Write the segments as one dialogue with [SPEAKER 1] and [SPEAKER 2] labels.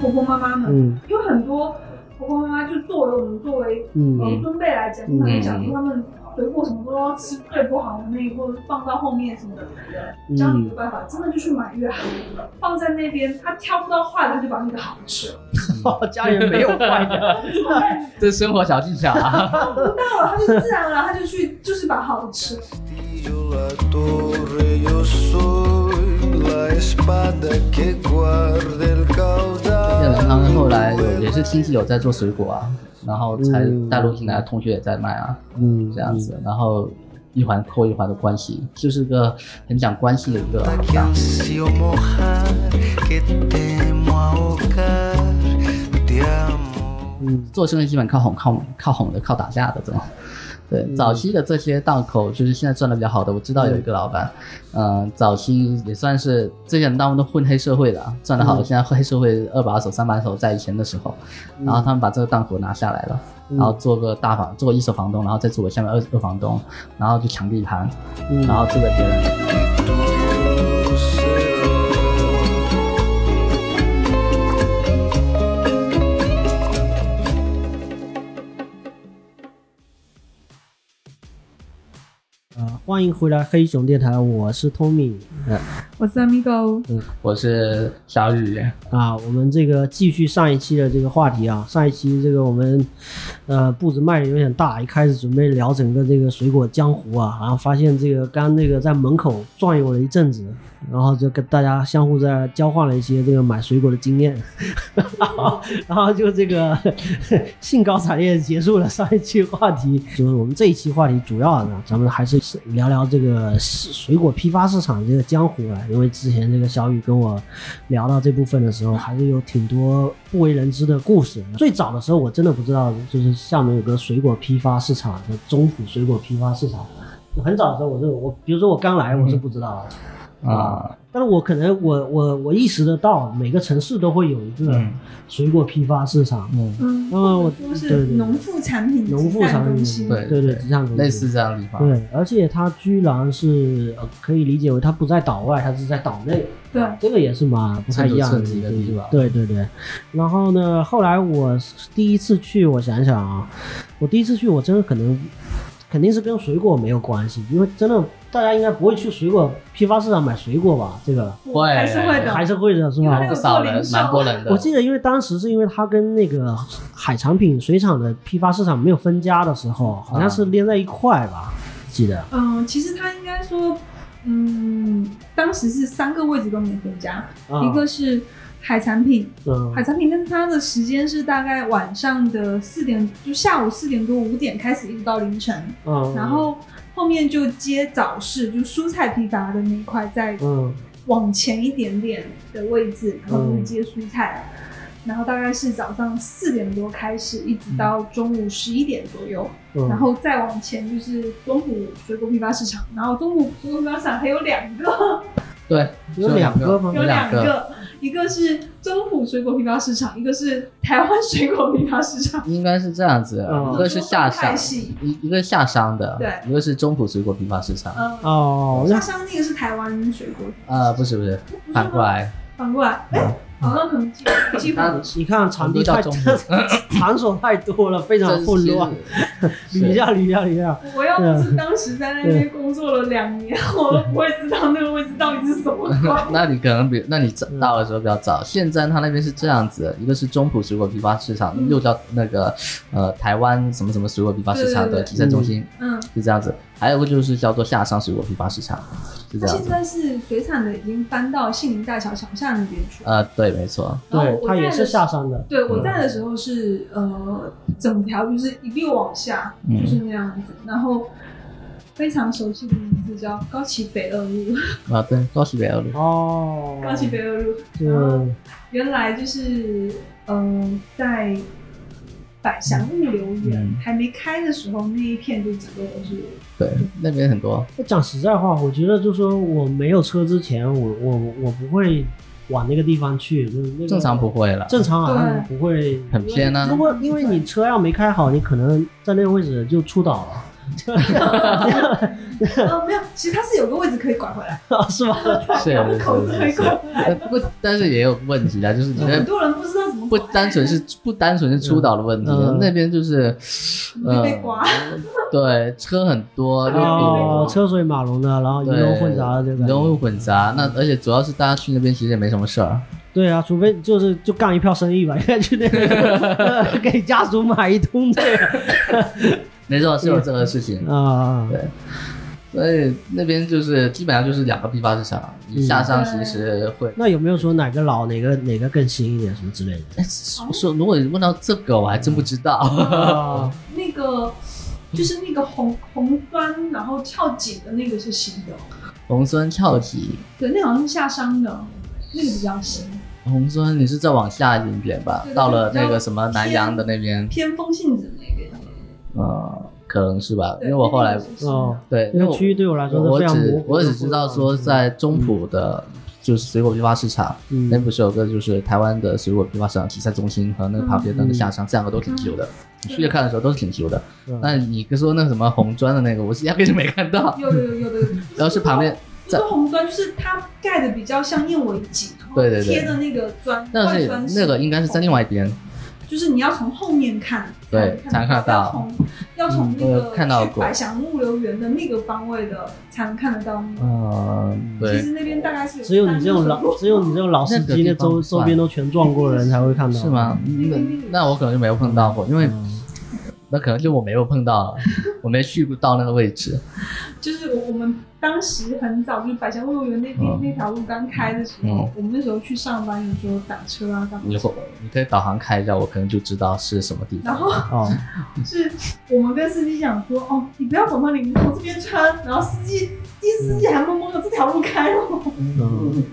[SPEAKER 1] 婆婆妈妈们，
[SPEAKER 2] 嗯
[SPEAKER 1] 有很多婆婆妈妈就作为我们作为呃
[SPEAKER 2] 嗯
[SPEAKER 1] 孙辈来讲，
[SPEAKER 2] 嗯
[SPEAKER 1] 他们讲说他们水果什么都要吃最不好的那一或者放到后面什么的，这样没
[SPEAKER 2] 嗯，
[SPEAKER 1] 办法，真的就去买越好的，放在那边他挑不到坏的，他就把那个好的吃了，
[SPEAKER 3] 家人没有坏的，这是生活小技巧啊。
[SPEAKER 1] 到了他就自然而然他就去就是把好的吃了。
[SPEAKER 4] Yo la torre, yo soy la espada que guarda el
[SPEAKER 3] 变成他
[SPEAKER 4] caudal.
[SPEAKER 3] 们后来有也是亲戚有在做水果啊，然后才
[SPEAKER 2] 嗯
[SPEAKER 3] 带入进来，同学也在卖啊，
[SPEAKER 2] 嗯
[SPEAKER 3] 这样子，然后一环扣一环的关系，就是个很讲关系的一个
[SPEAKER 4] Que
[SPEAKER 3] 行当。
[SPEAKER 4] ansio mojar, que temo ahogar. Te amo.
[SPEAKER 2] 嗯
[SPEAKER 3] 做生意基本靠哄、靠靠哄的、靠打架的这种。对，
[SPEAKER 2] 嗯
[SPEAKER 3] 早期的这些档口，就是现在赚的比较好的，我知道有一个老板，嗯、早期也算是这些人大部分都混黑社会的啊，赚的好的，
[SPEAKER 2] 嗯
[SPEAKER 3] 现在黑社会二把手、三把手，在以前的时候，
[SPEAKER 2] 嗯
[SPEAKER 3] 然后他们把这个档口拿下来了，
[SPEAKER 2] 嗯
[SPEAKER 3] 然后做个大房，做个一手房东，然后再做个下面二二房东，然后就抢地盘，
[SPEAKER 2] 嗯
[SPEAKER 3] 然后租给别人。
[SPEAKER 4] Tú serás.
[SPEAKER 2] 呃，欢迎回来黑熊电台，我是 Tommy。呃
[SPEAKER 1] 我是 Amigo，
[SPEAKER 3] 我是小雨，
[SPEAKER 2] 啊，我们这个继续上一期的这个话题啊，上一期这个我们呃步子迈的有点大，一开始准备聊整个这个水果江湖啊，然后发现这个刚那个在门口转悠了一阵子，然后就跟大家相互在交换了一些这个买水果的经验， 然后然后就这个兴高采烈地结束了上一期话题，就是我们这一期话题主要呢，咱们还是聊聊这个市水果批发市场这个江湖啊，因为之前这个小雨跟我聊到这部分的时候，还是有挺多不为人知的故事。最早的时候我真的不知道，就是厦门有个水果批发市场，就中埔水果批发市场。很早的时候我就我，比如说我刚来我是不知道的。嗯
[SPEAKER 3] 啊、
[SPEAKER 2] 但是我可能我我我意识得到，每个城市都会有一个
[SPEAKER 3] 嗯
[SPEAKER 2] 水果批发市场，
[SPEAKER 3] 嗯，
[SPEAKER 1] 嗯，
[SPEAKER 2] 那么我
[SPEAKER 1] 或者说
[SPEAKER 2] 对
[SPEAKER 1] 是
[SPEAKER 2] 对
[SPEAKER 1] 农副产品
[SPEAKER 2] 农副
[SPEAKER 1] 集散
[SPEAKER 2] 产
[SPEAKER 1] 中
[SPEAKER 2] 品，
[SPEAKER 1] 心
[SPEAKER 3] 对
[SPEAKER 2] 对对，集散中心
[SPEAKER 3] 类似这样的地方，
[SPEAKER 2] 对，而且它居然是、呃可以理解为它不在岛外，它是在岛内，
[SPEAKER 1] 对
[SPEAKER 2] 这个也是蛮不太一样的
[SPEAKER 3] 寸土寸金的
[SPEAKER 2] 一个
[SPEAKER 3] 地方
[SPEAKER 2] 对对对，然后呢，后来我第一次去，我想想啊，我第一次去，我真的可能肯定是跟水果没有关系，因为真的大家应该不会去水果批发市场买水果吧？这个
[SPEAKER 3] 会
[SPEAKER 1] 还是会的，
[SPEAKER 2] 还是会的，是
[SPEAKER 1] 因为
[SPEAKER 2] 吧
[SPEAKER 1] 那个？
[SPEAKER 3] 不少人，蛮多人的。
[SPEAKER 2] 我记得，因为当时是因为它跟那个海产品水产的批发市场没有分家的时候，好像是连在一块吧，记得。
[SPEAKER 1] 嗯，其实他应该说，嗯，当时是三个位置都没回家，
[SPEAKER 2] 啊
[SPEAKER 1] 一个是海产品，
[SPEAKER 2] 嗯
[SPEAKER 1] 海产品跟它的时间是大概晚上的四点，就下午四点多五点开始，一直到凌晨，
[SPEAKER 2] 嗯，
[SPEAKER 1] 然后后面就接早市，就蔬菜批发的那一块，再
[SPEAKER 2] 嗯
[SPEAKER 1] 往前一点点的位置，然后就会接蔬菜。然后大概是早上四点多开始，一直到中午十一点左右。
[SPEAKER 2] 嗯，
[SPEAKER 1] 然后再往前就是中埔水果批发市场，然后中埔水果批发市场还有两个，
[SPEAKER 3] 对，
[SPEAKER 2] 有
[SPEAKER 3] 只
[SPEAKER 2] 哦两个吗
[SPEAKER 1] 有两
[SPEAKER 3] 个，
[SPEAKER 1] 个，一个是中埔水果批发市场，一个是台湾水果批发市场，
[SPEAKER 3] 应该是这样子，
[SPEAKER 2] 嗯
[SPEAKER 3] 一个是下
[SPEAKER 1] 太
[SPEAKER 3] 商，
[SPEAKER 1] 细，
[SPEAKER 3] 一一个下商的，
[SPEAKER 1] 对
[SPEAKER 3] 一个是中埔水果批发市场，
[SPEAKER 1] 嗯，
[SPEAKER 2] 哦，
[SPEAKER 1] 下
[SPEAKER 2] 那
[SPEAKER 1] 乡那个是台湾水果，
[SPEAKER 3] 呃，不是不是，反过来，
[SPEAKER 1] 反过来，哎，
[SPEAKER 2] 嗯
[SPEAKER 1] 好像可能几乎几乎
[SPEAKER 3] 它
[SPEAKER 2] 你看场地太
[SPEAKER 3] 很多叫
[SPEAKER 2] 场所太多了，非常混 乱，
[SPEAKER 3] 这是
[SPEAKER 2] 捋一下捋一下捋一下。
[SPEAKER 1] 我要不是当时在那边工作了两年，我都不会知道那个位置到底是什么瓜。
[SPEAKER 2] 嗯
[SPEAKER 3] 那你可能比那你早
[SPEAKER 1] 嗯
[SPEAKER 3] 到的时候比较早。现在它那边是这样子，一个是中埔水果批发市场，
[SPEAKER 1] 嗯
[SPEAKER 3] 又叫那个呃台湾什么什么水果批发市场
[SPEAKER 1] 对对
[SPEAKER 3] 的
[SPEAKER 1] 对
[SPEAKER 3] 集散中心，
[SPEAKER 1] 嗯，
[SPEAKER 3] 是这样子。还有一个就是叫做下商水果批发市场，是
[SPEAKER 1] 它
[SPEAKER 3] 这样
[SPEAKER 1] 现
[SPEAKER 3] 子。
[SPEAKER 1] 在是水产的已经搬到杏林大桥小巷那边去了。
[SPEAKER 3] 呃，对，没错，
[SPEAKER 1] 然后
[SPEAKER 2] 对，
[SPEAKER 1] 我
[SPEAKER 2] 它哦也
[SPEAKER 1] 在
[SPEAKER 2] 是
[SPEAKER 1] 的
[SPEAKER 2] 下山的。
[SPEAKER 1] 对，
[SPEAKER 3] 嗯
[SPEAKER 1] 我在的时候是呃，整条就是一路往下，
[SPEAKER 3] 嗯
[SPEAKER 1] 就是那样子。然后非常熟悉的名字叫高崎北二路，
[SPEAKER 3] 啊，对，高西北二路，
[SPEAKER 2] 哦，
[SPEAKER 1] 高崎北二路。然后
[SPEAKER 2] 嗯
[SPEAKER 1] 原来就是呃，在百祥物流园
[SPEAKER 3] 嗯
[SPEAKER 1] 还没开的时候，那一片就整个都是
[SPEAKER 3] 对，那边很多，
[SPEAKER 2] 那讲实在话，我觉得就说我没有车之前，我我我不会往那个地方去，就是那个
[SPEAKER 3] 正常不会
[SPEAKER 1] 嗯
[SPEAKER 3] 了，
[SPEAKER 2] 正常好像不会
[SPEAKER 3] 很偏啊
[SPEAKER 2] 如果因为你车要没开好，你可能在那个位置就出岛了，
[SPEAKER 1] 哦，没有，其实它是有个位置可以拐回来，
[SPEAKER 2] 是吧？
[SPEAKER 3] 是啊有
[SPEAKER 1] 两个口子可以拐回来。
[SPEAKER 3] 呃不过但是也有问题啊，就是你
[SPEAKER 1] 很
[SPEAKER 3] 那
[SPEAKER 1] 多人不知道怎么
[SPEAKER 3] 不
[SPEAKER 1] 拐，
[SPEAKER 3] 单纯是不单纯是出岛的问题，
[SPEAKER 2] 嗯
[SPEAKER 3] 那边就是呃
[SPEAKER 1] 会被刮。
[SPEAKER 3] 对车很多，就是
[SPEAKER 2] 哦，车水马龙的，然后鱼
[SPEAKER 3] 对
[SPEAKER 2] 龙啊混杂的这
[SPEAKER 3] 鱼龙
[SPEAKER 2] 个。
[SPEAKER 3] 会混杂。那而且主要是大家去那边其实也没什么事儿，
[SPEAKER 2] 对啊，除非就是就干一票生意吧， 应该去那 个给家属买一通这个
[SPEAKER 3] 没错是有这个事情。
[SPEAKER 2] 啊。
[SPEAKER 3] 对所以那边就是基本上就是两个批发市场，一下上其实会。
[SPEAKER 2] 那有没有说哪个老哪个哪个更新一点什么之类的？
[SPEAKER 3] 哎说说如果你问到这个，我还真不知道。
[SPEAKER 2] 啊，
[SPEAKER 1] 那个就是那个红红帆，然后跳井的那个是新的哦，
[SPEAKER 3] 红酸跳级，
[SPEAKER 1] 对，那好像是下山的，那个比较新，
[SPEAKER 3] 红酸你是再往下一点点吧
[SPEAKER 1] 对，
[SPEAKER 3] 到了
[SPEAKER 1] 比较
[SPEAKER 3] 那个什么南洋的那边，
[SPEAKER 1] 偏风信子那边。
[SPEAKER 3] 呃，可能是吧，
[SPEAKER 1] 对
[SPEAKER 3] 因为我后来
[SPEAKER 1] 那个是新的
[SPEAKER 2] 哦，
[SPEAKER 3] 对，
[SPEAKER 2] 那
[SPEAKER 3] 因为
[SPEAKER 2] 个
[SPEAKER 3] 我
[SPEAKER 2] 区域对我来说
[SPEAKER 3] 我
[SPEAKER 2] 是非常模
[SPEAKER 3] 只
[SPEAKER 2] 糊。
[SPEAKER 3] 我只知道说，在中埔的，就是水果批发市场，
[SPEAKER 2] 嗯
[SPEAKER 3] 那边不是有个就是台湾的水果批发市场集散中心和那个旁边的那个下商，这两个都挺旧的。你去看的时候都是挺旧的。
[SPEAKER 2] 嗯
[SPEAKER 3] 那你说那个什么红砖的那个，我是压根就没看 到。
[SPEAKER 1] 有有有的，
[SPEAKER 3] 然后是旁边，
[SPEAKER 1] 不是红砖，就是它盖的比较像燕尾井，然后
[SPEAKER 3] 对对对
[SPEAKER 1] 贴的那个砖，
[SPEAKER 3] 但
[SPEAKER 1] 外
[SPEAKER 3] 是
[SPEAKER 1] 砖
[SPEAKER 3] 那个应该是在另外一边，
[SPEAKER 1] 就是你要从后面看，
[SPEAKER 3] 对才能看得到。
[SPEAKER 1] 要从要从那
[SPEAKER 3] 嗯
[SPEAKER 1] 个
[SPEAKER 3] 我看到
[SPEAKER 1] 去
[SPEAKER 3] 过
[SPEAKER 1] 百祥物流园的那个方位的才能看得到那个。
[SPEAKER 3] 嗯，
[SPEAKER 1] 其
[SPEAKER 3] 对，
[SPEAKER 1] 实那边大概是有
[SPEAKER 2] 只有你这种
[SPEAKER 1] 三个
[SPEAKER 2] 老，只有你这种老司机，那周周边都全撞过的人才会看到，
[SPEAKER 3] 是？吗？
[SPEAKER 2] 嗯
[SPEAKER 3] 那那我可能就没有碰到过，因为那可能就我没有碰到，我没去到那个位置。
[SPEAKER 1] 就是我我们当时很早，就是百祥物园那边、
[SPEAKER 3] 嗯
[SPEAKER 1] 那条路刚开的时候，
[SPEAKER 3] 嗯
[SPEAKER 1] 我们那时候去上班，有时候打车啊干嘛。
[SPEAKER 2] 嗯
[SPEAKER 3] 你会你可以导航开一下，我可能就知道是什么地
[SPEAKER 1] 然
[SPEAKER 3] 方。
[SPEAKER 1] 后
[SPEAKER 2] 哦，
[SPEAKER 1] 是我们跟司机讲说，哦，你不要走到领口这边穿，然后司机第司机还懵懵的，这条路开了，
[SPEAKER 2] 嗯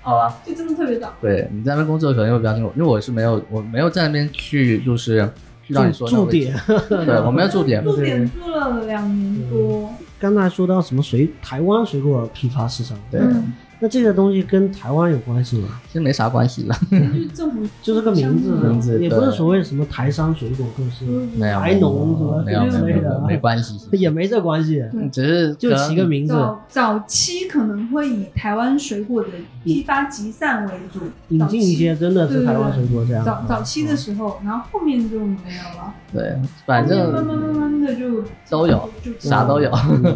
[SPEAKER 3] 好啊。
[SPEAKER 1] 就真的特别早。
[SPEAKER 3] 对你在那边工作可能会比较辛苦，因为我是没有我没有在那边去就是去到你
[SPEAKER 2] 驻
[SPEAKER 3] 说
[SPEAKER 2] 驻点。
[SPEAKER 3] 那个位置，对我没有驻点，
[SPEAKER 1] 驻点住了两年多，
[SPEAKER 2] 刚才说到什么水台湾水果批发市场，
[SPEAKER 3] 对，
[SPEAKER 1] 嗯
[SPEAKER 2] 那这个东西跟台湾有关系吗？
[SPEAKER 3] 其实没啥关系了，
[SPEAKER 1] 就是政府
[SPEAKER 2] 就是个名字，
[SPEAKER 3] 名字
[SPEAKER 2] 也不是
[SPEAKER 3] 对
[SPEAKER 2] 所谓什么台山水果更是，
[SPEAKER 1] 嗯
[SPEAKER 3] 没有
[SPEAKER 2] 嗯白农什么
[SPEAKER 3] 没有没有
[SPEAKER 2] 之
[SPEAKER 3] 没
[SPEAKER 2] 类
[SPEAKER 3] 有没
[SPEAKER 2] 的
[SPEAKER 3] 有
[SPEAKER 2] 啊
[SPEAKER 3] 没关系，
[SPEAKER 2] 也没这关系，
[SPEAKER 3] 只是
[SPEAKER 2] 就起个名字，
[SPEAKER 1] 啊早早期可能会以台湾水果的批发集散为主，
[SPEAKER 2] 引
[SPEAKER 1] 早
[SPEAKER 2] 进一
[SPEAKER 1] 期
[SPEAKER 2] 些真的是台湾水果这样。
[SPEAKER 1] 早早期的
[SPEAKER 2] 嗯
[SPEAKER 1] 时候，然后后面就没有了，
[SPEAKER 3] 可能，对，反
[SPEAKER 1] 后面慢慢
[SPEAKER 3] 正
[SPEAKER 1] 慢慢的就
[SPEAKER 3] 都有，
[SPEAKER 1] 就
[SPEAKER 3] 啥都有。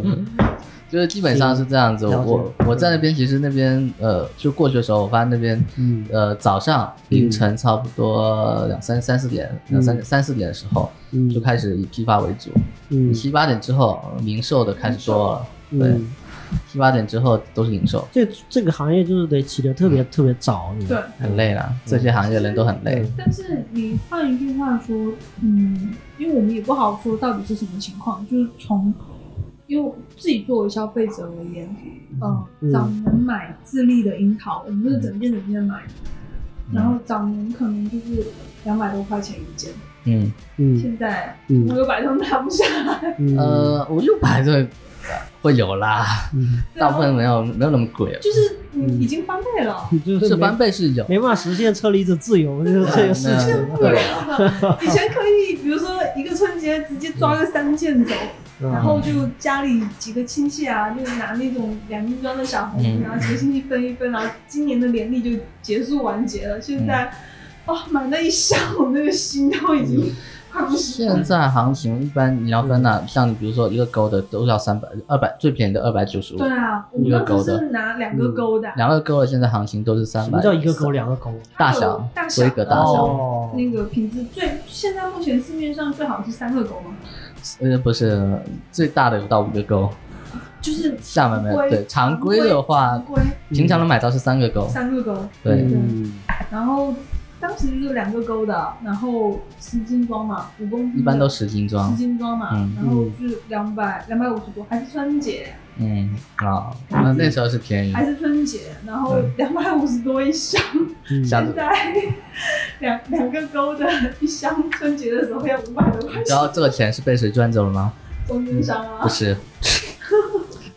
[SPEAKER 2] 嗯
[SPEAKER 3] 就是基本上是这样子，
[SPEAKER 2] 了解
[SPEAKER 3] 我我在那边，其实那边呃，就过去的时候，我发现那边
[SPEAKER 2] 嗯
[SPEAKER 3] 呃早上凌晨差不多两三三四点，两三三四点的时候
[SPEAKER 2] 嗯
[SPEAKER 3] 就开始以批发为主，
[SPEAKER 2] 嗯
[SPEAKER 3] 七八点之后零售的开始多了，对
[SPEAKER 2] 嗯，
[SPEAKER 3] 七八点之后都是零售，
[SPEAKER 2] 这这个行业就是得起得特别特别早，你
[SPEAKER 1] 对。
[SPEAKER 3] 嗯很累
[SPEAKER 2] 嗯
[SPEAKER 3] 了，这些行业人都很累。
[SPEAKER 1] 但是你换一句话说，嗯，因为我们也不好说到底是什么情况，就是从，因为自己作为消费者而言，呃
[SPEAKER 2] 嗯，
[SPEAKER 1] 早年买自立的樱桃，我们是整件整件买的，然后早年可能就是两百多块钱一件，
[SPEAKER 3] 嗯，
[SPEAKER 2] 嗯
[SPEAKER 1] 现在
[SPEAKER 2] 嗯
[SPEAKER 1] 五六百都拿不下来，
[SPEAKER 2] 嗯
[SPEAKER 3] 呃，五六百这会有啦，
[SPEAKER 2] 嗯
[SPEAKER 3] 大部分没有没有那么贵，
[SPEAKER 1] 啊就是嗯
[SPEAKER 2] 嗯
[SPEAKER 1] 已经翻倍了。
[SPEAKER 2] 就是是没
[SPEAKER 3] 翻倍是有。
[SPEAKER 2] 没办法实现车厘子自由，
[SPEAKER 1] 啊
[SPEAKER 2] 就是这
[SPEAKER 3] 嗯
[SPEAKER 2] 个事情。
[SPEAKER 3] 那
[SPEAKER 1] 对
[SPEAKER 3] 对，
[SPEAKER 1] 啊， 以前可以，比如说一个春节直接抓个三件走，
[SPEAKER 3] 嗯
[SPEAKER 1] 然后就家里几个亲戚啊，就拿那种两斤装的小红
[SPEAKER 3] 嗯
[SPEAKER 1] 然后几个亲戚分一分，然后今年的年历就结束完结了。现
[SPEAKER 3] 嗯
[SPEAKER 1] 在，哦，买那一箱，我那个心都已
[SPEAKER 3] 嗯
[SPEAKER 1] 经快不行了。
[SPEAKER 3] 啊现在行情一般，你要分呐，像你比如说一个勾的都要三百、二百，最便宜的二百九十五
[SPEAKER 1] 对，啊，我
[SPEAKER 3] 一
[SPEAKER 1] 们当
[SPEAKER 3] 个
[SPEAKER 1] 时
[SPEAKER 3] 勾的
[SPEAKER 1] 是拿两个勾的啊，
[SPEAKER 3] 两个勾的现在行情都是
[SPEAKER 2] 什
[SPEAKER 3] 三
[SPEAKER 2] 么
[SPEAKER 3] 百。
[SPEAKER 2] 叫一个勾两个勾？
[SPEAKER 3] 大小
[SPEAKER 1] 大小
[SPEAKER 3] 规格大小？
[SPEAKER 2] 哦
[SPEAKER 1] 那个瓶子最现在目前市面上最好是三个勾嘛，
[SPEAKER 3] 呃，不是最大的有到五个勾，
[SPEAKER 1] 就是
[SPEAKER 3] 厦门没有。对，常规的话
[SPEAKER 1] 常，规
[SPEAKER 3] 平常能买到是三个勾。
[SPEAKER 1] 三个勾，
[SPEAKER 3] 对，
[SPEAKER 2] 嗯
[SPEAKER 1] 然后当时就是两个勾的，然后十斤装嘛，五公斤的，
[SPEAKER 3] 一般都十斤
[SPEAKER 1] 十
[SPEAKER 3] 装。
[SPEAKER 1] 斤装嘛，
[SPEAKER 3] 嗯
[SPEAKER 1] 然后是两百两百五十多，还是春节，
[SPEAKER 3] 嗯啊，那那时候是便宜的
[SPEAKER 1] 还。是春节，然后
[SPEAKER 3] 嗯
[SPEAKER 1] 两百五十多一箱，
[SPEAKER 2] 嗯
[SPEAKER 3] 想
[SPEAKER 1] 现在两 两个勾的一箱，春节的时候要五百多块
[SPEAKER 3] 你知
[SPEAKER 1] 钱，
[SPEAKER 3] 道这个钱是被谁赚走了吗？
[SPEAKER 1] 中间商啊
[SPEAKER 3] 不，是，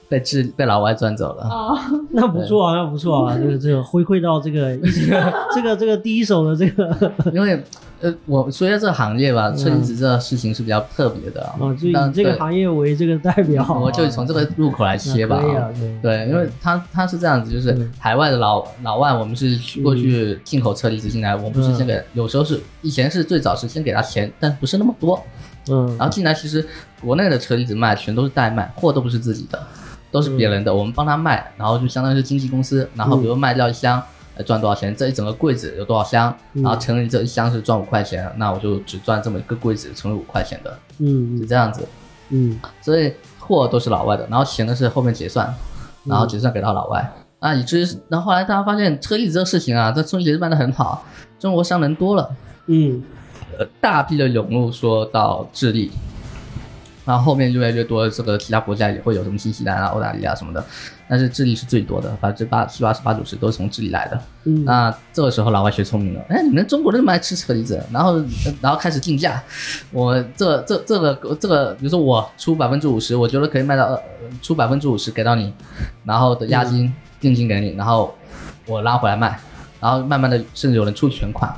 [SPEAKER 3] 被智被老外赚走
[SPEAKER 2] 哦
[SPEAKER 3] 了。
[SPEAKER 1] 啊，
[SPEAKER 2] 那不错啊， 那不错啊，这个这个回馈到这个这个这个第一手的这个，
[SPEAKER 3] 因为呃，我说一下这个行业吧，车厘子这个事情是比较特别的
[SPEAKER 2] 啊，就嗯以
[SPEAKER 3] 但
[SPEAKER 2] 这个
[SPEAKER 3] 对
[SPEAKER 2] 行业为这个代表啊，
[SPEAKER 3] 我就从这个入口来切吧
[SPEAKER 2] 啊。可以啊，对
[SPEAKER 3] 对，因为它它是这样子，就是
[SPEAKER 2] 嗯
[SPEAKER 3] 海外的老老外，我们是过去进口车厘子进来，我们不是先
[SPEAKER 2] 嗯
[SPEAKER 3] 给，有时候是以前是最早是先给他钱，但不是那么多，
[SPEAKER 2] 嗯，
[SPEAKER 3] 然后进来其实国内的车厘子卖全都是代卖，货都不是自己的，都是别人的，我们帮他卖，然后就相当于是经纪公司，然后比如卖掉一箱。呃赚多少钱？这一整个柜子有多少箱？
[SPEAKER 2] 嗯
[SPEAKER 3] 然后乘以这一箱是赚五块钱，那我就只赚这么一个柜子乘以五块钱的，
[SPEAKER 2] 嗯
[SPEAKER 3] 是
[SPEAKER 2] 嗯
[SPEAKER 3] 这样子。
[SPEAKER 2] 嗯
[SPEAKER 3] 所以货都是老外的，然后钱呢是后面结算，然后结算给到老外。那以至于，然后后来大家发现车厘子这个事情啊，在春节办的很好，中国商人多了，
[SPEAKER 2] 嗯
[SPEAKER 3] 呃，大批的涌入说到智利，然后后面越来越多这个其他国家也会有什么新西兰啊、澳大利亚什么的，但是智利是最多的，百分之八七八十八九十都是从智利来的。
[SPEAKER 2] 嗯，
[SPEAKER 3] 那这个时候老外学聪明了，哎，你们中国人蛮爱吃车厘子，然后呃然后开始定价，我这这这个这个，比如说我出百分之五十，我觉得可以卖到呃出百分之五十给到你，然后的押金、定金给你，然后我拉回来卖，然后慢慢的甚至有人出全款。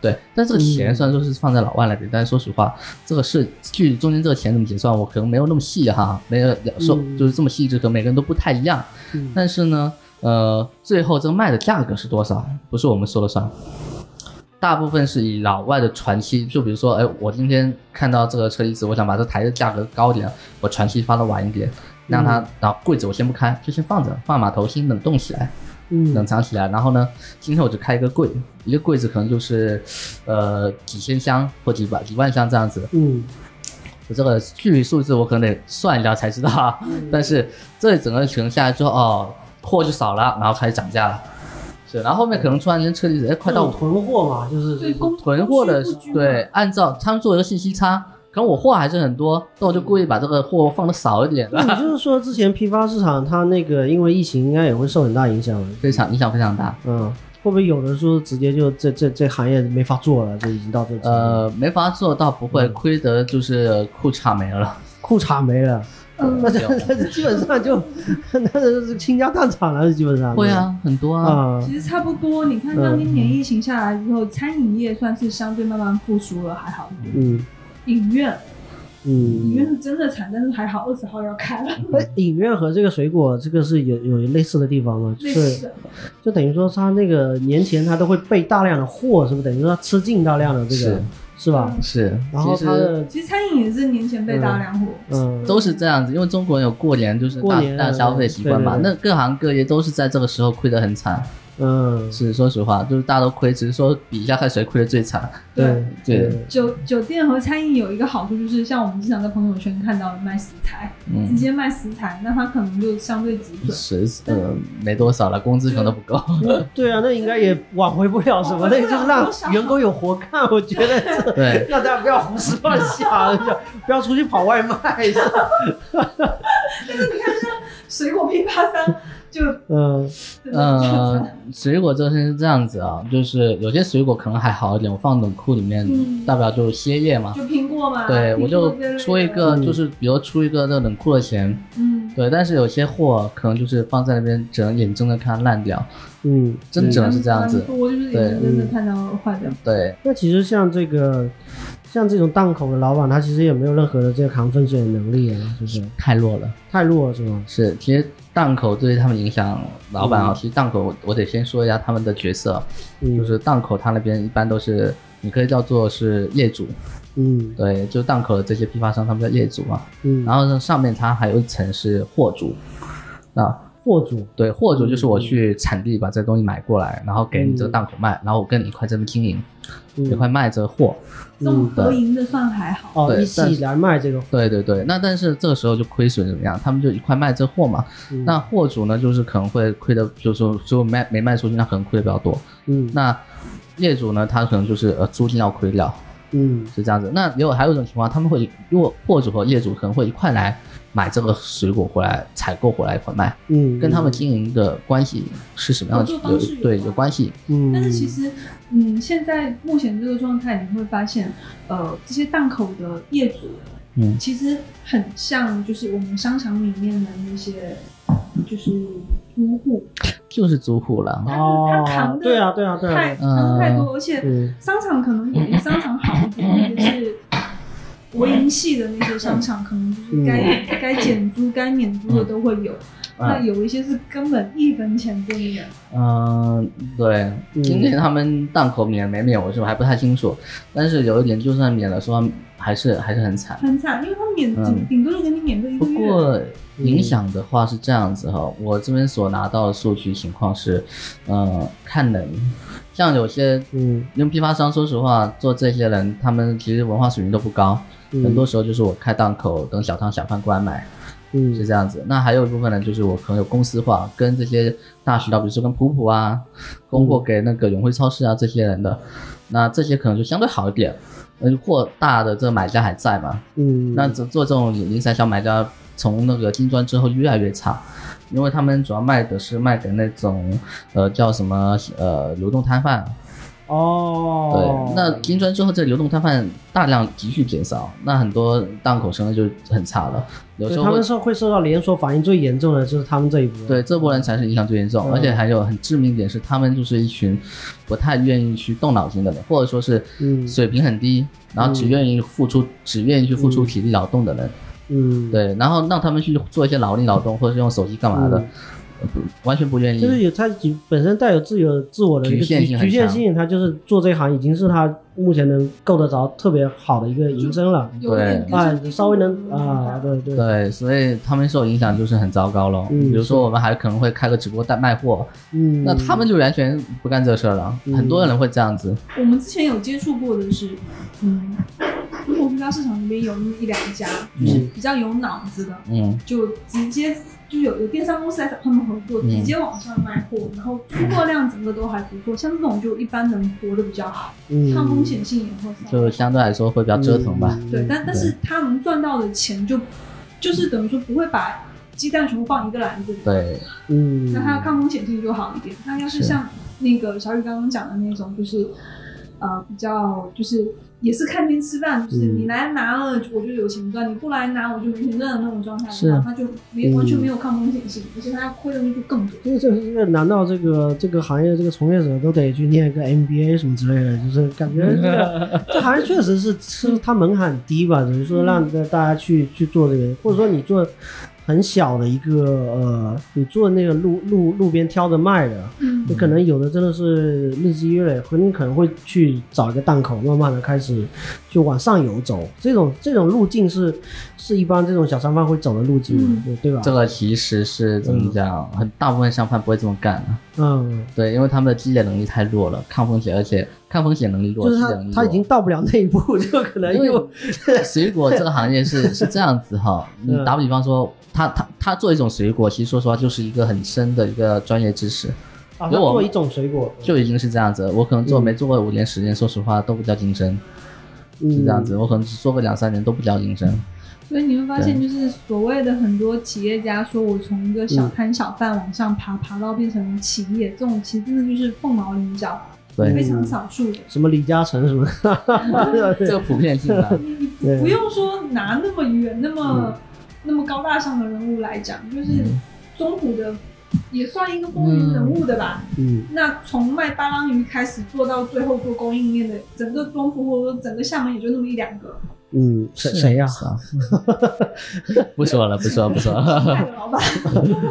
[SPEAKER 3] 对，但这个钱
[SPEAKER 2] 嗯
[SPEAKER 3] 虽然说是放在老外那边，但是说实话，这个是据中间这个钱怎么结算，我可能没有那么细哈，没有说
[SPEAKER 2] 嗯
[SPEAKER 3] 就是这么细致，可能每个人都不太一样。
[SPEAKER 2] 嗯
[SPEAKER 3] 但是呢，呃，最后这个卖的价格是多少，不是我们说了算。大部分是以老外的传期，就比如说，哎，我今天看到这个车厘子，我想把这台的价格高一点，我传期发的晚一点，让它，然后柜子我先不开，就先放着，放码头先冷冻起来，冷
[SPEAKER 2] 嗯
[SPEAKER 3] 藏起来。然后呢，今天我就开一个柜，一个柜子可能就是，呃，几千箱或几百几万箱这样子。
[SPEAKER 2] 嗯
[SPEAKER 3] 我这个具体数字我可能得算一下才知道啊。
[SPEAKER 1] 嗯
[SPEAKER 3] 但是这整个程下来之后，哦，货就少了，然后开始涨价了。是，然后后面可能突然间车厘子，哎，快到
[SPEAKER 2] 这种囤货嘛，就是
[SPEAKER 1] 对供
[SPEAKER 3] 囤货的
[SPEAKER 1] 供哦需不均，嘛
[SPEAKER 3] 对，按照他们做一个信息差，可能我货还是很多，那我就故意把这个货放的少一点，
[SPEAKER 2] 那你就是说，之前批发市场它那个因为疫情，应该也会受很大影响的。
[SPEAKER 3] 非常影响非常大。
[SPEAKER 2] 嗯，会不会有的说直接就这这这行业没法做了，就已经到这呃
[SPEAKER 3] 呃，没法做到不
[SPEAKER 2] 嗯
[SPEAKER 3] 会亏得就是裤衩没了，
[SPEAKER 2] 裤衩没了，
[SPEAKER 1] 嗯
[SPEAKER 2] 那这那这基本上就 那是倾家荡产了，基本上。
[SPEAKER 3] 会啊，很多啊，
[SPEAKER 2] 啊，
[SPEAKER 1] 其实差不多，你看，像今年疫情下来之后，餐饮业算是相对慢慢复苏了，还好一点。
[SPEAKER 2] 嗯
[SPEAKER 1] 影院，
[SPEAKER 2] 嗯。
[SPEAKER 1] 影院是真的惨，但是还好二十号要开了，
[SPEAKER 2] 那哎影院和这个水果，这个是有有类似的地方吗？就
[SPEAKER 1] 类
[SPEAKER 2] 是
[SPEAKER 1] 似
[SPEAKER 2] 就等于说，它那个年前它都会备大量的货，是不是？等于说它吃进大量的这个
[SPEAKER 3] 是，
[SPEAKER 2] 是吧？
[SPEAKER 3] 是，
[SPEAKER 2] 嗯然后
[SPEAKER 3] 其
[SPEAKER 2] 它
[SPEAKER 3] 实。
[SPEAKER 2] 的
[SPEAKER 1] 其实餐饮也是年前被大量火，
[SPEAKER 2] 嗯
[SPEAKER 3] 都是这样子，因为中国人有过年就是
[SPEAKER 2] 过
[SPEAKER 3] 大
[SPEAKER 2] 年啊
[SPEAKER 3] 大消费习惯嘛，
[SPEAKER 2] 对对对
[SPEAKER 3] 那各行各业都是在这个时候亏得很惨。
[SPEAKER 2] 嗯，
[SPEAKER 3] 是说实话，就是大家都亏，只是说比一下看谁亏得最惨。
[SPEAKER 2] 对
[SPEAKER 3] 对，
[SPEAKER 1] 酒酒店和餐饮有一个好处就是，像我们经常在朋友圈看到的卖食材，直
[SPEAKER 3] 嗯，
[SPEAKER 1] 接卖食材，那它可能就相对止损。
[SPEAKER 3] 实呃没多少了，工资可能都不 够。
[SPEAKER 2] 对啊，那应该也挽回不了什么，
[SPEAKER 1] 挽
[SPEAKER 2] 那
[SPEAKER 1] 回
[SPEAKER 2] 就
[SPEAKER 1] 不了
[SPEAKER 2] 是让
[SPEAKER 1] 多少
[SPEAKER 2] 员工有活干。我觉得 这
[SPEAKER 3] 对，
[SPEAKER 2] 让大家不要胡思乱想， 不要不要出去跑外卖。是吧
[SPEAKER 1] 水果批发商就
[SPEAKER 2] 嗯
[SPEAKER 1] 真的比较
[SPEAKER 3] 呃
[SPEAKER 1] 惨，
[SPEAKER 3] 水果这是这样子啊，就是有些水果可能还好一点，我放冷库里面，
[SPEAKER 1] 嗯
[SPEAKER 3] 代表就是歇业嘛。
[SPEAKER 1] 就苹果
[SPEAKER 2] 啊
[SPEAKER 1] 嘛，
[SPEAKER 3] 对，
[SPEAKER 1] 苹果
[SPEAKER 3] 我就
[SPEAKER 1] 之类的
[SPEAKER 3] 出一个，
[SPEAKER 2] 嗯
[SPEAKER 3] 就是比如出一个这冷库的钱，
[SPEAKER 1] 嗯，
[SPEAKER 3] 对。但是有些货可能就是放在那边，只能眼睁睁看它烂掉，
[SPEAKER 2] 嗯，
[SPEAKER 3] 真
[SPEAKER 2] 嗯
[SPEAKER 3] 正是这样子嗯
[SPEAKER 1] 蛮多就是眼睁睁的看到坏掉。
[SPEAKER 3] 对，
[SPEAKER 2] 那其实像这个，像这种档口的老板，他其实也没有任何的这个扛风险的能力啊，就是
[SPEAKER 3] 太弱了。
[SPEAKER 2] 太弱了，是吧？
[SPEAKER 3] 是，其实档口对于他们影响，老板啊，其实档口我我得先说一下他们的角色，啊
[SPEAKER 2] 嗯，
[SPEAKER 3] 就是档口他那边一般都是你可以叫做是业主，
[SPEAKER 2] 嗯
[SPEAKER 3] 对，就档口的这些批发商他们叫业主嘛，
[SPEAKER 2] 嗯，
[SPEAKER 3] 然后呢上面它还有一层是货主，啊，
[SPEAKER 2] 货主，
[SPEAKER 3] 对，货主就是我去产地把这东西买过来，然后给你这个档口卖，然后我跟你一块这边经营，
[SPEAKER 2] 嗯
[SPEAKER 3] 一块卖这个货，
[SPEAKER 1] 这种合营的算还好，
[SPEAKER 2] 哦，
[SPEAKER 3] 对
[SPEAKER 2] 一起来卖这个，
[SPEAKER 3] 对对对，那但是这个时候就亏损怎么样？他们就一块卖这货嘛，
[SPEAKER 2] 嗯
[SPEAKER 3] 那货主呢就是可能会亏的，就是说最后卖没卖出去，那可能亏的比较多。
[SPEAKER 2] 嗯
[SPEAKER 3] 那业主呢，他可能就是呃租金要亏掉，
[SPEAKER 2] 嗯
[SPEAKER 3] 是这样子。那也有还有一种情况，他们会如果货主和业主可能会一块来买这个水果回来采购回来一块卖，
[SPEAKER 2] 嗯，
[SPEAKER 3] 跟他们经营的关系是什么样的？
[SPEAKER 1] 合作方式有
[SPEAKER 3] 对
[SPEAKER 1] 关
[SPEAKER 3] 有关系，
[SPEAKER 2] 嗯，
[SPEAKER 1] 但是其实，嗯，现在目前这个状态，你会发现，呃，这些档口的业主
[SPEAKER 3] 嗯
[SPEAKER 1] 其实很像，就是我们商场里面的那些，就是租户，
[SPEAKER 3] 就是租户了。
[SPEAKER 1] 他扛
[SPEAKER 2] 哦，
[SPEAKER 1] 的
[SPEAKER 2] 对啊，对啊，对
[SPEAKER 1] 太
[SPEAKER 2] 啊，
[SPEAKER 1] 扛太多，而且
[SPEAKER 2] 嗯，
[SPEAKER 1] 商场可能有的商场好一点，就是国营系的那些商场，可能
[SPEAKER 3] 嗯
[SPEAKER 1] 就是该该减租、该免租的都会有。那有一些是根本一分钱都没有，
[SPEAKER 3] 嗯，对，今年他们档口免没免，我是还不太清楚。但是有一点，就算免了，说还是还是很惨。
[SPEAKER 1] 很惨，因为他免顶
[SPEAKER 3] 嗯
[SPEAKER 1] 顶多就给你免个一
[SPEAKER 3] 不
[SPEAKER 1] 个月。
[SPEAKER 3] 过
[SPEAKER 2] 嗯
[SPEAKER 3] 影响的话是这样子哈、我这边所拿到的数据情况是，呃，看人，像有些
[SPEAKER 2] 嗯，
[SPEAKER 3] 因为批发商，说实话，做这些人，他们其实文化水平都不高，
[SPEAKER 2] 嗯
[SPEAKER 3] 很多时候就是我开档口等小摊小贩过来买，
[SPEAKER 2] 嗯，
[SPEAKER 3] 是这样子。那还有一部分呢，就是我可能有公司化，跟这些大渠道，比如说跟普普啊，供
[SPEAKER 2] 嗯
[SPEAKER 3] 货给那个永辉超市啊这些人的，那这些可能就相对好一点，嗯，货大的这个买家还在嘛，
[SPEAKER 2] 嗯，
[SPEAKER 3] 那做做这种零散小买家，从那个金砖之后越来越差，因为他们主要卖的是卖给那种呃叫什么呃流动摊贩。
[SPEAKER 2] 哦，
[SPEAKER 3] 对，那金砖之后，这流动摊贩大量急剧减少，那很多档口生意就很差了。有
[SPEAKER 2] 对
[SPEAKER 3] 时
[SPEAKER 2] 他
[SPEAKER 3] 候会
[SPEAKER 2] 们是会受到连锁反应最严重的就是他们这一波，
[SPEAKER 3] 对这波人才是影响最严重，
[SPEAKER 2] 嗯
[SPEAKER 3] 而且还有很致命一点是，他们就是一群不太愿意去动脑筋的人，或者说是
[SPEAKER 2] 嗯
[SPEAKER 3] 水平很低，然后只愿意付出，只愿意去付出体力劳动的人。
[SPEAKER 2] 嗯，，
[SPEAKER 3] 对，然后让他们去做一些劳力劳动，或者是用手机干嘛的，
[SPEAKER 2] 嗯
[SPEAKER 3] 呃不完全不愿意。
[SPEAKER 2] 就是有他本身带有自由自我的一个
[SPEAKER 3] 嗯局限性很
[SPEAKER 2] 局限
[SPEAKER 3] 强
[SPEAKER 2] 性，他就是做这一行已经是他目前能够得着特别好的一个营生了。
[SPEAKER 1] 有点
[SPEAKER 2] 啊，稍微能
[SPEAKER 1] 嗯
[SPEAKER 2] 啊，对对，
[SPEAKER 3] 对，所以他们受影响就是很糟糕咯。
[SPEAKER 2] 嗯
[SPEAKER 3] 比如说，我们还可能会开个直播带卖货，
[SPEAKER 2] 嗯，
[SPEAKER 3] 那他们就完全不干这事儿了。
[SPEAKER 2] 嗯
[SPEAKER 3] 很多人会这样子，
[SPEAKER 1] 我们之前有接触过的是，嗯，中国批发市场里面有那么一两家，就是
[SPEAKER 2] 嗯
[SPEAKER 1] 比较有脑子的，
[SPEAKER 3] 嗯
[SPEAKER 1] 就直接就有有电商公司来找他们合作，
[SPEAKER 3] 嗯
[SPEAKER 1] 直接网上卖货，然后出货量整个都还不错。像这种就一般人活得比较好，
[SPEAKER 2] 嗯
[SPEAKER 1] 抗风险性也会稍
[SPEAKER 3] 嗯就嗯
[SPEAKER 1] 微
[SPEAKER 3] 相对来说会比较折腾吧。
[SPEAKER 1] 对，但但是他能赚到的钱就就是等于说不会把鸡蛋全部放一个篮子里，
[SPEAKER 3] 对，
[SPEAKER 2] 嗯，
[SPEAKER 1] 那它的抗风险性就好一点。那要是
[SPEAKER 3] 是
[SPEAKER 1] 像那个小雨刚刚讲的那种，就是呃比较就是也是看天吃饭，就是
[SPEAKER 2] 嗯
[SPEAKER 1] 你来拿了我就有钱赚，你不来拿我就没钱赚的那种状态
[SPEAKER 3] 是
[SPEAKER 1] 的话，那就没
[SPEAKER 2] 嗯
[SPEAKER 1] 完全没有抗风险性，而且它亏的就更多。
[SPEAKER 2] 这个这个这个，难道这个这个行业这个从业者都得去念一个 MBA 什么之类的？就是感觉这个这行业确实是是它门槛低吧，等于说让大家去去做这个，或者说你做很小的一个呃，你做那个路路路边挑着卖的，
[SPEAKER 1] 嗯
[SPEAKER 2] 你可能有的真的是日积月累，很可能会去找一个档口，慢慢的开始就往上游走。这种这种路径是是一般这种小商贩会走的路径，
[SPEAKER 1] 嗯
[SPEAKER 2] 对吧？
[SPEAKER 3] 这个其实是怎么讲，很大部分商贩不会这么干啊。
[SPEAKER 2] 嗯，
[SPEAKER 3] 对，因为他们的积累能力太弱了，抗风险，而且抗风险能力弱，
[SPEAKER 2] 就是
[SPEAKER 3] 积
[SPEAKER 2] 他
[SPEAKER 3] 累能力
[SPEAKER 2] 他已
[SPEAKER 3] 弱
[SPEAKER 2] 经到不了那一步， 就可能又
[SPEAKER 3] 水果这个行业 是是这样子哈，
[SPEAKER 2] 嗯
[SPEAKER 3] 你打比方说，他他他做一种水果，其实说实话就是一个很深的一个专业知识，
[SPEAKER 2] 啊，他
[SPEAKER 3] 如果
[SPEAKER 2] 做一种水果
[SPEAKER 3] 就已经是这样子。我可能做
[SPEAKER 2] 嗯
[SPEAKER 3] 没做过五年十年，说实话都不叫晋升，
[SPEAKER 2] 嗯
[SPEAKER 3] 是这样子。我可能只做个两三年都不叫晋升，
[SPEAKER 1] 所以你会发现，就是所谓的很多企业家说，我从一个小摊小贩往上爬，爬到变成企业，这种其实真的就是凤毛麟角，非
[SPEAKER 3] 对，
[SPEAKER 1] 常少数的。
[SPEAKER 2] 什么李嘉诚什么 的，
[SPEAKER 3] 这个普遍性啊 吧。
[SPEAKER 1] 你
[SPEAKER 2] 对
[SPEAKER 1] 不用说拿那么远、那么、那么高大上的人物来讲，就是中普的也算一个风云人物的吧。
[SPEAKER 2] 嗯
[SPEAKER 1] 那从卖巴郎鱼开始做到最后做供应链的，整个中普或者说整个厦门也就那么一两个
[SPEAKER 2] 嗯，谁谁呀？
[SPEAKER 3] 是啊？ 不说了，不说了，不 说了。
[SPEAKER 1] 大的老板，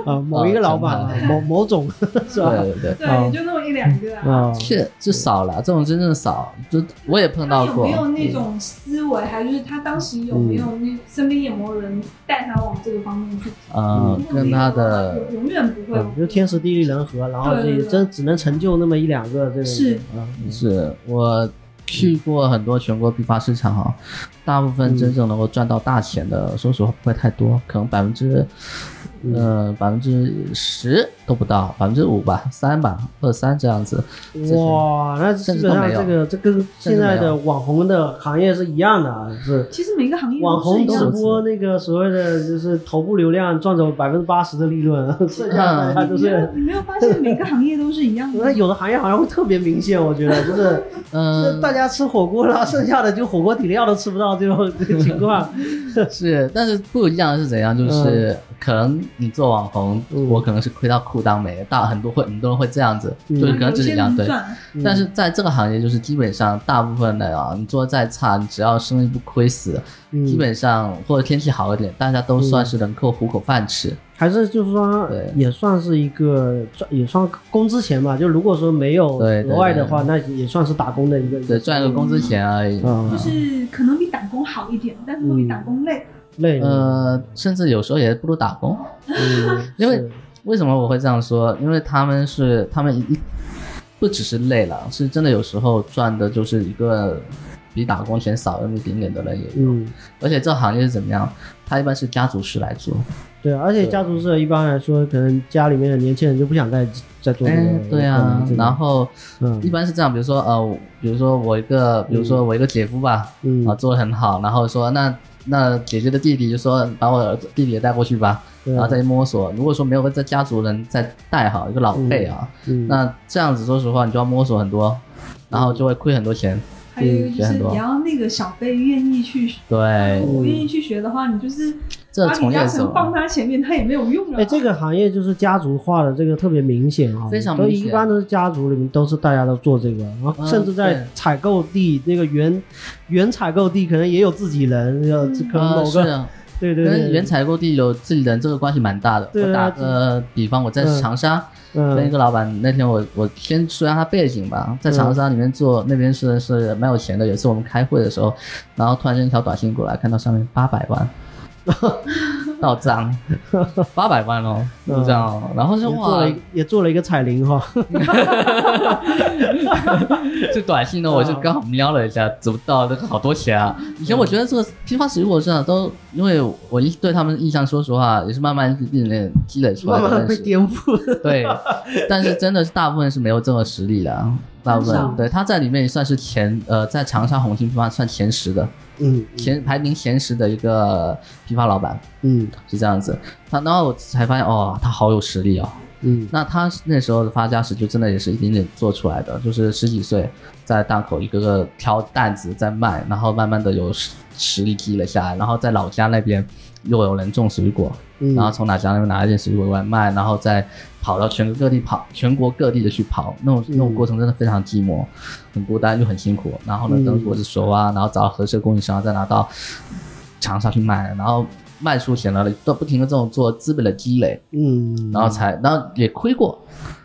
[SPEAKER 2] 啊，某一个老板啊，某某种 是吧？
[SPEAKER 3] 对对对，
[SPEAKER 1] 对，
[SPEAKER 2] 哦
[SPEAKER 1] 也就那么一两个啊。
[SPEAKER 2] 啊，
[SPEAKER 3] 是是少了，这种真正少，就我也碰
[SPEAKER 2] 哎
[SPEAKER 1] 他
[SPEAKER 3] 到
[SPEAKER 1] 有
[SPEAKER 3] 过
[SPEAKER 1] 没。有那种思维，还就是他当时有没有那身边有没有人带他往这个方面去？
[SPEAKER 3] 嗯，跟他的
[SPEAKER 1] 我永远不会
[SPEAKER 2] 嗯，就天时地利人和，然后自己
[SPEAKER 1] 对对对
[SPEAKER 2] 真只能成就那么一两个这个
[SPEAKER 1] 是
[SPEAKER 2] 啊，嗯
[SPEAKER 3] 是我去过很多全国批发市场哈，大部分真正能够赚到大钱的，说实话不会太多，可能百分之。
[SPEAKER 2] 嗯
[SPEAKER 3] 呃，百分之十都不到，百分之五吧，三吧，二三这样子。是
[SPEAKER 2] 哇，那基
[SPEAKER 3] 甚
[SPEAKER 2] 本
[SPEAKER 3] 至都
[SPEAKER 2] 上
[SPEAKER 3] 没有
[SPEAKER 2] 这个这跟现在的网红的行业是一样的啊，是
[SPEAKER 1] 其实每个行业都
[SPEAKER 2] 网
[SPEAKER 1] 是
[SPEAKER 2] 红
[SPEAKER 1] 一样
[SPEAKER 2] 直
[SPEAKER 1] 的。
[SPEAKER 2] 播那个所谓的就是头部流量赚走百分之八十的利润， 剩下大家都
[SPEAKER 1] 你没
[SPEAKER 3] 嗯
[SPEAKER 1] 有
[SPEAKER 2] 是。
[SPEAKER 1] 你没有发现每个行业都是一样
[SPEAKER 2] 那
[SPEAKER 1] 的？
[SPEAKER 2] 有的行业好像会特别明显，我觉得 就是，
[SPEAKER 3] 嗯、
[SPEAKER 2] 那大家吃火锅啦，剩下的就火锅底料都吃不到这种这个情况。
[SPEAKER 3] 是，但是不一样的是怎样？就是可能你做网红，
[SPEAKER 2] 嗯
[SPEAKER 3] 我可能是亏到裤裆没了，大很多会很多人会这样子，
[SPEAKER 2] 嗯
[SPEAKER 3] 就是可能只是一两
[SPEAKER 1] 有
[SPEAKER 3] 对
[SPEAKER 1] 些人。赚
[SPEAKER 2] 嗯
[SPEAKER 3] 但是在这个行业，就是基本上大部分的啊，你做得再差，你只要生意不亏死，
[SPEAKER 2] 嗯
[SPEAKER 3] 基本上或者天气好一点，大家都算是能够糊口饭吃。
[SPEAKER 2] 还是就是说
[SPEAKER 3] 对
[SPEAKER 2] 也算是一个赚，也算工资钱吧。就如果说没有
[SPEAKER 3] 对对
[SPEAKER 2] 额外的话，那也算是打工的一个
[SPEAKER 3] 对，嗯赚个工资钱而已。
[SPEAKER 2] 啊
[SPEAKER 1] 就，是可能比打工好一点，但是会比打工累。
[SPEAKER 2] 累了，
[SPEAKER 3] 呃，甚至有时候也不如打工。
[SPEAKER 2] 嗯，
[SPEAKER 3] 因为
[SPEAKER 2] 是
[SPEAKER 3] 为什么我会这样说？因为他们是他们一不只是累了，是真的有时候赚的就是一个比打工钱少那么一点点的人也有。
[SPEAKER 2] 嗯，
[SPEAKER 3] 而且这行业是怎么样？它一般是家族式来做。
[SPEAKER 2] 对，啊而且家族社一般来说，可能家里面的年轻人就不想再再做这
[SPEAKER 3] 哎
[SPEAKER 2] 个，，
[SPEAKER 3] 对啊
[SPEAKER 2] 嗯这。个
[SPEAKER 3] 然后一
[SPEAKER 2] 嗯
[SPEAKER 3] 般是这样，比如说呃，我比如说我一个，比如说我一个姐夫吧，
[SPEAKER 2] 嗯
[SPEAKER 3] 啊，做的很好，然后说那那姐姐的弟弟就说把我儿子弟弟也带过去吧，
[SPEAKER 2] 对
[SPEAKER 3] 然后再去摸索。如果说没有个在家族人再带好一个老辈啊，
[SPEAKER 2] 嗯
[SPEAKER 3] 那这样子说实话你就要摸索很多，然后就会亏很多钱。
[SPEAKER 1] 还有一个就
[SPEAKER 3] 学很
[SPEAKER 1] 是
[SPEAKER 3] 多
[SPEAKER 1] 你要那个小辈愿意去学，
[SPEAKER 3] 对
[SPEAKER 1] 如，果愿意去学的话，你就是
[SPEAKER 3] 这
[SPEAKER 1] 把
[SPEAKER 3] 从
[SPEAKER 1] 李
[SPEAKER 3] 业
[SPEAKER 1] 嘉
[SPEAKER 3] 者
[SPEAKER 1] 诚放他前面，他也没有用了。啊
[SPEAKER 2] 哎，这个行业就是家族化的，这个特别明显啊，
[SPEAKER 3] 非常
[SPEAKER 2] 都
[SPEAKER 3] 明显
[SPEAKER 2] 一般都是家族里面都是大家都做这个，然后
[SPEAKER 3] 嗯
[SPEAKER 2] 甚至在
[SPEAKER 3] 对
[SPEAKER 2] 采购地那个原原采购地可能也有自己人，要可能
[SPEAKER 3] 呃
[SPEAKER 2] 某
[SPEAKER 3] 是
[SPEAKER 2] 个
[SPEAKER 3] 啊，
[SPEAKER 2] 对对对
[SPEAKER 3] 跟原采购地有自己人这个关系蛮大的。
[SPEAKER 2] 对啊
[SPEAKER 3] 我打个比方，我在
[SPEAKER 2] 嗯
[SPEAKER 3] 长沙。跟一
[SPEAKER 2] 嗯
[SPEAKER 3] 个老板，那天我我先说一下他背景吧，在长
[SPEAKER 2] 嗯
[SPEAKER 3] 沙里面做那边是是蛮有钱的。有一次我们开会的时候，然后突然间一条短信过来，看到上面八百万到 账，八百万哦，就这样哦。然后
[SPEAKER 2] 也
[SPEAKER 3] 说
[SPEAKER 2] 嗯做
[SPEAKER 3] 哇
[SPEAKER 2] 了一，也做了一个彩铃哈，
[SPEAKER 3] 这短信呢，我
[SPEAKER 2] 嗯
[SPEAKER 3] 就刚好瞄了一下，怎么到那个好多钱啊？以前我觉得这个批发水果市场都，因为我一对他们的印象，说实话也是慢慢积累积累 出来
[SPEAKER 2] 慢
[SPEAKER 3] 的认识。
[SPEAKER 2] 慢被颠覆。
[SPEAKER 3] 对，但是真的是大部分是没有这个实力的啊，大部
[SPEAKER 1] 很少
[SPEAKER 3] 分对他在里面也算是前呃，在长沙红星批发算前十的，
[SPEAKER 2] 嗯
[SPEAKER 3] 前排名前十的一个批发老板
[SPEAKER 2] 嗯
[SPEAKER 3] 是这样子。他然后我才发现哦，他好有实力哦。
[SPEAKER 2] 嗯
[SPEAKER 3] 那他那时候的发家史就真的也是一点点做出来的，就是十几岁在档口一个个挑担子在卖，然后慢慢的有实实力积累下来，然后在老家那边又有人种水果，
[SPEAKER 2] 嗯，
[SPEAKER 3] 然后从哪家那边拿一件水果过来卖，然后再跑到全国各地跑，全国各地的去跑，那
[SPEAKER 2] 嗯
[SPEAKER 3] 种那种过程真的非常寂寞，很孤单又很辛苦。然后呢
[SPEAKER 2] 嗯，
[SPEAKER 3] 等果子熟啊，然后找到合适的供应商，再拿到长沙去卖，然后卖出钱了，都不停的这种做资本的积累，
[SPEAKER 2] 嗯，
[SPEAKER 3] 然后才，然后也亏过，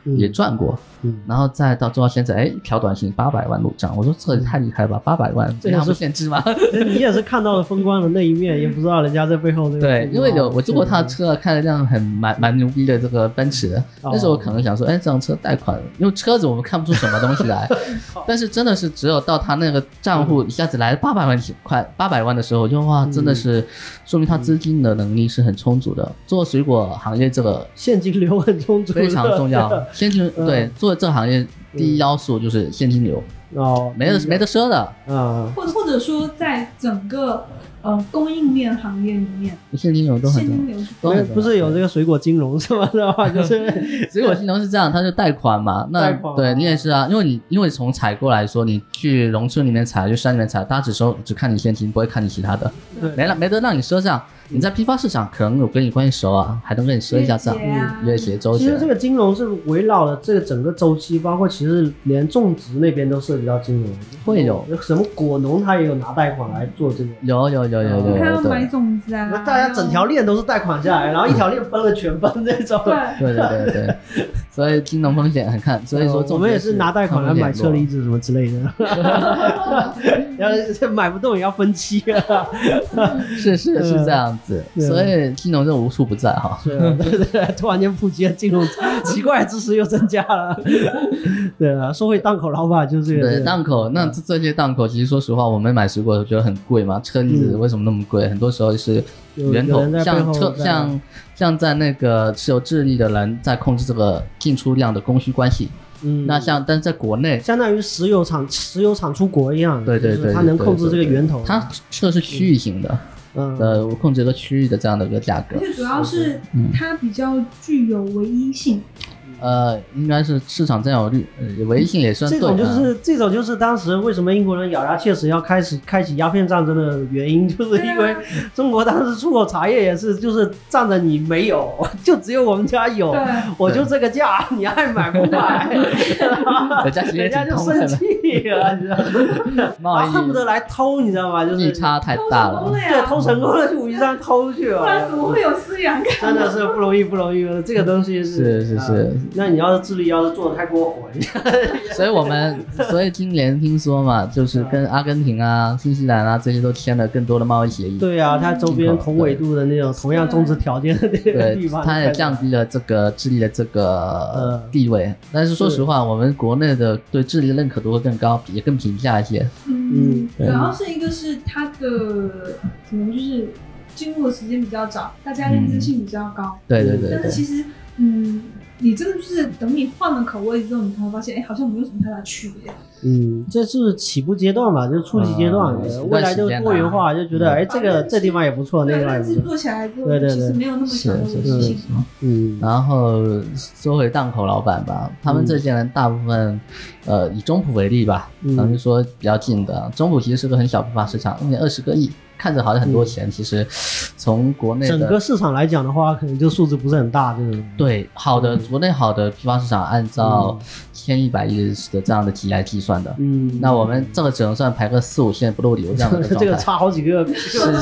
[SPEAKER 2] 嗯
[SPEAKER 3] 也赚过，
[SPEAKER 2] 嗯
[SPEAKER 3] 然后再到做到现在，哎，一条短信八百万入账，我说这也太厉害了吧，八百万，
[SPEAKER 2] 这
[SPEAKER 3] 这
[SPEAKER 2] 也
[SPEAKER 3] 样
[SPEAKER 2] 是
[SPEAKER 3] 不限制吗？
[SPEAKER 2] 那哎你也是看到了风光的那一面，也不知道人家这背后这个
[SPEAKER 3] 对，因为有我坐过他
[SPEAKER 2] 对
[SPEAKER 3] 的车，看了一辆很蛮蛮牛逼的这个奔驰的，
[SPEAKER 2] 哦
[SPEAKER 3] 那时候我可能想说，哎，这辆车贷款，因为车子我们看不出什么东西来， 但是真的是只有到他那个账
[SPEAKER 2] 嗯
[SPEAKER 3] 户一下子来八百万块，八百万的时候，我就哇，真的是说明他
[SPEAKER 2] 嗯
[SPEAKER 3] 资金的能力是很充足的。做水果行业 这个
[SPEAKER 2] 现金流很充足，
[SPEAKER 3] 非常重要，现金
[SPEAKER 2] 嗯
[SPEAKER 3] 对做这个行业第一要素就是现金流，
[SPEAKER 2] 哦，
[SPEAKER 3] 没得没得说的，
[SPEAKER 2] 啊，
[SPEAKER 1] 或者或者说，在整个呃供应链行业里面，
[SPEAKER 3] 现金流都很
[SPEAKER 1] 现
[SPEAKER 3] 重要
[SPEAKER 1] 金。流是
[SPEAKER 3] 都很重要
[SPEAKER 2] 不是有这个水果金融 什么的话， 就是
[SPEAKER 3] 水果金融是这样，它是贷 款嘛，那
[SPEAKER 2] 贷款
[SPEAKER 3] 对你也是啊，因为你因为从采购来说，你去农村里面采，去山里面采，他只收只看你现金，不会看你其他的，
[SPEAKER 2] 对
[SPEAKER 3] 没了没得让你赊账。你在批发市场可能有跟你关系熟啊，还能跟你赊一下账
[SPEAKER 1] 月结
[SPEAKER 2] 嗯
[SPEAKER 1] 啊，
[SPEAKER 3] 月结周
[SPEAKER 2] 其
[SPEAKER 3] 结
[SPEAKER 2] 实。这个金融是围绕了这个整个周期，包括其实连种植那边都涉及到金融，
[SPEAKER 3] 会有啊
[SPEAKER 2] 什么果农他也有拿贷款来做这个。
[SPEAKER 3] 有有有有有
[SPEAKER 1] 还要
[SPEAKER 3] 有，
[SPEAKER 1] 买
[SPEAKER 3] 对
[SPEAKER 1] 种子啊，
[SPEAKER 2] 那大家整条链都是贷款下来，然后一条链分了全分这种。
[SPEAKER 1] 对，
[SPEAKER 3] 对对对对，所以金融风险很看，所以说
[SPEAKER 2] 哦我们也是拿贷款来买车厘
[SPEAKER 3] 厘，
[SPEAKER 2] 子什么之类的， 然后买不动也要分期啊。
[SPEAKER 3] 是是是这样子，
[SPEAKER 2] 嗯
[SPEAKER 3] 所以金融是无处不在哈。
[SPEAKER 2] 对啊对对，突然间普及了金融，奇怪的知识又增加了。 对啊，说回档口老板就是这个
[SPEAKER 3] 对，档口，
[SPEAKER 2] 嗯
[SPEAKER 3] 那这这些档口，其实说实话，我们买水果觉得很贵嘛，车厘子
[SPEAKER 2] 嗯
[SPEAKER 3] 为什么那么贵？很多时候是
[SPEAKER 2] 有
[SPEAKER 3] 源
[SPEAKER 2] 有
[SPEAKER 3] 头
[SPEAKER 2] 人在，背
[SPEAKER 3] 像
[SPEAKER 2] 后
[SPEAKER 3] 车
[SPEAKER 2] 在
[SPEAKER 3] 像像在那个是有智力的人在控制这个进出量的供需关系。
[SPEAKER 2] 嗯，
[SPEAKER 3] 那像但是在国内，
[SPEAKER 2] 相当于石油产石油产出国一样，
[SPEAKER 3] 对对
[SPEAKER 2] 就是
[SPEAKER 3] 对，
[SPEAKER 2] 它
[SPEAKER 3] 对
[SPEAKER 2] 能
[SPEAKER 3] 对
[SPEAKER 2] 控制这
[SPEAKER 3] 对
[SPEAKER 2] 个
[SPEAKER 3] 对
[SPEAKER 2] 源头，
[SPEAKER 3] 它吃的是区域型的，
[SPEAKER 2] 嗯
[SPEAKER 3] 呃，控制一个区域的这样的一个价格
[SPEAKER 1] 而。且主要是它比较具有唯一性，
[SPEAKER 3] 呃，应该是市场占有率，呃唯一性也算
[SPEAKER 2] 这
[SPEAKER 3] 对。
[SPEAKER 2] 种就
[SPEAKER 3] 啊
[SPEAKER 2] 是这种就是当时为什么英国人咬牙切齿要开始开启鸦片战争的原因， 就是因
[SPEAKER 1] 啊
[SPEAKER 2] 为中国当时出口茶叶也是就是仗着你没有， 就只有我们家有，
[SPEAKER 1] 对
[SPEAKER 2] 我就这个价，你爱买不 买，
[SPEAKER 3] 啊人家其实也
[SPEAKER 2] 人家
[SPEAKER 3] 挺
[SPEAKER 2] 就
[SPEAKER 3] 痛
[SPEAKER 2] 生
[SPEAKER 3] 恨的，
[SPEAKER 2] 气了，你知道 吗？
[SPEAKER 3] 贸
[SPEAKER 2] 啊恨不得
[SPEAKER 3] 易
[SPEAKER 2] 来偷，你知道吗？就是
[SPEAKER 3] 逆差太
[SPEAKER 1] 都
[SPEAKER 3] 大
[SPEAKER 1] 成功
[SPEAKER 3] 了。啊
[SPEAKER 1] 了
[SPEAKER 2] 对，
[SPEAKER 1] 呀，
[SPEAKER 2] 偷成功了就五一上偷去了，
[SPEAKER 1] 不然怎么会有思源感？
[SPEAKER 2] 真的是不容易，不容易。这个东西
[SPEAKER 3] 是是
[SPEAKER 2] 啊
[SPEAKER 3] 是
[SPEAKER 2] 那你要是智力要是做的太过 火，你
[SPEAKER 3] 所以我们所以今年听说嘛，就是跟阿根廷啊、新西兰啊这些都签了更多的贸易协议，
[SPEAKER 2] 对呀、它周边同纬度的那种同样种植条件的那个地
[SPEAKER 3] 对
[SPEAKER 2] 方，，
[SPEAKER 3] 它也降低了这个智利的这个
[SPEAKER 2] 嗯
[SPEAKER 3] 地位。但是说实话，我们国内的对智力的认可度会更高，也更平价一些。
[SPEAKER 1] 嗯，主
[SPEAKER 3] 对
[SPEAKER 1] 要是一个是它的可能就是进入的时间比较早，大家认知性比较高，
[SPEAKER 3] 对对对
[SPEAKER 1] 但是
[SPEAKER 3] 对，
[SPEAKER 1] 其实嗯。你真的就是等你换了口味之后，你才会发现，哎，好像没有什么太大区别。
[SPEAKER 2] 嗯，这是起步阶段吧，就是初级阶段，
[SPEAKER 3] 嗯
[SPEAKER 2] 呃未来就多元化，就觉得哎，这个这地方也不
[SPEAKER 3] 哦
[SPEAKER 2] 错，那
[SPEAKER 1] 对，
[SPEAKER 2] 地方也
[SPEAKER 1] 但
[SPEAKER 2] 不
[SPEAKER 1] 是
[SPEAKER 2] 错，
[SPEAKER 1] 做起来之后
[SPEAKER 2] 对，对对
[SPEAKER 1] 其实没有那么强的
[SPEAKER 3] 是
[SPEAKER 1] 危
[SPEAKER 3] 是
[SPEAKER 1] 机
[SPEAKER 3] 是
[SPEAKER 1] 性。。
[SPEAKER 2] 嗯
[SPEAKER 3] 然后说回档口老板吧，他们这些人大部分，呃，以中普为例吧，
[SPEAKER 2] 嗯
[SPEAKER 3] 咱们说比较近的，中普其实是个很小部分市场，一年二十个亿，看着好像很多钱，其实从国内
[SPEAKER 2] 整个
[SPEAKER 3] 的
[SPEAKER 2] 市场来讲的话，可能就数字不是很大，这种。
[SPEAKER 3] 对好的国内好的批发市场，按照千一百亿的这样的题来计算的，
[SPEAKER 2] 嗯，
[SPEAKER 3] 那我们这个只能算排个四五线不漏流这样 的
[SPEAKER 2] 这
[SPEAKER 3] 状
[SPEAKER 2] 个
[SPEAKER 3] 态，
[SPEAKER 2] 差好几个，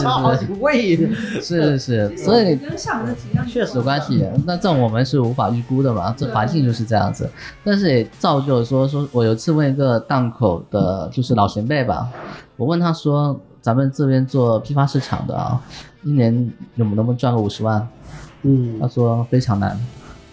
[SPEAKER 2] 差好几位。
[SPEAKER 3] 是是是，所以
[SPEAKER 1] 跟上的体量
[SPEAKER 2] 确实
[SPEAKER 3] 有关系。那这种我们是无法预估的嘛，这
[SPEAKER 1] 对
[SPEAKER 3] 环境就是这样子。但是也造就了说，说我有一次问一个档口的，就是老前辈吧，我问他说，咱们这边做批发市场的啊，一年我们能不能赚个五十万？
[SPEAKER 2] 嗯
[SPEAKER 3] 他说非常难。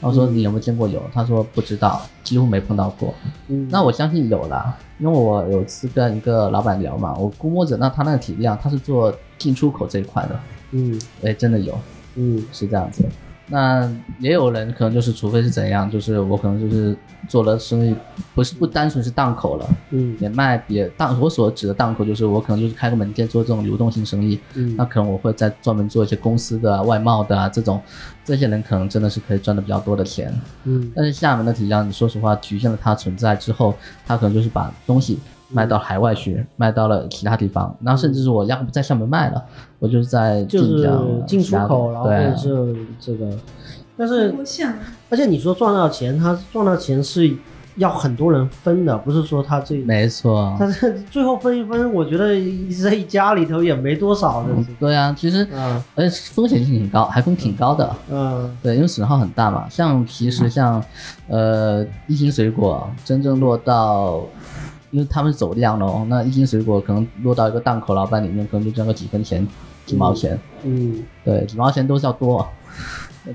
[SPEAKER 3] 我说你有没有见过有？他说不知道，几乎没碰到过。
[SPEAKER 2] 嗯，
[SPEAKER 3] 那我相信有啦，因为我有次跟一个老板聊嘛，我估摸着那他那个体量，他是做进出口这一块的，
[SPEAKER 2] 嗯
[SPEAKER 3] 哎，真的有。
[SPEAKER 2] 嗯
[SPEAKER 3] 是这样子。那也有人可能就是，除非是怎样，就是我可能就是做了生意，不是不单纯是档口了，
[SPEAKER 2] 嗯
[SPEAKER 3] 也卖别档。我所指的档口就是我可能就是开个门店做这种流动性生意，
[SPEAKER 2] 嗯
[SPEAKER 3] 那可能我会再专门做一些公司的啊、外贸的啊这种，这些人可能真的是可以赚的比较多的钱。
[SPEAKER 2] 嗯
[SPEAKER 3] 但是厦门的体量，你说实话，局限了它存在之后，它可能就是把东西卖到海外去，卖到了其他地方，然后甚至是我要不在厦门卖了，我就是在
[SPEAKER 2] 就
[SPEAKER 3] 晋江
[SPEAKER 2] 是进出口，然后或
[SPEAKER 3] 对
[SPEAKER 2] 者
[SPEAKER 3] 啊
[SPEAKER 2] 是这个，但
[SPEAKER 1] 很
[SPEAKER 2] 是
[SPEAKER 1] 多项，
[SPEAKER 2] 而且你说赚到钱，他赚到钱是要很多人分的，不是说他这，
[SPEAKER 3] 没错，
[SPEAKER 2] 但是最后分一分，我觉得在一家里头也没多少的，
[SPEAKER 3] 对啊，其实
[SPEAKER 2] 嗯
[SPEAKER 3] 而且风险性挺高，还风挺高的，
[SPEAKER 2] 嗯
[SPEAKER 3] 对，因为损耗很大嘛。像其实像呃一斤水果真正落到，因为他们是走量的哦，那一斤水果可能落到一个档口老板里面，可能就赚个几分钱、几毛钱，
[SPEAKER 2] 嗯
[SPEAKER 3] 对，几毛钱都是要多。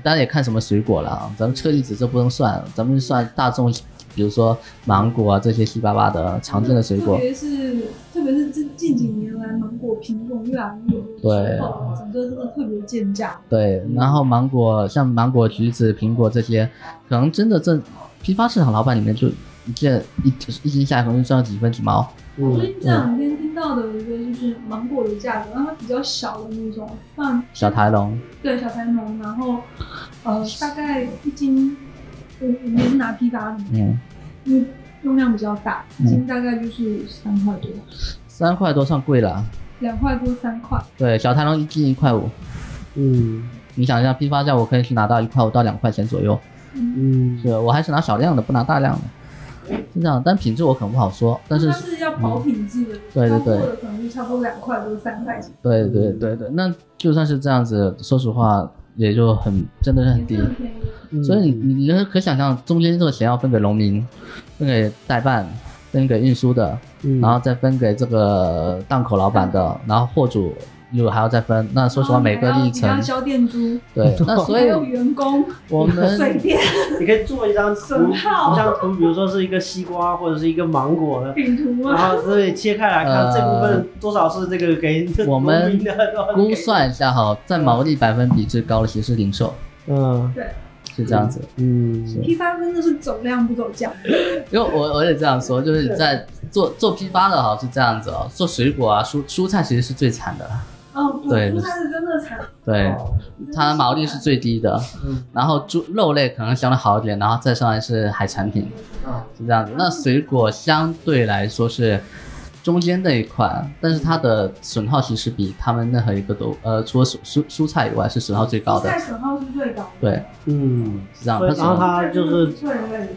[SPEAKER 3] 当然也看什么水果了啊，咱们车厘子这不能算，咱们算大众，比如说芒果啊这些七八八的常见的水果
[SPEAKER 1] 特。别是特别是这近几年来，芒果品种越来越多
[SPEAKER 3] 对
[SPEAKER 1] 之后，整个真的特别贱价。
[SPEAKER 3] 对，然后芒果像芒果、橘子、苹果这些，可能真的这批发市场老板里面就一件一一斤下来可能就赚到几分几毛。
[SPEAKER 1] 我最近
[SPEAKER 2] 嗯
[SPEAKER 1] 这两天听到的一个就是芒果的价格，让它比较小的那种，放
[SPEAKER 3] 小台龙，
[SPEAKER 1] 对小台农，然后呃大概一斤，我我们是拿批发的，
[SPEAKER 3] 嗯，
[SPEAKER 1] 因为用量比较大，一斤大概就是三块多，
[SPEAKER 3] 三块多算贵了。
[SPEAKER 1] 两块多三块。
[SPEAKER 3] 对，小台龙一斤一块五，
[SPEAKER 2] 嗯
[SPEAKER 3] 你想一下，批发价我可以去拿到一块五到两块钱左右。
[SPEAKER 2] 嗯
[SPEAKER 3] 是我还是拿小量的，不拿大量的，是这样。但品质我可能不好说，但是嗯
[SPEAKER 1] 它是要保品质的，
[SPEAKER 3] 对
[SPEAKER 1] 超
[SPEAKER 3] 对
[SPEAKER 1] 过
[SPEAKER 3] 对
[SPEAKER 1] 的可能就差不多两块多三块钱，
[SPEAKER 3] 对对对对，那就算是这样子，说实话也就很真的是很
[SPEAKER 1] 也
[SPEAKER 3] 低
[SPEAKER 1] 是。很便宜。
[SPEAKER 2] 嗯，
[SPEAKER 3] 所以你你能可想象，中间这个钱要分给农民，分给代办，分给运输的，
[SPEAKER 2] 嗯
[SPEAKER 3] 然后再分给这个档口老板
[SPEAKER 1] 嗯
[SPEAKER 3] 的，然后货主又还要再分。那说实话，每个
[SPEAKER 1] 然后
[SPEAKER 3] 历
[SPEAKER 1] 哦你还要
[SPEAKER 3] 程
[SPEAKER 1] 你还要交店租，
[SPEAKER 3] 对，那所
[SPEAKER 1] 哦还
[SPEAKER 3] 以
[SPEAKER 1] 有员工、
[SPEAKER 3] 我
[SPEAKER 1] 水
[SPEAKER 3] 们
[SPEAKER 1] 电、
[SPEAKER 2] 你可以做一张图，
[SPEAKER 1] 损耗
[SPEAKER 2] 一张图，比如说是一个西瓜或者是一个芒 果的。
[SPEAKER 1] 饼图
[SPEAKER 2] 然
[SPEAKER 1] 啊，
[SPEAKER 2] 后对切开来看，
[SPEAKER 3] 呃
[SPEAKER 2] 这部分多少是这个给
[SPEAKER 3] 我们
[SPEAKER 2] 农民的多少是给
[SPEAKER 3] 估算一下哈，占毛利百分比最高的其实是零售，
[SPEAKER 2] 嗯
[SPEAKER 1] 对，
[SPEAKER 3] 是这样子。
[SPEAKER 2] 嗯
[SPEAKER 1] 批发真的是走量不走价，
[SPEAKER 3] 因为我我也这样说，就是你在做做批发的哈是这样子哦，做水果啊蔬蔬菜其实是最惨的，
[SPEAKER 1] 哦，果
[SPEAKER 3] 对
[SPEAKER 1] 蔬它是真的产，
[SPEAKER 3] 对，
[SPEAKER 2] 哦
[SPEAKER 1] 真的
[SPEAKER 3] 它的毛利是最低的，
[SPEAKER 2] 嗯
[SPEAKER 3] 然后猪肉类可能相对好一点，然后再上来是海产品，
[SPEAKER 2] 啊，
[SPEAKER 3] 是这样子。那水果相对来说是中间那一块，但是它的损耗其实比他们任何一个都，呃，除了蔬蔬蔬菜以外是损耗最高
[SPEAKER 1] 蔬
[SPEAKER 3] 的
[SPEAKER 1] 菜。损耗是最高的，
[SPEAKER 3] 对，
[SPEAKER 2] 嗯，
[SPEAKER 3] 是这样。
[SPEAKER 2] 所以
[SPEAKER 3] 它损
[SPEAKER 2] 然后
[SPEAKER 3] 耗
[SPEAKER 2] 它就是嗯
[SPEAKER 1] 最累的，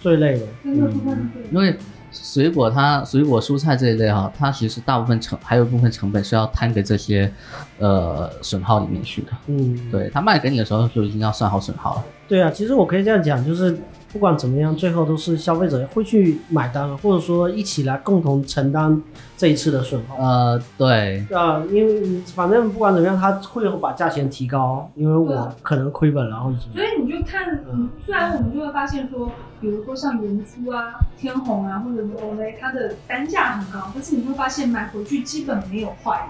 [SPEAKER 2] 最累的，
[SPEAKER 1] 真的不看对。
[SPEAKER 3] 因为水果它水果蔬菜这一类哈、它其实大部分成还有一部分成本是要摊给这些呃损耗里面去的。
[SPEAKER 2] 嗯，
[SPEAKER 3] 对，它卖给你的时候就已经要算好损耗了。
[SPEAKER 2] 对啊，其实我可以这样讲，就是不管怎么样，最后都是消费者会去买单，或者说一起来共同承担这一次的损耗。
[SPEAKER 3] 呃，对，
[SPEAKER 2] 啊、因为反正不管怎么样，他会把价钱提高，因为
[SPEAKER 1] 对
[SPEAKER 2] 我
[SPEAKER 1] 啊
[SPEAKER 2] 可能亏本了，或者什么
[SPEAKER 1] 所。以你就看
[SPEAKER 2] 嗯，
[SPEAKER 1] 虽然我们就会发现说，比如说像原初啊、天虹啊或者是 Olay，它的单价很高，但是你会发现买回去基本没有坏，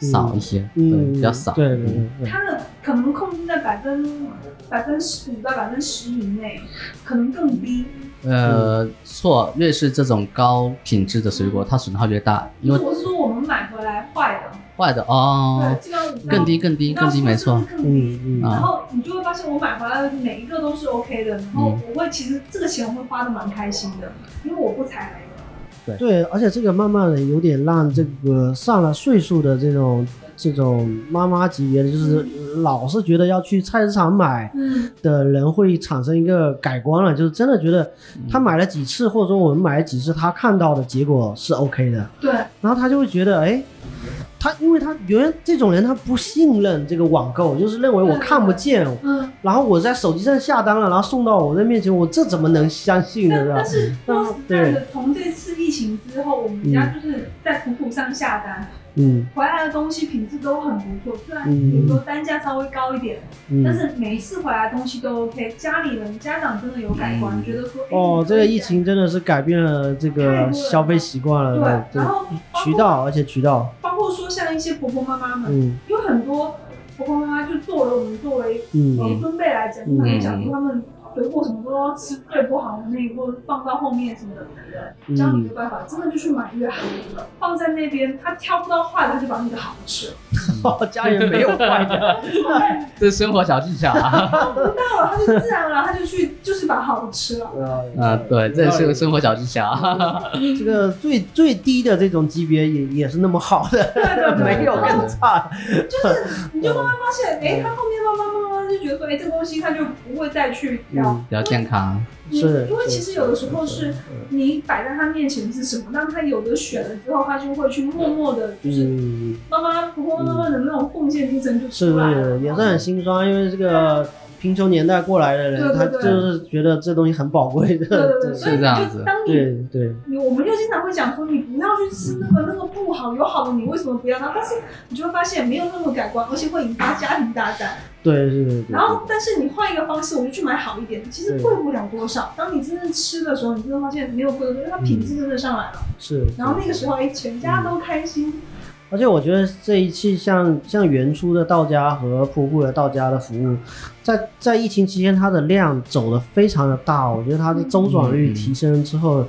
[SPEAKER 3] 少一些，对，
[SPEAKER 2] 嗯，
[SPEAKER 3] 比较少。
[SPEAKER 2] 对对对对，
[SPEAKER 1] 它的可能控制在百分百分十五到百分十以内，可能更低。
[SPEAKER 3] 呃，错，越是这种高品质的水果，它损耗越大，因为
[SPEAKER 1] 我是说我们买回来坏的，
[SPEAKER 3] 坏的哦
[SPEAKER 1] 对，，基本上五
[SPEAKER 3] 更低更低更低，没错。。
[SPEAKER 1] 更
[SPEAKER 2] 嗯嗯
[SPEAKER 3] 啊
[SPEAKER 1] 然后你就会发现，我买回来的每一个都是 OK 的，然后我会其实这个钱我会花的蛮开心的，因为我不踩雷。
[SPEAKER 2] 对，而且这个慢慢的有点让这个上了岁数的这种这种妈妈级别的，就是
[SPEAKER 3] 嗯
[SPEAKER 2] 老是觉得要去菜市场买
[SPEAKER 1] 嗯，
[SPEAKER 2] 的人会产生一个改观了，就是真的觉得
[SPEAKER 1] 嗯
[SPEAKER 2] 他买了几次，或者说我们买了几次，他看到的结果是 OK 的，
[SPEAKER 1] 对，
[SPEAKER 2] 然后他就会觉得，哎，他因为他原来这种人他不信任这个网购，就是认为我看不见，
[SPEAKER 1] 嗯。
[SPEAKER 2] 然后我在手机上下单了，然后送到我的面前，我这怎么能相信呢？
[SPEAKER 1] 但
[SPEAKER 2] 是吧
[SPEAKER 1] 但？是说实在
[SPEAKER 2] 对
[SPEAKER 1] 的，从这次疫情之后，我们家就是在苦苦上下单，
[SPEAKER 2] 嗯
[SPEAKER 1] 回来的东西品质都很不错，虽然
[SPEAKER 2] 嗯
[SPEAKER 1] 比如说单价稍微高一点，但
[SPEAKER 2] 嗯。
[SPEAKER 1] 是每一次回来的东西都 OK。家里人家长真的有改观，
[SPEAKER 3] 嗯
[SPEAKER 1] 觉得说哎
[SPEAKER 2] 哦，
[SPEAKER 1] 你
[SPEAKER 2] 这个疫情真的是改变了这个消费习惯
[SPEAKER 1] 对
[SPEAKER 2] 了，，
[SPEAKER 1] 然后包
[SPEAKER 2] 渠
[SPEAKER 1] 括
[SPEAKER 2] 道，而且渠道，
[SPEAKER 1] 包括说像一些婆婆妈妈们，
[SPEAKER 2] 嗯
[SPEAKER 1] 有很多婆婆妈妈就作为我们作为
[SPEAKER 2] 嗯
[SPEAKER 1] 呃孙辈来讲，
[SPEAKER 2] 嗯
[SPEAKER 1] 他们讲说他们水果什么都要吃最不好的那一或者放到后面什么的，
[SPEAKER 2] 嗯
[SPEAKER 1] 这样你没办法，真的就去买越好的，放在那边他挑不到坏的，他就把你的好吃了，
[SPEAKER 2] 哦，家里没有坏的，
[SPEAKER 3] 这是生活小技巧 啊。
[SPEAKER 1] 到了他就自然而然他就去 就是把好的吃了。
[SPEAKER 2] 嗯
[SPEAKER 3] 啊，对，这也是个生活小技巧啊。
[SPEAKER 2] 这个最最低的这种级别也也是那么好的，
[SPEAKER 1] 对对对，
[SPEAKER 2] 没有
[SPEAKER 1] 然后
[SPEAKER 2] 更差。
[SPEAKER 1] 就是你就慢慢发现，哎，他后面慢慢慢慢就觉得说，哎，这个东西他就不会再去挑。
[SPEAKER 2] 嗯
[SPEAKER 3] 比较健康，
[SPEAKER 1] 你
[SPEAKER 2] 是
[SPEAKER 1] 因为其实有的时候
[SPEAKER 2] 是
[SPEAKER 1] 是你摆在他面前是什么，让他有的选了之后，他就会去默默的，就是
[SPEAKER 2] 嗯，
[SPEAKER 1] 妈妈婆婆妈妈的那种奉献精神就是出
[SPEAKER 2] 不
[SPEAKER 1] 来
[SPEAKER 2] 是
[SPEAKER 1] 了。
[SPEAKER 2] 也是很心酸？因为这个贫穷年代过来的人，
[SPEAKER 1] 对
[SPEAKER 2] 他
[SPEAKER 1] 对对
[SPEAKER 2] 就是觉得这东西很宝贵
[SPEAKER 1] 对
[SPEAKER 2] 的
[SPEAKER 1] 对，对，所以你
[SPEAKER 3] 是这样
[SPEAKER 1] 就
[SPEAKER 3] 子
[SPEAKER 1] 当你
[SPEAKER 2] 对对，
[SPEAKER 1] 你我们就经常会讲说，你不要去吃那个那个不好，有好的你为什么不要？然后但是你就会发现没有那么改观，而且会引发家庭大战。
[SPEAKER 2] 对是对对
[SPEAKER 1] 然。后，但是你换一个方式，我就去买好一点，其实贵不了多少。当你真正吃的时候，你真的发现没有贵的，因为它品质真的上来了。
[SPEAKER 2] 是，
[SPEAKER 1] 然后那个时候，哎，全家都开心。
[SPEAKER 2] 而且我觉得这一期像像原初的到家和瀑布的到家的服务，在在疫情期间它的量走的非常的大，我觉得它的周转率提升之后，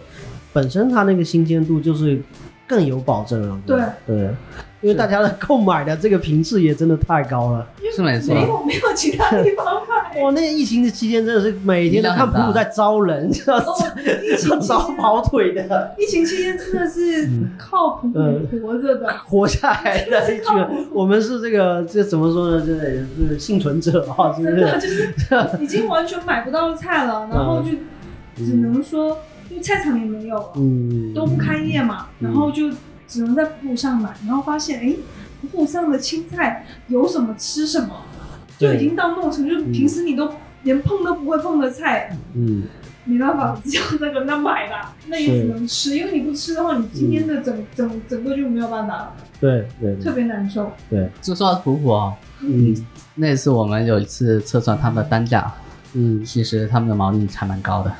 [SPEAKER 2] 本身它那个新鲜度就是更有保证了。
[SPEAKER 1] 对
[SPEAKER 2] 对，因为大家的购买的这个频次也真的太高了。
[SPEAKER 3] 是没错。
[SPEAKER 1] 没有没有其他地方买。
[SPEAKER 2] 哇，那疫情的期间真的是每天都看瀑布在招人，知 道
[SPEAKER 1] 哦，疫情期
[SPEAKER 2] 招
[SPEAKER 1] 间，
[SPEAKER 2] 跑腿 的，
[SPEAKER 1] 疫情期间真的是
[SPEAKER 2] 嗯
[SPEAKER 1] 靠谱活着的。
[SPEAKER 2] 活下来的一群。我们是这个这怎么说呢？这也是幸存者啊，是不
[SPEAKER 1] 真
[SPEAKER 2] 是？
[SPEAKER 1] 的就是已经完全买不到菜
[SPEAKER 2] 嗯
[SPEAKER 1] 了，然后就只能说，因为菜场也没有了，
[SPEAKER 2] 嗯，
[SPEAKER 1] 都不开业嘛，
[SPEAKER 2] 嗯
[SPEAKER 1] 然后就只能在铺上买，然后发现哎，铺上的青菜有什么吃什么，就
[SPEAKER 2] 对
[SPEAKER 1] 已经到那种程度，就是平时你都连碰都不会碰的菜，
[SPEAKER 2] 嗯，
[SPEAKER 1] 没办法，只有那个那买啦，那也只能吃，因为你不吃的话，你今天的整、整整个就没有办法了，
[SPEAKER 2] 对
[SPEAKER 3] 嗯
[SPEAKER 2] 对
[SPEAKER 1] 特
[SPEAKER 2] 对，
[SPEAKER 1] 别难受。
[SPEAKER 3] 就说到普普哦，
[SPEAKER 2] 嗯
[SPEAKER 3] 那次我们有一次测算他们的单价，
[SPEAKER 2] 嗯，
[SPEAKER 3] 其实他们的毛利还蛮高的，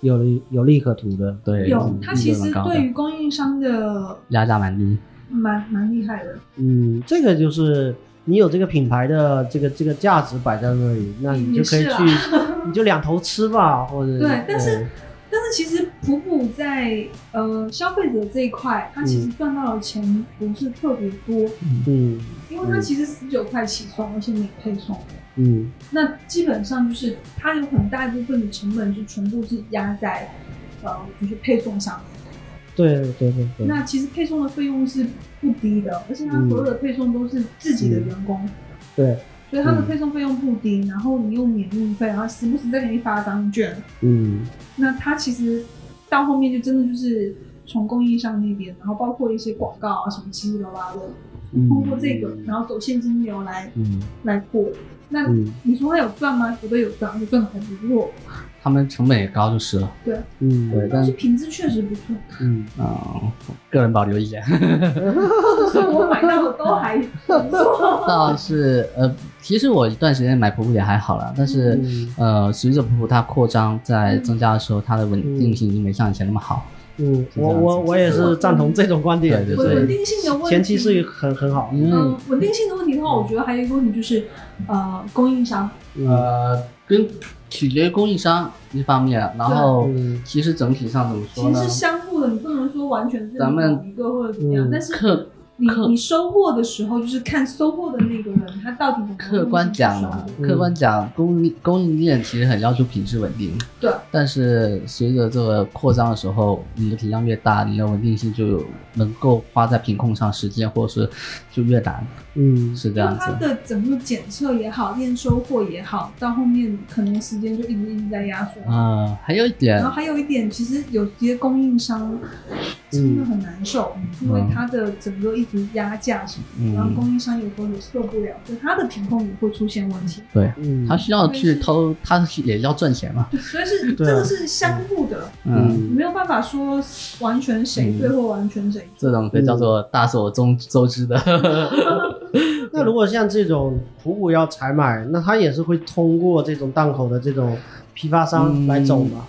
[SPEAKER 2] 有利有利可图的，
[SPEAKER 3] 对，
[SPEAKER 1] 有，它其
[SPEAKER 3] 利润蛮
[SPEAKER 1] 实
[SPEAKER 3] 高的
[SPEAKER 1] 对于供应商的
[SPEAKER 3] 压价蛮低。
[SPEAKER 1] 蛮蛮厉害的，
[SPEAKER 2] 嗯，这个就是你有这个品牌的这个这个价值摆在那里，那你就可以
[SPEAKER 1] 也是啊
[SPEAKER 2] 去，你就两头吃吧，或者
[SPEAKER 1] 对但是但是其实普普在呃消费者这一块，他其实赚到的钱不是特别多，
[SPEAKER 2] 嗯
[SPEAKER 1] 因为他其实十九块起算，而且免配送的。
[SPEAKER 2] 嗯
[SPEAKER 1] 那基本上就是它有很大一部分的成本是全部是压在呃就是配送上面。
[SPEAKER 2] 对对对对，
[SPEAKER 1] 那其实配送的费用是不低的，而且
[SPEAKER 3] 嗯
[SPEAKER 1] 它所有的配送都是自己的员工，
[SPEAKER 2] 对，
[SPEAKER 1] 所以它的配送费用不低。然后你又免运费，然后时不时再给你发张券，
[SPEAKER 2] 嗯
[SPEAKER 1] 那它其实到后面就真的就是从供应商那边，然后包括一些广告啊什么七七八八的，
[SPEAKER 3] 嗯
[SPEAKER 1] 通过这个，然后走现金流来
[SPEAKER 2] 嗯
[SPEAKER 1] 来过。那
[SPEAKER 2] 嗯
[SPEAKER 1] 你说它有赚吗？绝对有赚，而且赚的还不错。
[SPEAKER 3] 他们成本也高就是了。
[SPEAKER 2] 嗯
[SPEAKER 3] 对，但
[SPEAKER 1] 但是
[SPEAKER 3] 是
[SPEAKER 1] 品质确实不错，
[SPEAKER 2] 嗯
[SPEAKER 3] 啊、个人保留意见。
[SPEAKER 1] 所以我买到的都还不错。
[SPEAKER 3] 倒是呃，其实我一段时间买普普也还好啦，但是、
[SPEAKER 2] 嗯
[SPEAKER 3] 呃，随着普普它扩张在增加的时候，它的稳定性已经没像以前那么好。
[SPEAKER 2] 嗯，
[SPEAKER 3] 是这样子
[SPEAKER 2] 我我我也是赞同这种观点，
[SPEAKER 3] 对
[SPEAKER 2] 就
[SPEAKER 1] 稳
[SPEAKER 3] 对对
[SPEAKER 1] 稳
[SPEAKER 2] 是
[SPEAKER 1] 定性的问题，
[SPEAKER 2] 前期是很很好，
[SPEAKER 1] 嗯，稳定性的问题的话，我觉得还有一个问题就是，呃，供应商，
[SPEAKER 3] 呃，跟取决于供应商一方面，然后
[SPEAKER 2] 嗯
[SPEAKER 3] 其实整体上怎么
[SPEAKER 1] 其
[SPEAKER 3] 说
[SPEAKER 1] 实
[SPEAKER 3] 呢
[SPEAKER 1] 是？相互的，你不能说完全是
[SPEAKER 3] 咱们
[SPEAKER 1] 某一个或者怎么样，
[SPEAKER 2] 嗯
[SPEAKER 1] 但是
[SPEAKER 3] 客
[SPEAKER 1] 你
[SPEAKER 3] 客
[SPEAKER 1] 你收货的时候，就是看收货的那个人他到底有没有
[SPEAKER 3] 客观讲啊呢，
[SPEAKER 1] 收货
[SPEAKER 3] 客观讲，供应供应链其实很要求品质稳定，
[SPEAKER 1] 对，
[SPEAKER 3] 但是随着这个扩张的时候，你的体量越大，你的稳定性就有能够花在品控上时间，或者是就越难，
[SPEAKER 2] 嗯
[SPEAKER 3] 是
[SPEAKER 1] 因
[SPEAKER 3] 这
[SPEAKER 1] 为
[SPEAKER 3] 样
[SPEAKER 1] 他
[SPEAKER 3] 子。
[SPEAKER 1] 的整个检测也好，验收货也好，到后面可能时间就一直一直在压缩。
[SPEAKER 3] 啊、还有一点
[SPEAKER 1] 然后，还有一点，其实有些供应商
[SPEAKER 3] 嗯
[SPEAKER 1] 真的很难受，因为他的整个一直压价什么的，然后
[SPEAKER 3] 嗯，
[SPEAKER 1] 供应商有时候也受不了，所以他的品控也会出现问题。
[SPEAKER 3] 对，
[SPEAKER 2] 嗯
[SPEAKER 3] 他需要去偷，他也要赚钱嘛。
[SPEAKER 1] 所以是这
[SPEAKER 2] 对啊
[SPEAKER 1] 个是相互的，
[SPEAKER 3] 嗯，
[SPEAKER 1] 没有办法说完全谁对或完全谁错。
[SPEAKER 3] 这种可以叫
[SPEAKER 1] 嗯
[SPEAKER 3] 做大所中周知的。
[SPEAKER 2] 那如果像这种普普要采买，那他也是会通过这种档口的这种批发
[SPEAKER 3] 嗯
[SPEAKER 2] 商来走嘛？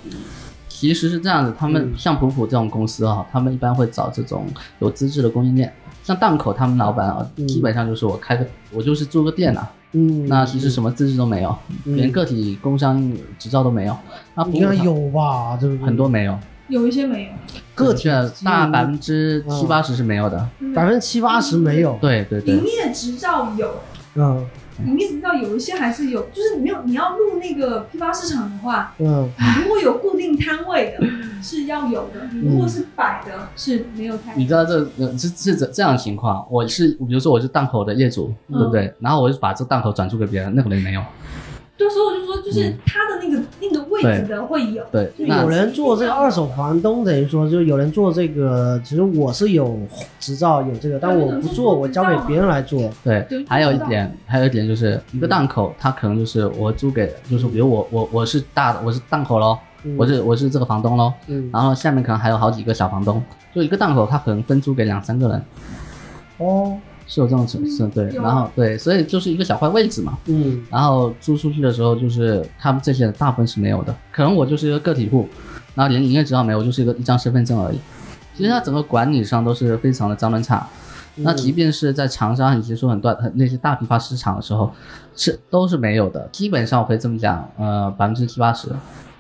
[SPEAKER 3] 其实是这样子，他
[SPEAKER 2] 嗯
[SPEAKER 3] 们像普普这种公司啊，他们一般会找这种有资质的供应链。像档口他们老板啊，
[SPEAKER 2] 嗯
[SPEAKER 3] 基本上就是我开个，我就是租个店啊，
[SPEAKER 2] 嗯，
[SPEAKER 3] 那其实什么资质都没有，
[SPEAKER 2] 嗯
[SPEAKER 3] 连个体工商执照都没有。那普
[SPEAKER 2] 应该
[SPEAKER 3] 普
[SPEAKER 2] 有吧？对不对？
[SPEAKER 3] 很多没有，
[SPEAKER 1] 有一些没有，
[SPEAKER 2] 个体
[SPEAKER 3] 的大
[SPEAKER 2] 嗯
[SPEAKER 3] 百分之七八十是没有的。
[SPEAKER 1] 嗯
[SPEAKER 2] 百分之七八十没有。
[SPEAKER 3] 对对对
[SPEAKER 1] 营，业执照有，
[SPEAKER 2] 嗯
[SPEAKER 1] 营业执照有一些还是有，就是你没有你要入那个批发市场的话，
[SPEAKER 2] 嗯
[SPEAKER 1] 你如果有固定摊位 的是要有的，你如果是摆的是没有太
[SPEAKER 3] 嗯你知道这呃是是这这样的情况，我是比如说我是档口的业主，
[SPEAKER 1] 嗯
[SPEAKER 3] 对不对？然后我就把这档口转租给别人，那个人没有。
[SPEAKER 1] 对，所以我就说就是它的那个那个位置的会有，
[SPEAKER 3] 嗯对，
[SPEAKER 2] 就
[SPEAKER 3] 那
[SPEAKER 2] 有人做这个二手房东，等于说就有人做这个。其实我是有执照有这个，但我不做，我交给别人来做。
[SPEAKER 1] 对
[SPEAKER 3] 对，还有一
[SPEAKER 1] 知道
[SPEAKER 3] 点，还有一点就是一
[SPEAKER 2] 嗯
[SPEAKER 3] 个档口，它可能就是我租给，就是比如我我我是大的，我是档口喽，
[SPEAKER 2] 嗯
[SPEAKER 3] 我是我是这个房东喽，
[SPEAKER 2] 嗯
[SPEAKER 3] 然后下面可能还有好几个小房东，就一个档口，它可能分租给两三个人，
[SPEAKER 2] 哦
[SPEAKER 3] 是有这种情是，对，
[SPEAKER 1] 嗯有啊
[SPEAKER 3] 然后对，所以就是一个小块位置嘛，
[SPEAKER 2] 嗯
[SPEAKER 3] 然后租出去的时候，就是他们这些人大部分是没有的，可能我就是一个个体户，然后连营业执照没有，我就是一个一张身份证而已。其实它整个管理上都是非常的脏乱差。那即便是在长沙，以及说很多很那些大批发市场的时候，是都是没有的。基本上我可以这么讲，呃，百分之七八十。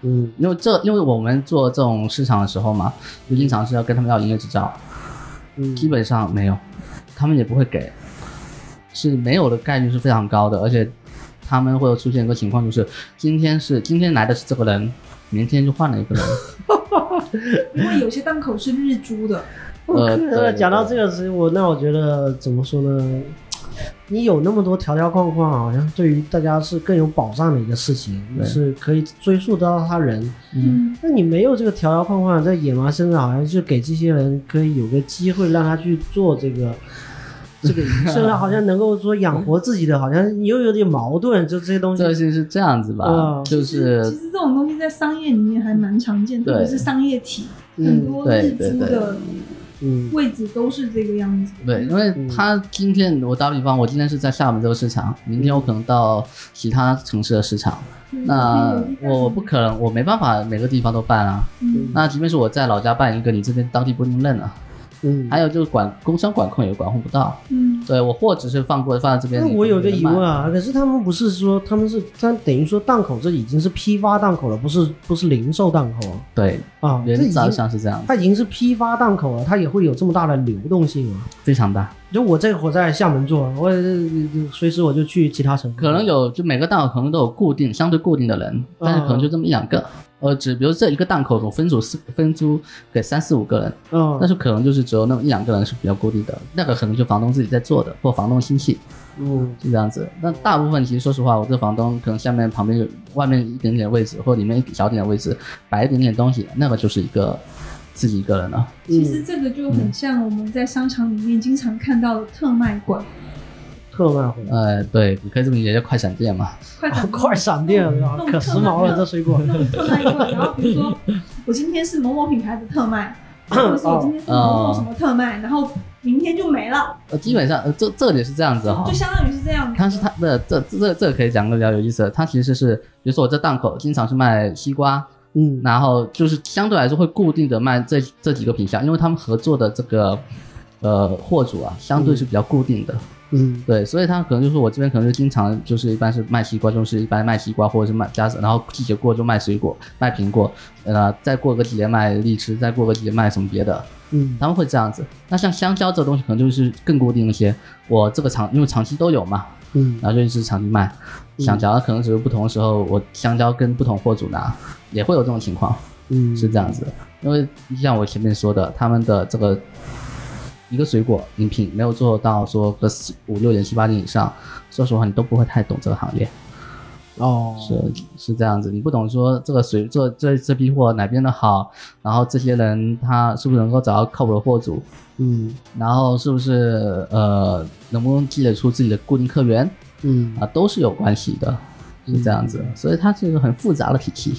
[SPEAKER 2] 嗯
[SPEAKER 3] 因为这，因为我们做这种市场的时候嘛，就经常是要跟他们要营业执照，
[SPEAKER 2] 嗯
[SPEAKER 3] 基本上没有，他们也不会给，是没有的概率是非常高的，而且他们会有出现一个情况，就是今天是今天来的是这个人，明天就换了一个人，
[SPEAKER 1] 因为有些档口是日租的，
[SPEAKER 3] 呃，对
[SPEAKER 2] 讲到这，个时候，我那我觉得怎么说呢？你有那么多条条框框，好像对于大家是更有保障的一个事情，
[SPEAKER 3] 对
[SPEAKER 2] 是可以追溯到他人。
[SPEAKER 3] 嗯，
[SPEAKER 2] 那你没有这个条条框框，在野蛮身上，好像就给这些人可以有个机会让他去做这个。这 个甚至好像能够说养活自己的，好像又有点矛盾，就这些东西
[SPEAKER 3] 这。个事情是这样子吧
[SPEAKER 2] 嗯，
[SPEAKER 3] 就
[SPEAKER 1] 就是其实这种东西在商业里面还蛮常见，
[SPEAKER 3] 呃对
[SPEAKER 1] 特别是商业体，
[SPEAKER 2] 嗯
[SPEAKER 1] 很多
[SPEAKER 3] 对
[SPEAKER 1] 日
[SPEAKER 3] 对
[SPEAKER 1] 租
[SPEAKER 3] 对
[SPEAKER 1] 的
[SPEAKER 2] 嗯
[SPEAKER 1] 位置都是这个样子。
[SPEAKER 3] 对，因为
[SPEAKER 2] 嗯
[SPEAKER 3] 他今天我打比方，我今天是在厦门这个市场，明天我可能到其他城市的市场，
[SPEAKER 1] 嗯
[SPEAKER 3] 那我不，可能，我没办法每个地方都办啊。
[SPEAKER 1] 嗯
[SPEAKER 3] 那即便是我在老家办一个，你这边当地不一定认啊。
[SPEAKER 2] 嗯，
[SPEAKER 3] 还有就是管工商管控也管控不到，
[SPEAKER 1] 嗯，
[SPEAKER 3] 对我货只是放过放在这边
[SPEAKER 2] 那，我有个疑问
[SPEAKER 3] 你可能卖，
[SPEAKER 2] 啊，可是他们不是说他们是，他等于说档口这已经是批发档口了，不是不是零售档口啊
[SPEAKER 3] 对，
[SPEAKER 2] 啊，这
[SPEAKER 3] 原
[SPEAKER 2] 已
[SPEAKER 3] 则
[SPEAKER 2] 经
[SPEAKER 3] 上是这样，
[SPEAKER 2] 它已经是批发档口了，它也会有这么大的流动性啊。
[SPEAKER 3] 非常大，
[SPEAKER 2] 就我这会儿在厦门做，我也是就随时我就去其他城，
[SPEAKER 3] 可能有就每个档口可能都有固定相对固定的人，但是可能就这么一两个。呃，只比如这一个档口，我分组四分租给三四五个人，
[SPEAKER 2] 嗯，
[SPEAKER 3] 但是可能就是只有那么一两个人是比较固定的，那个可能就房东自己在做的，或房东亲戚
[SPEAKER 2] 嗯
[SPEAKER 3] 是这样子。那大部分其实说实话，我这房东可能下面旁边有外面一点点位置，或里面一小点的位置摆一点点东西，那个就是一个自己一个人了。
[SPEAKER 1] 其
[SPEAKER 2] 嗯
[SPEAKER 1] 实这个就很像我们在商场里面经常看到的特卖馆、
[SPEAKER 2] 特卖 会
[SPEAKER 3] 呃，对，你可以这么理解，叫快闪店嘛。
[SPEAKER 1] 快
[SPEAKER 2] 啊
[SPEAKER 1] 闪、
[SPEAKER 2] 快闪店啊
[SPEAKER 1] 弄
[SPEAKER 2] 可时髦了这水果，
[SPEAKER 1] 那种特卖馆。然后比如说，我今天是某某品牌的特卖，或者是我今天是某
[SPEAKER 3] 哦
[SPEAKER 1] 某什么特卖，然后明天就没了，
[SPEAKER 3] 呃，基本上呃，这这里是这样子哈
[SPEAKER 1] 就。相当于是这样。
[SPEAKER 3] 它是它的这这这这个可以讲个比较有意思的，它其实是，比如说我这档口经常是卖西瓜，
[SPEAKER 2] 嗯
[SPEAKER 3] 然后就是相对来说会固定的卖这这几个品项，因为他们合作的这个呃货主啊，相对是比较固定的，
[SPEAKER 2] 嗯
[SPEAKER 3] 对，所以他可能就是我这边可能就经常就是一般是卖西瓜，就是一般卖西瓜或者是卖加，然后季节过就卖水果，卖苹果，呃，再过个季节卖荔枝，再过个季节卖什么别的，
[SPEAKER 2] 嗯
[SPEAKER 3] 他们会这样子。那像香蕉这个东西可能就是更固定一些，我这个长因为长期都有嘛，
[SPEAKER 2] 嗯
[SPEAKER 3] 然后就一直长期卖。香蕉可能只是不同的时候，我香蕉跟不同货主拿，也会有这种情况。
[SPEAKER 2] 嗯，
[SPEAKER 3] 是这样子的，因为像我前面说的，他们的这个一个水果饮品没有做到说个四五六年、七八年以上，说实话你都不会太懂这个行业，
[SPEAKER 2] 哦，
[SPEAKER 3] 是是这样子，你不懂说这个水这这这批货哪边的好，然后这些人他是不是能够找到靠谱的货主，
[SPEAKER 2] 嗯
[SPEAKER 3] 然后是不是呃能不能积累出自己的固定客源
[SPEAKER 2] 嗯
[SPEAKER 3] 啊，都是有关系的，是这样子，所以它是一个很复杂的体系，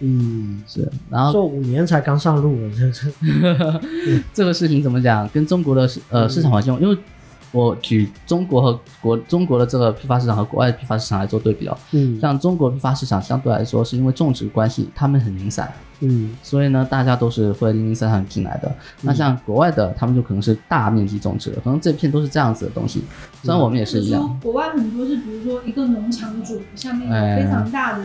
[SPEAKER 2] 嗯，
[SPEAKER 3] 是，然后
[SPEAKER 2] 做五年才刚上路，啊这这
[SPEAKER 3] 这个事情怎么讲？跟中国的市呃市场环境，因为我举中国和国中国的这个批发市场和国外的批发市场来做对比哦。
[SPEAKER 2] 嗯
[SPEAKER 3] 像中国批发市场相对来说，是因为种植关系，他们很零散，
[SPEAKER 2] 嗯
[SPEAKER 3] 所以呢，大家都是会零零散散进来的。那像国外的，他们就可能是大面积种植，可能这片都是这样子的东西。虽然我们也是一
[SPEAKER 1] 就是
[SPEAKER 3] 样
[SPEAKER 1] 说，国外很多是，比如说一个农场主下面
[SPEAKER 3] 哎
[SPEAKER 1] 有非常大的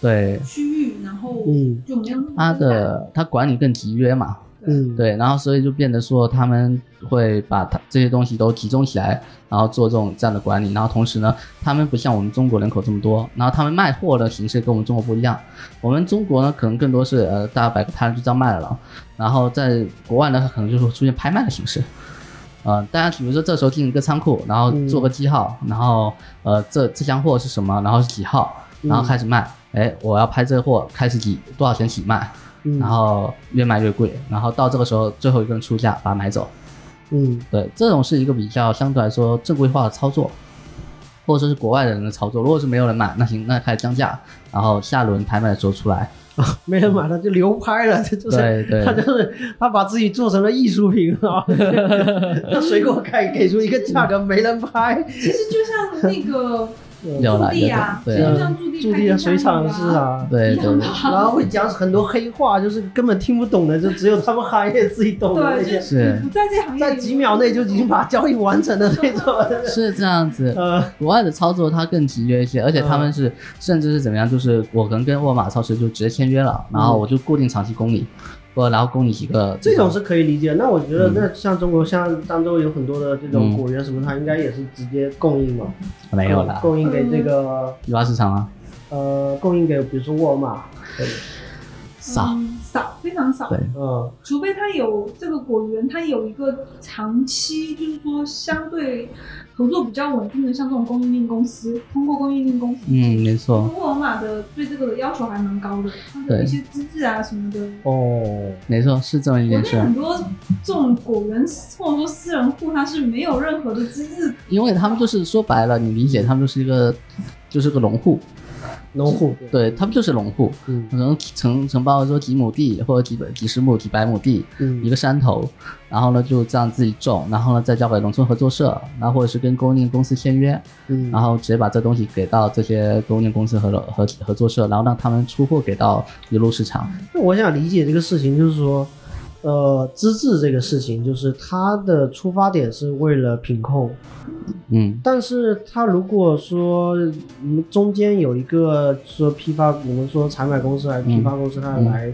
[SPEAKER 3] 对
[SPEAKER 1] 区域，然后
[SPEAKER 2] 嗯
[SPEAKER 1] 就没有那么
[SPEAKER 3] 它
[SPEAKER 1] 分散
[SPEAKER 3] 的它管理更集约嘛，
[SPEAKER 2] 嗯，
[SPEAKER 3] 对，然后所以就变得说他们会把它这些东西都集中起来，然后做这种这样的管理。然后同时呢，他们不像我们中国人口这么多，然后他们卖货的形式跟我们中国不一样。我们中国呢，可能更多是呃大家摆个摊就这样卖了，然后在国外呢，它可能就是出现拍卖的形式。呃，大家比如说这时候进一个仓库，然后做个记号，然后呃这这箱货是什么，然后是几号，然后开始卖。哎，我要拍这货，开始几多少钱起卖？
[SPEAKER 2] 嗯，
[SPEAKER 3] 然后越卖越贵，然后到这个时候最后一个人出价把它买走。
[SPEAKER 2] 嗯
[SPEAKER 3] 对，这种是一个比较相对来说正规化的操作，或者说是国外的人的操作。如果是没有人买，那行，那开始降价，然后下轮拍卖的时候出来。
[SPEAKER 2] 没人买他就流拍了，这就是
[SPEAKER 3] 对对
[SPEAKER 2] 他就是他把自己做成了艺术品 啊，那水果给给出一个价格，没人拍，
[SPEAKER 1] 其实就像那个
[SPEAKER 3] 有
[SPEAKER 1] 驻
[SPEAKER 3] 了
[SPEAKER 1] 地
[SPEAKER 3] 有
[SPEAKER 1] 啊
[SPEAKER 3] 了，，
[SPEAKER 1] 其
[SPEAKER 3] 对
[SPEAKER 1] 实
[SPEAKER 3] 啊
[SPEAKER 1] 就像驻地
[SPEAKER 2] 驻
[SPEAKER 1] 开
[SPEAKER 2] 地
[SPEAKER 1] 地
[SPEAKER 2] 的水产市
[SPEAKER 1] 啊，
[SPEAKER 2] 场，
[SPEAKER 3] 对对对，
[SPEAKER 2] 然后会讲很多黑话，就是根本听不懂的，就只有他们行业自己懂的那
[SPEAKER 1] 对，
[SPEAKER 2] 些
[SPEAKER 1] 就，
[SPEAKER 3] 是
[SPEAKER 1] 你不在这行业，
[SPEAKER 2] 在几秒内就已经把交易完成的那 种，
[SPEAKER 3] 是这样子。
[SPEAKER 2] 呃，
[SPEAKER 3] 国外的操作它更集约一些，而且他
[SPEAKER 2] 嗯
[SPEAKER 3] 们是、甚至是怎么样，就是我可能跟沃尔玛超市就直接签约了，然后我就固定长期供你，或者然后供你几个
[SPEAKER 2] 嗯这种是可以理解。那我觉
[SPEAKER 3] 嗯
[SPEAKER 2] 得，那像中国像漳州有很多的这种果园什么，它应该也是直接供应嘛，呃
[SPEAKER 3] 没有了，
[SPEAKER 2] 供应给这个
[SPEAKER 3] 批发市场啊，
[SPEAKER 2] 呃，供应给比如说沃尔玛，
[SPEAKER 3] 少。
[SPEAKER 1] 嗯少，非常少
[SPEAKER 3] 对。
[SPEAKER 2] 嗯
[SPEAKER 1] 除非它有这个果园，它有一个长期，就是说相对合作比较稳定的，像这种供应链公司，通过供应链公司，
[SPEAKER 3] 嗯，没错。
[SPEAKER 1] 沃尔玛的对这个的要求还蛮高的，它有
[SPEAKER 3] 对
[SPEAKER 1] 一些资质啊什么的。
[SPEAKER 2] 哦，
[SPEAKER 3] 没错，是这么一
[SPEAKER 1] 国
[SPEAKER 3] 件
[SPEAKER 1] 内
[SPEAKER 3] 事。
[SPEAKER 1] 很多这种果园或者说私人户，它是没有任何的资质，
[SPEAKER 3] 因为他们就是说白了，你理解他们就是一个，就是个农户，
[SPEAKER 2] 农户，
[SPEAKER 3] 对他们就是农户，
[SPEAKER 2] 嗯
[SPEAKER 3] 可能承承包说几亩地或者几百几十亩、几百亩地，一
[SPEAKER 2] 嗯
[SPEAKER 3] 个山头，然后呢就这样自己种，然后呢再交给农村合作社，然后或者是跟供应链公司签约，
[SPEAKER 2] 嗯
[SPEAKER 3] 然后直接把这东西给到这些供应链公司和合合作社，然后让他们出货给到一路市场。
[SPEAKER 2] 那我想理解这个事情，就是说，呃，资质这个事情，就是它的出发点是为了品控，
[SPEAKER 3] 嗯
[SPEAKER 2] 但是它如果说嗯中间有一个说批发，我们说采买公司还是批发公司，它
[SPEAKER 3] 嗯
[SPEAKER 2] 来、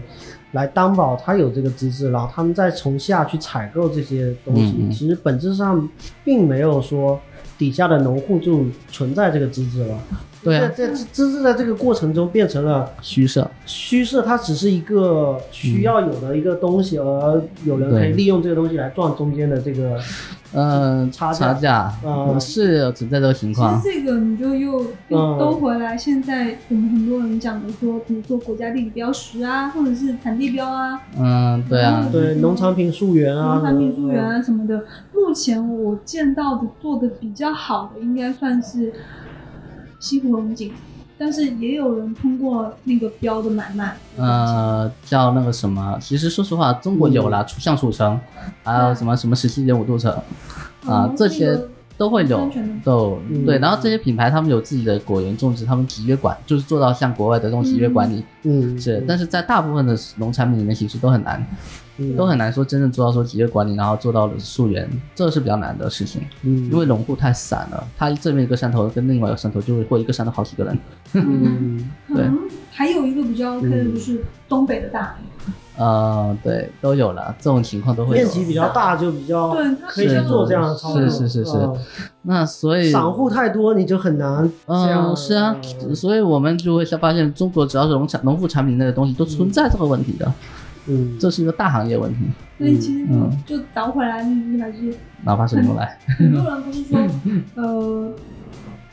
[SPEAKER 2] 来担保它有这个资质，然后他们再从下去采购这些东西，
[SPEAKER 3] 嗯嗯
[SPEAKER 2] 其实本质上并没有说底下的农户就存在这个资质了。
[SPEAKER 3] 对啊
[SPEAKER 2] 在在资质在这个过程中变成了
[SPEAKER 3] 虚设，
[SPEAKER 2] 趋势，它只是一个需要有的一个东西，而有人可以
[SPEAKER 3] 对
[SPEAKER 2] 利用这个东西来赚中间的这个
[SPEAKER 3] 嗯，
[SPEAKER 2] 差价
[SPEAKER 3] 差价
[SPEAKER 2] 嗯
[SPEAKER 3] 是存在这个情
[SPEAKER 1] 其实
[SPEAKER 3] 况，
[SPEAKER 1] 这个你就又又
[SPEAKER 2] 嗯
[SPEAKER 1] 兜回来，现在我们很多人讲的说，比如说国家地理标识啊，或者是产地标啊，
[SPEAKER 3] 嗯，对啊，
[SPEAKER 2] 对农产品溯源啊，
[SPEAKER 1] 农产品溯源
[SPEAKER 2] 嗯
[SPEAKER 1] 啊什么的。目前我见到的做的比较好的，应该算是西湖龙井，但是也有人通过那个标的买卖，
[SPEAKER 3] 呃，叫那个什么，其实说实话，中国有了
[SPEAKER 1] 嗯
[SPEAKER 3] 图像储存，还有什么什么十七点五度橙，啊
[SPEAKER 1] 嗯，
[SPEAKER 3] 这些
[SPEAKER 1] 那个
[SPEAKER 3] 都会有
[SPEAKER 1] 安全的
[SPEAKER 3] 都
[SPEAKER 2] 嗯
[SPEAKER 3] 对，然后这些品牌他们有自己的果园种植，他们集约管就是做到像国外的这种集约管理，
[SPEAKER 2] 嗯，
[SPEAKER 3] 是，
[SPEAKER 2] 嗯
[SPEAKER 3] 但是在大部分的农产品里面其实都很难，
[SPEAKER 1] 嗯
[SPEAKER 3] 都很难说真正做到说集约管理，然后做到溯源，这是比较难的事情，
[SPEAKER 2] 嗯，
[SPEAKER 3] 因为农户太散了，他这边一个山头跟另外一个山头就会或一个山头好几个人，
[SPEAKER 2] 嗯
[SPEAKER 1] 可能还有一个比较 OK 的
[SPEAKER 2] 嗯
[SPEAKER 1] 就是东北的大米，
[SPEAKER 3] 呃，对，都有了，这种情况都会有
[SPEAKER 2] 面。积比较大就比较
[SPEAKER 1] 对它
[SPEAKER 2] 可以去做这样的操作，
[SPEAKER 3] 是是是是
[SPEAKER 2] 嗯
[SPEAKER 3] 那所以
[SPEAKER 2] 散户太多你就很难这样
[SPEAKER 3] 嗯，是啊，所以我们就会发现，中国只要是农产农副产品类的东西，都存在这个问题的，
[SPEAKER 2] 嗯，
[SPEAKER 3] 这是一个大行业问题，
[SPEAKER 1] 所以其实
[SPEAKER 3] 嗯
[SPEAKER 1] 就倒回来，你还是
[SPEAKER 3] 哪怕是牛 奶，
[SPEAKER 1] 很多人不是说，
[SPEAKER 3] 嗯
[SPEAKER 1] 呃，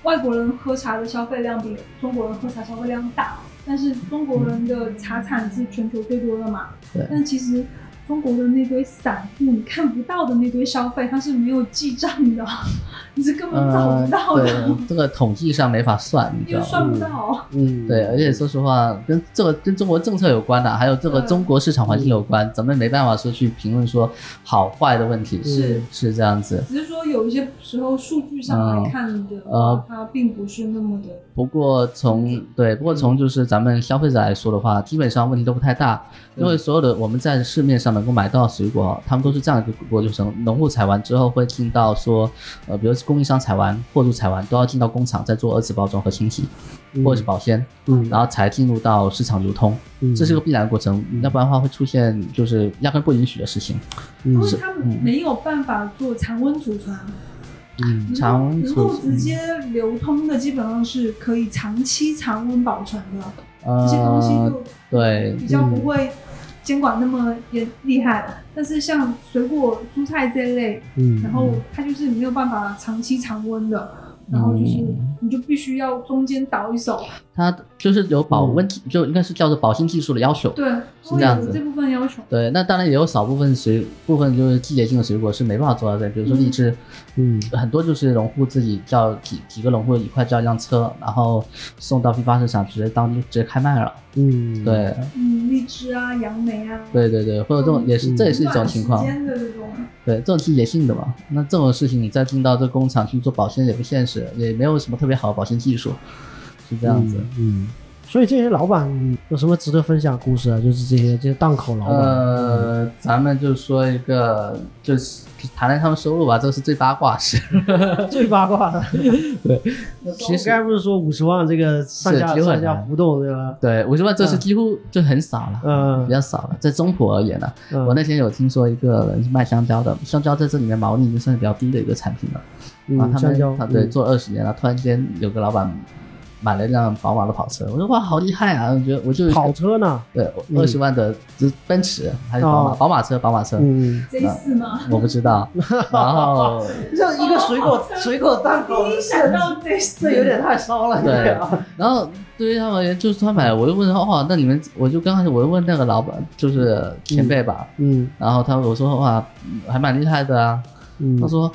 [SPEAKER 1] 外国人喝茶的消费量比中国人喝茶消费量大，但是中国人的茶产是全球最多的嘛
[SPEAKER 3] 对。
[SPEAKER 1] 但其实中国的那堆散户，你看不到的那堆消费，它是没有记账的， 你是根本找
[SPEAKER 3] 呃
[SPEAKER 1] 不，到的，
[SPEAKER 3] 对，这个统计上没法算，你
[SPEAKER 1] 你
[SPEAKER 3] 知
[SPEAKER 1] 也
[SPEAKER 3] 道吗？
[SPEAKER 1] 算不到。
[SPEAKER 2] 嗯
[SPEAKER 3] 对，而且说实话，跟这个跟中国政策有关的、啊还有这个
[SPEAKER 1] 对
[SPEAKER 3] 中国市场环境有关，
[SPEAKER 2] 嗯
[SPEAKER 3] 咱们没办法说去评论说好坏的问题，
[SPEAKER 1] 是
[SPEAKER 2] 嗯
[SPEAKER 3] 是这样子。
[SPEAKER 1] 只是说有一些时候数据上来看的
[SPEAKER 3] 嗯呃
[SPEAKER 1] 话，它并不是那么的。
[SPEAKER 3] 不过从对，不过从就是咱们消费者来说的话，基本上问题都不太大，因为所有的我们在市面上能够买到的水果，他们都是这样一个过程，就是农户采完之后会进到说，呃，比如供应商采完、货主采完，都要进到工厂再做二次包装和清洗或者是保鲜，
[SPEAKER 2] 嗯，
[SPEAKER 3] 然后才进入到市场流通。
[SPEAKER 2] 嗯
[SPEAKER 3] 这是个必然过程，要不然的话会出现就是压根不允许的事情。
[SPEAKER 1] 因为
[SPEAKER 2] 嗯
[SPEAKER 1] 他们没有办法做常温储存，啊
[SPEAKER 2] 嗯
[SPEAKER 3] 常温
[SPEAKER 1] 能
[SPEAKER 3] 储
[SPEAKER 1] 够
[SPEAKER 3] 存
[SPEAKER 1] 直接流通的，基本上是可以长期常温保存的。嗯这些东西
[SPEAKER 3] 呃，
[SPEAKER 1] 就
[SPEAKER 3] 对，嗯
[SPEAKER 1] 比较不会监管那么严厉害。但是像水果、蔬菜这一类，
[SPEAKER 2] 嗯
[SPEAKER 1] 然后它就是没有办法长期常温的，然后就是你就必须要中间倒一手，
[SPEAKER 3] 它就是有保
[SPEAKER 2] 嗯
[SPEAKER 3] 温，就应该是叫做保鲜技术的要求。
[SPEAKER 1] 对，
[SPEAKER 3] 是这样子
[SPEAKER 1] 会有这部分要求。
[SPEAKER 3] 对，那当然也有少部分水部分就是季节性的水果是没办法做到这，比如说荔枝，
[SPEAKER 2] 嗯
[SPEAKER 3] 很多就是农户自己叫几几个农户一块叫一辆车，然后送到批发市场直接当直接开卖了。
[SPEAKER 2] 嗯，
[SPEAKER 3] 对，
[SPEAKER 1] 嗯，荔枝啊，杨梅啊，
[SPEAKER 3] 对对对，或者这
[SPEAKER 2] 嗯
[SPEAKER 3] 种也是这也是一种情况
[SPEAKER 1] 短。时间的这种，
[SPEAKER 3] 对，这种季节性的嘛，那这种事情你再进到这工厂去做保鲜也不现实，也没有什么特别好的保鲜技术，是这样子。
[SPEAKER 2] 嗯。所以这些老板有什么值得分享的故事啊？就是这些这些档口老板，
[SPEAKER 3] 呃，咱们就说一个，就是谈谈他们收入吧，这是最八卦事。
[SPEAKER 2] 最八卦 的。
[SPEAKER 3] 呃其
[SPEAKER 2] 刚
[SPEAKER 3] 实
[SPEAKER 2] 才不是说五十万这个上下
[SPEAKER 3] 是机会
[SPEAKER 2] 上下浮动对吧？
[SPEAKER 3] 对五十万，这是几乎就很少了，
[SPEAKER 2] 嗯
[SPEAKER 3] 比较少了，在中普而言呢、
[SPEAKER 2] 嗯
[SPEAKER 3] 我那天有听说一个人是卖香蕉的，香蕉在这里面毛利已经算是比较低的一个产品了。啊，
[SPEAKER 2] 嗯，
[SPEAKER 3] 他
[SPEAKER 2] 香蕉
[SPEAKER 3] 们他对
[SPEAKER 2] 嗯
[SPEAKER 3] 做二十年了，突然间有个老板买了一辆宝马的跑车，我说哇好厉害啊！我觉得我就
[SPEAKER 2] 跑车呢？
[SPEAKER 3] 对
[SPEAKER 2] 嗯
[SPEAKER 3] 二十万的就是奔驰还是宝马
[SPEAKER 2] 哦
[SPEAKER 3] 宝马车宝马车，
[SPEAKER 2] 嗯，
[SPEAKER 1] 贼死嘛。
[SPEAKER 3] 我不知 道。然后
[SPEAKER 2] 像一个水果水果档口
[SPEAKER 1] 第一，想到贼死，
[SPEAKER 2] 这有点太骚了，
[SPEAKER 3] 对
[SPEAKER 2] 啊，
[SPEAKER 3] 然后对于他们而言，就是他买了，我就问他哇，那你们我就刚开始我就问那个老板就是前辈吧，
[SPEAKER 2] 嗯
[SPEAKER 3] 然后他我说哇还蛮厉害的啊，
[SPEAKER 2] 嗯
[SPEAKER 3] 他说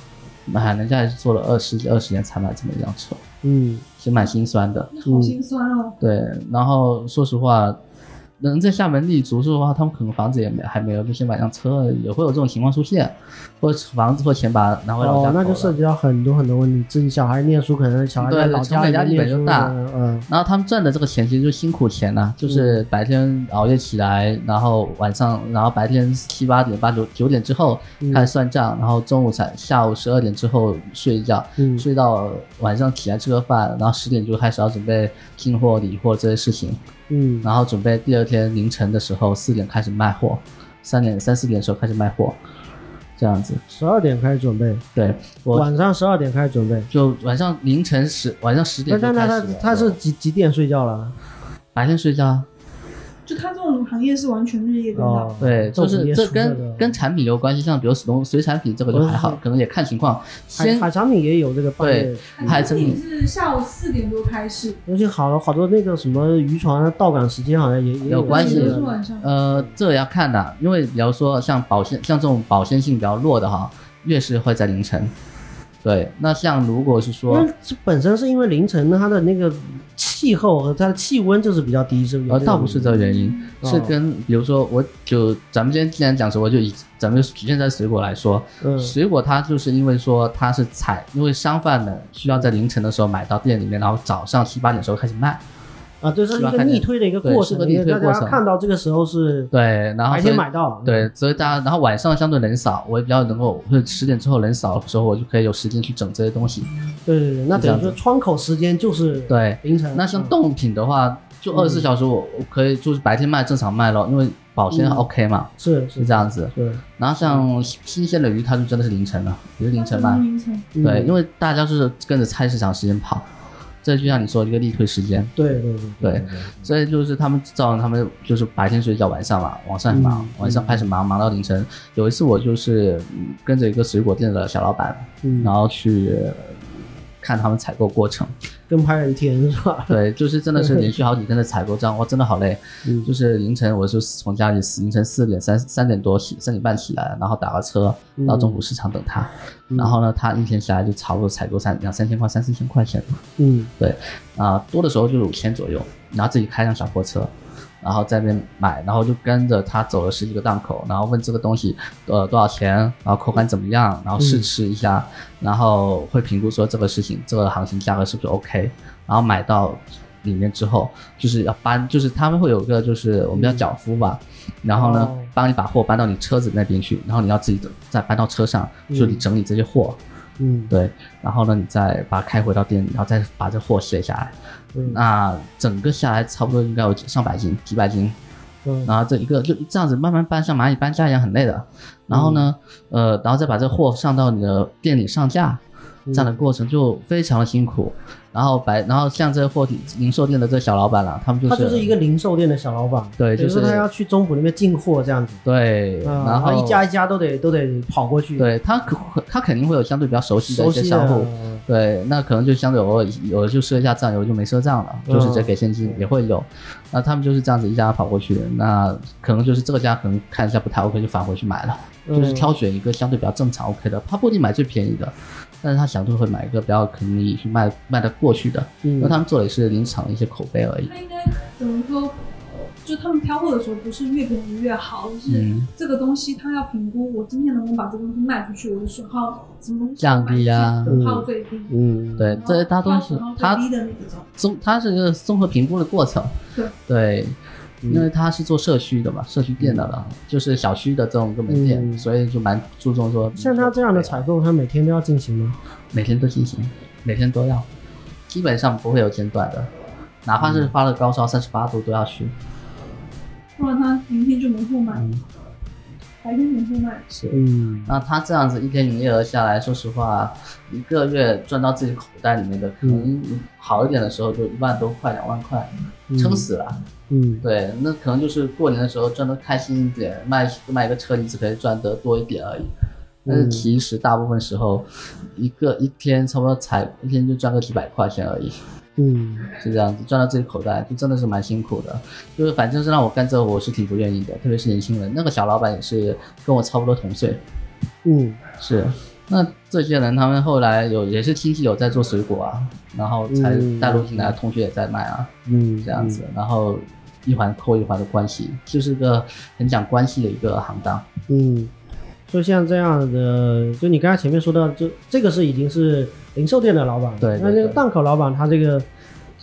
[SPEAKER 3] 哎人家也是做了二十二十年才买这么一辆车，
[SPEAKER 2] 嗯
[SPEAKER 3] 其实蛮心酸的。
[SPEAKER 1] 好心酸哦。
[SPEAKER 3] 对，然后说实话，能在厦门立足的话，他们可能房子也没还没有，就先买辆车，也会有这种情况出现，或者房子或钱把拿回老家
[SPEAKER 2] 哦，那就
[SPEAKER 3] 投了
[SPEAKER 2] 涉及到很多很多问题。自己小孩念书，可能小孩
[SPEAKER 3] 对
[SPEAKER 2] 在老
[SPEAKER 3] 从
[SPEAKER 2] 里
[SPEAKER 3] 小家
[SPEAKER 2] 面
[SPEAKER 3] 里
[SPEAKER 2] 念
[SPEAKER 3] 本就
[SPEAKER 2] 书
[SPEAKER 3] 大
[SPEAKER 2] 呢，嗯，
[SPEAKER 3] 然后他们赚的这个钱其实就是辛苦钱呐、就是白天熬夜起来，然后晚上，然后白天七八点、八九九点之后
[SPEAKER 2] 嗯
[SPEAKER 3] 开始算账，然后中午才下午十二点之后睡一觉，
[SPEAKER 2] 嗯
[SPEAKER 3] 睡到晚上起来吃个饭，然后十点就开始要准备进货、理货这些事情，
[SPEAKER 2] 嗯，
[SPEAKER 3] 然后准备第二天凌晨的时候四点开始卖货，三点三四点的时候开始卖货，这样子。
[SPEAKER 2] 十二点开始准备，
[SPEAKER 3] 对我
[SPEAKER 2] 晚上十二点开始准备。
[SPEAKER 3] 就晚上凌晨十晚上十
[SPEAKER 2] 那
[SPEAKER 3] 点就
[SPEAKER 2] 那那
[SPEAKER 3] 开始
[SPEAKER 2] 他
[SPEAKER 3] 了
[SPEAKER 2] 他是几几点睡觉了？
[SPEAKER 3] 白天睡觉啊。
[SPEAKER 1] 就他这种行业是完全日夜颠倒
[SPEAKER 2] 哦，，
[SPEAKER 3] 对，
[SPEAKER 2] 昼
[SPEAKER 3] 就
[SPEAKER 2] 伏
[SPEAKER 3] 是
[SPEAKER 2] 夜
[SPEAKER 3] 这
[SPEAKER 2] 出的哦
[SPEAKER 3] 跟跟产品有关系，像比如水水产品这个就还好，可能也看情况。
[SPEAKER 2] 海
[SPEAKER 3] 先
[SPEAKER 2] 海产品也有这个半夜
[SPEAKER 3] 对，海产
[SPEAKER 1] 你
[SPEAKER 3] 品
[SPEAKER 1] 是下午四点多开始，
[SPEAKER 2] 尤其好好多那个什么渔船的到港时间好像也也
[SPEAKER 3] 有关系
[SPEAKER 2] 这
[SPEAKER 1] 都
[SPEAKER 2] 个
[SPEAKER 1] 是晚上。
[SPEAKER 3] 呃，这也要看的，因为比方说像保鲜像这种保鲜性比较弱的哈，越是会在凌晨。对，那像如果是
[SPEAKER 2] 因
[SPEAKER 3] 说
[SPEAKER 2] 为这本身是因为凌晨它的那个气候和它的气温就是比较低，是不是？
[SPEAKER 3] 呃，倒不是这个原因，是
[SPEAKER 2] 哦
[SPEAKER 3] 跟比如说，我就咱们今天既然讲水果，就以咱们就局限在水果来说，
[SPEAKER 2] 嗯
[SPEAKER 3] 水果它就是因为说它是采，因为商贩们需要在凌晨的时候买到店里面，然后早上七八点的时候开始卖，
[SPEAKER 2] 啊，对，它是一
[SPEAKER 3] 是吧
[SPEAKER 2] 个
[SPEAKER 3] 看见
[SPEAKER 2] 逆推的一个
[SPEAKER 3] 对
[SPEAKER 2] 过
[SPEAKER 3] 是
[SPEAKER 2] 程
[SPEAKER 3] 个，逆
[SPEAKER 2] 因为
[SPEAKER 3] 推
[SPEAKER 2] 大
[SPEAKER 3] 过
[SPEAKER 2] 家
[SPEAKER 3] 程
[SPEAKER 2] 看到这个时候是
[SPEAKER 3] 对，然后
[SPEAKER 2] 白
[SPEAKER 3] 所
[SPEAKER 2] 天
[SPEAKER 3] 以
[SPEAKER 2] 买到，
[SPEAKER 3] 对，所以大家，然后晚上相对人少，我也比较能够，或者十点之后人少的时候，我就可以有时间去整这些东西。
[SPEAKER 2] 对对对，那
[SPEAKER 3] 是这
[SPEAKER 2] 等于
[SPEAKER 3] 样
[SPEAKER 2] 说
[SPEAKER 3] 子
[SPEAKER 2] 窗口时间就是
[SPEAKER 3] 对，
[SPEAKER 2] 凌晨。
[SPEAKER 3] 那像
[SPEAKER 2] 嗯
[SPEAKER 3] 冻品的话，就二十四小时我我可以就是白天卖正常卖咯，因为保鲜
[SPEAKER 2] 嗯
[SPEAKER 3] OK 嘛，
[SPEAKER 2] 是
[SPEAKER 3] 是这，样子。
[SPEAKER 2] 对，
[SPEAKER 3] 然后像新鲜的鱼，它就真的是凌晨了，也是凌晨卖。
[SPEAKER 1] 凌晨，
[SPEAKER 2] 嗯
[SPEAKER 3] 对，因为大家是跟着菜市场时间跑，这就像你说的一个力推时间。
[SPEAKER 2] 对对对
[SPEAKER 3] 对，所以就是他们造成他们就是白天睡觉，晚上嘛，晚上很忙，
[SPEAKER 2] 嗯
[SPEAKER 3] 晚上开始忙，忙到凌晨。有一次我就是嗯跟着一个水果店的小老板，
[SPEAKER 2] 嗯
[SPEAKER 3] 然后去呃看他们采购过程。
[SPEAKER 2] 跟拍人天是 吧？
[SPEAKER 3] 对，就是真的是连续好几天的采购，这样哇，真的好累。
[SPEAKER 2] 嗯
[SPEAKER 3] 就是凌晨，我就从家里凌晨四点三三点多起，三点半起来，然后打个车到中古市场等他。然后呢，他一天下来就差不多采购三两三千块，三四千块钱。
[SPEAKER 2] 嗯
[SPEAKER 3] 对，啊、多的时候就是五千左右，然后自己开辆小破车，然后在那边买，然后就跟着他走了十几个档口，然后问这个东西呃多少钱，然后口感怎么样，然后
[SPEAKER 2] 嗯
[SPEAKER 3] 试吃一下，然后会评估说这个事情这个行情价格是不是 OK，然后买到里面之后就是要搬，就是他们会有一个就是我们叫脚夫吧。然后呢
[SPEAKER 2] 哦，
[SPEAKER 3] 帮你把货搬到你车子那边去，然后你要自己再搬到车上，就你
[SPEAKER 2] 嗯
[SPEAKER 3] 整理这些货，
[SPEAKER 2] 嗯
[SPEAKER 3] 对，然后呢，你再把它开回到店里，然后再把这货卸下来。
[SPEAKER 2] 嗯
[SPEAKER 3] 那整个下来差不多应该有上百斤、几百斤，
[SPEAKER 2] 嗯
[SPEAKER 3] 然后这一个就这样子慢慢搬，像蚂蚁搬家一样很累的。然后呢，
[SPEAKER 2] 嗯
[SPEAKER 3] 呃，然后再把这货上到你的店里上架，
[SPEAKER 2] 嗯
[SPEAKER 3] 这样的过程就非常的辛苦。然后白，然后像这个货品零售店的这小老板啊啦，他们就
[SPEAKER 2] 他
[SPEAKER 3] 是
[SPEAKER 2] 就是一个零售店的小老板，
[SPEAKER 3] 对
[SPEAKER 2] 等于
[SPEAKER 3] 就是
[SPEAKER 2] 说他要去中埔那边进货这样子，
[SPEAKER 3] 对，
[SPEAKER 2] 啊
[SPEAKER 3] 然后
[SPEAKER 2] 一家一家都得都得跑过去，，
[SPEAKER 3] 对他可他肯定会有相对比较熟悉的
[SPEAKER 2] 熟
[SPEAKER 3] 一些
[SPEAKER 2] 悉
[SPEAKER 3] 商户
[SPEAKER 2] 的，。
[SPEAKER 3] 对，那可能就相对偶尔有的就赊一下账，有的就没赊账了，
[SPEAKER 2] 嗯
[SPEAKER 3] 就是直接给现金也会有。那他们就是这样子一家跑过去，那可能就是这个家可能看一下不太 OK 就返回去买了，就是
[SPEAKER 2] 嗯
[SPEAKER 3] 挑选一个相对比较正常 OK 的，他不一定买最便宜的，但是他相对会买一个比较可以去卖卖得过去的，因为
[SPEAKER 2] 嗯
[SPEAKER 3] 他们做的也是临场的一些口碑而已。
[SPEAKER 1] 他应该怎么说？就他们挑货的时候，不是越便宜越好，是
[SPEAKER 3] 嗯，
[SPEAKER 1] 这个东西他要评估我今天能不能把这个东西卖出去，我的损耗什么东西
[SPEAKER 3] 降低啊
[SPEAKER 1] 损耗最低。
[SPEAKER 2] 嗯，
[SPEAKER 3] 对，这些大多
[SPEAKER 1] 然
[SPEAKER 3] 是
[SPEAKER 1] 后
[SPEAKER 3] 他
[SPEAKER 1] 损耗最低的那一种。
[SPEAKER 3] 综，它是一个综合评估的过程。
[SPEAKER 1] 对
[SPEAKER 2] 嗯
[SPEAKER 3] 因为它是做社区的嘛，社区店的了，就是小区的这种热门店，
[SPEAKER 2] 嗯
[SPEAKER 3] 所以就蛮注重说
[SPEAKER 2] 像他这样的
[SPEAKER 3] 对
[SPEAKER 2] 采购，他每天都要进行吗？
[SPEAKER 3] 每天都进行，每天都要，基本上不会有间断的，哪怕
[SPEAKER 2] 嗯
[SPEAKER 3] 是发了高烧三十八度都要去。
[SPEAKER 1] 不然他明天就没货卖，
[SPEAKER 3] 嗯，
[SPEAKER 1] 白天没货卖。
[SPEAKER 3] 是。
[SPEAKER 2] 嗯
[SPEAKER 3] 那他这样子一天营业额下来，说实话，一个月赚到自己口袋里面的，
[SPEAKER 2] 嗯
[SPEAKER 3] 可能好一点的时候就一万多块、两万块，撑死了。
[SPEAKER 2] 嗯
[SPEAKER 3] 对，那可能就是过年的时候赚的开心一点，卖卖一个车厘子可以赚得多一点而已。但是
[SPEAKER 2] 嗯
[SPEAKER 3] 其实大部分时候，一个一天差不多才一天就赚个几百块钱而已，
[SPEAKER 2] 嗯
[SPEAKER 3] 是这样子，赚到自己口袋就真的是蛮辛苦的。就是反正是让我干这个，我是挺不愿意的，特别是年轻人。那个小老板也是跟我差不多同岁，
[SPEAKER 2] 嗯
[SPEAKER 3] 是。那这些人他们后来有也是亲戚有在做水果啊，然后才
[SPEAKER 2] 嗯
[SPEAKER 3] 带入进来，同学也在卖啊，
[SPEAKER 2] 嗯，
[SPEAKER 3] 这样子，然后一环扣一环的关系，就是个很讲关系的一个行当。
[SPEAKER 2] 嗯，所以像这样的，就你刚才前面说到，这这个是已经是零售店的老板了，
[SPEAKER 3] 对对
[SPEAKER 2] 那这个
[SPEAKER 3] 对
[SPEAKER 2] 档口老板他这个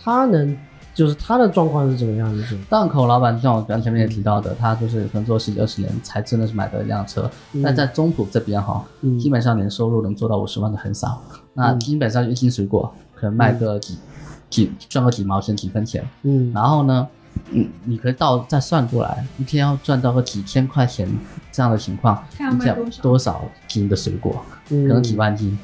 [SPEAKER 2] 他能就是他的状况是怎么样的？是
[SPEAKER 3] 档口老板，就像我刚前面也提到的，他就是可能做十几二十年才真的是买到一辆车，
[SPEAKER 2] 嗯
[SPEAKER 3] 但在中普这边哈，
[SPEAKER 2] 嗯
[SPEAKER 3] 基本上年收入能做到五十万的很少，那基本上一斤水果可能卖个几、几赚个几毛钱几分钱，
[SPEAKER 2] 嗯
[SPEAKER 3] 然后呢，你你可以到再算过来，一天要赚到个几千块钱这样的情况，
[SPEAKER 1] 看要
[SPEAKER 3] 你
[SPEAKER 1] 卖
[SPEAKER 3] 想
[SPEAKER 1] 多少
[SPEAKER 3] 多少斤的水果，
[SPEAKER 2] 嗯
[SPEAKER 3] 可能几万斤，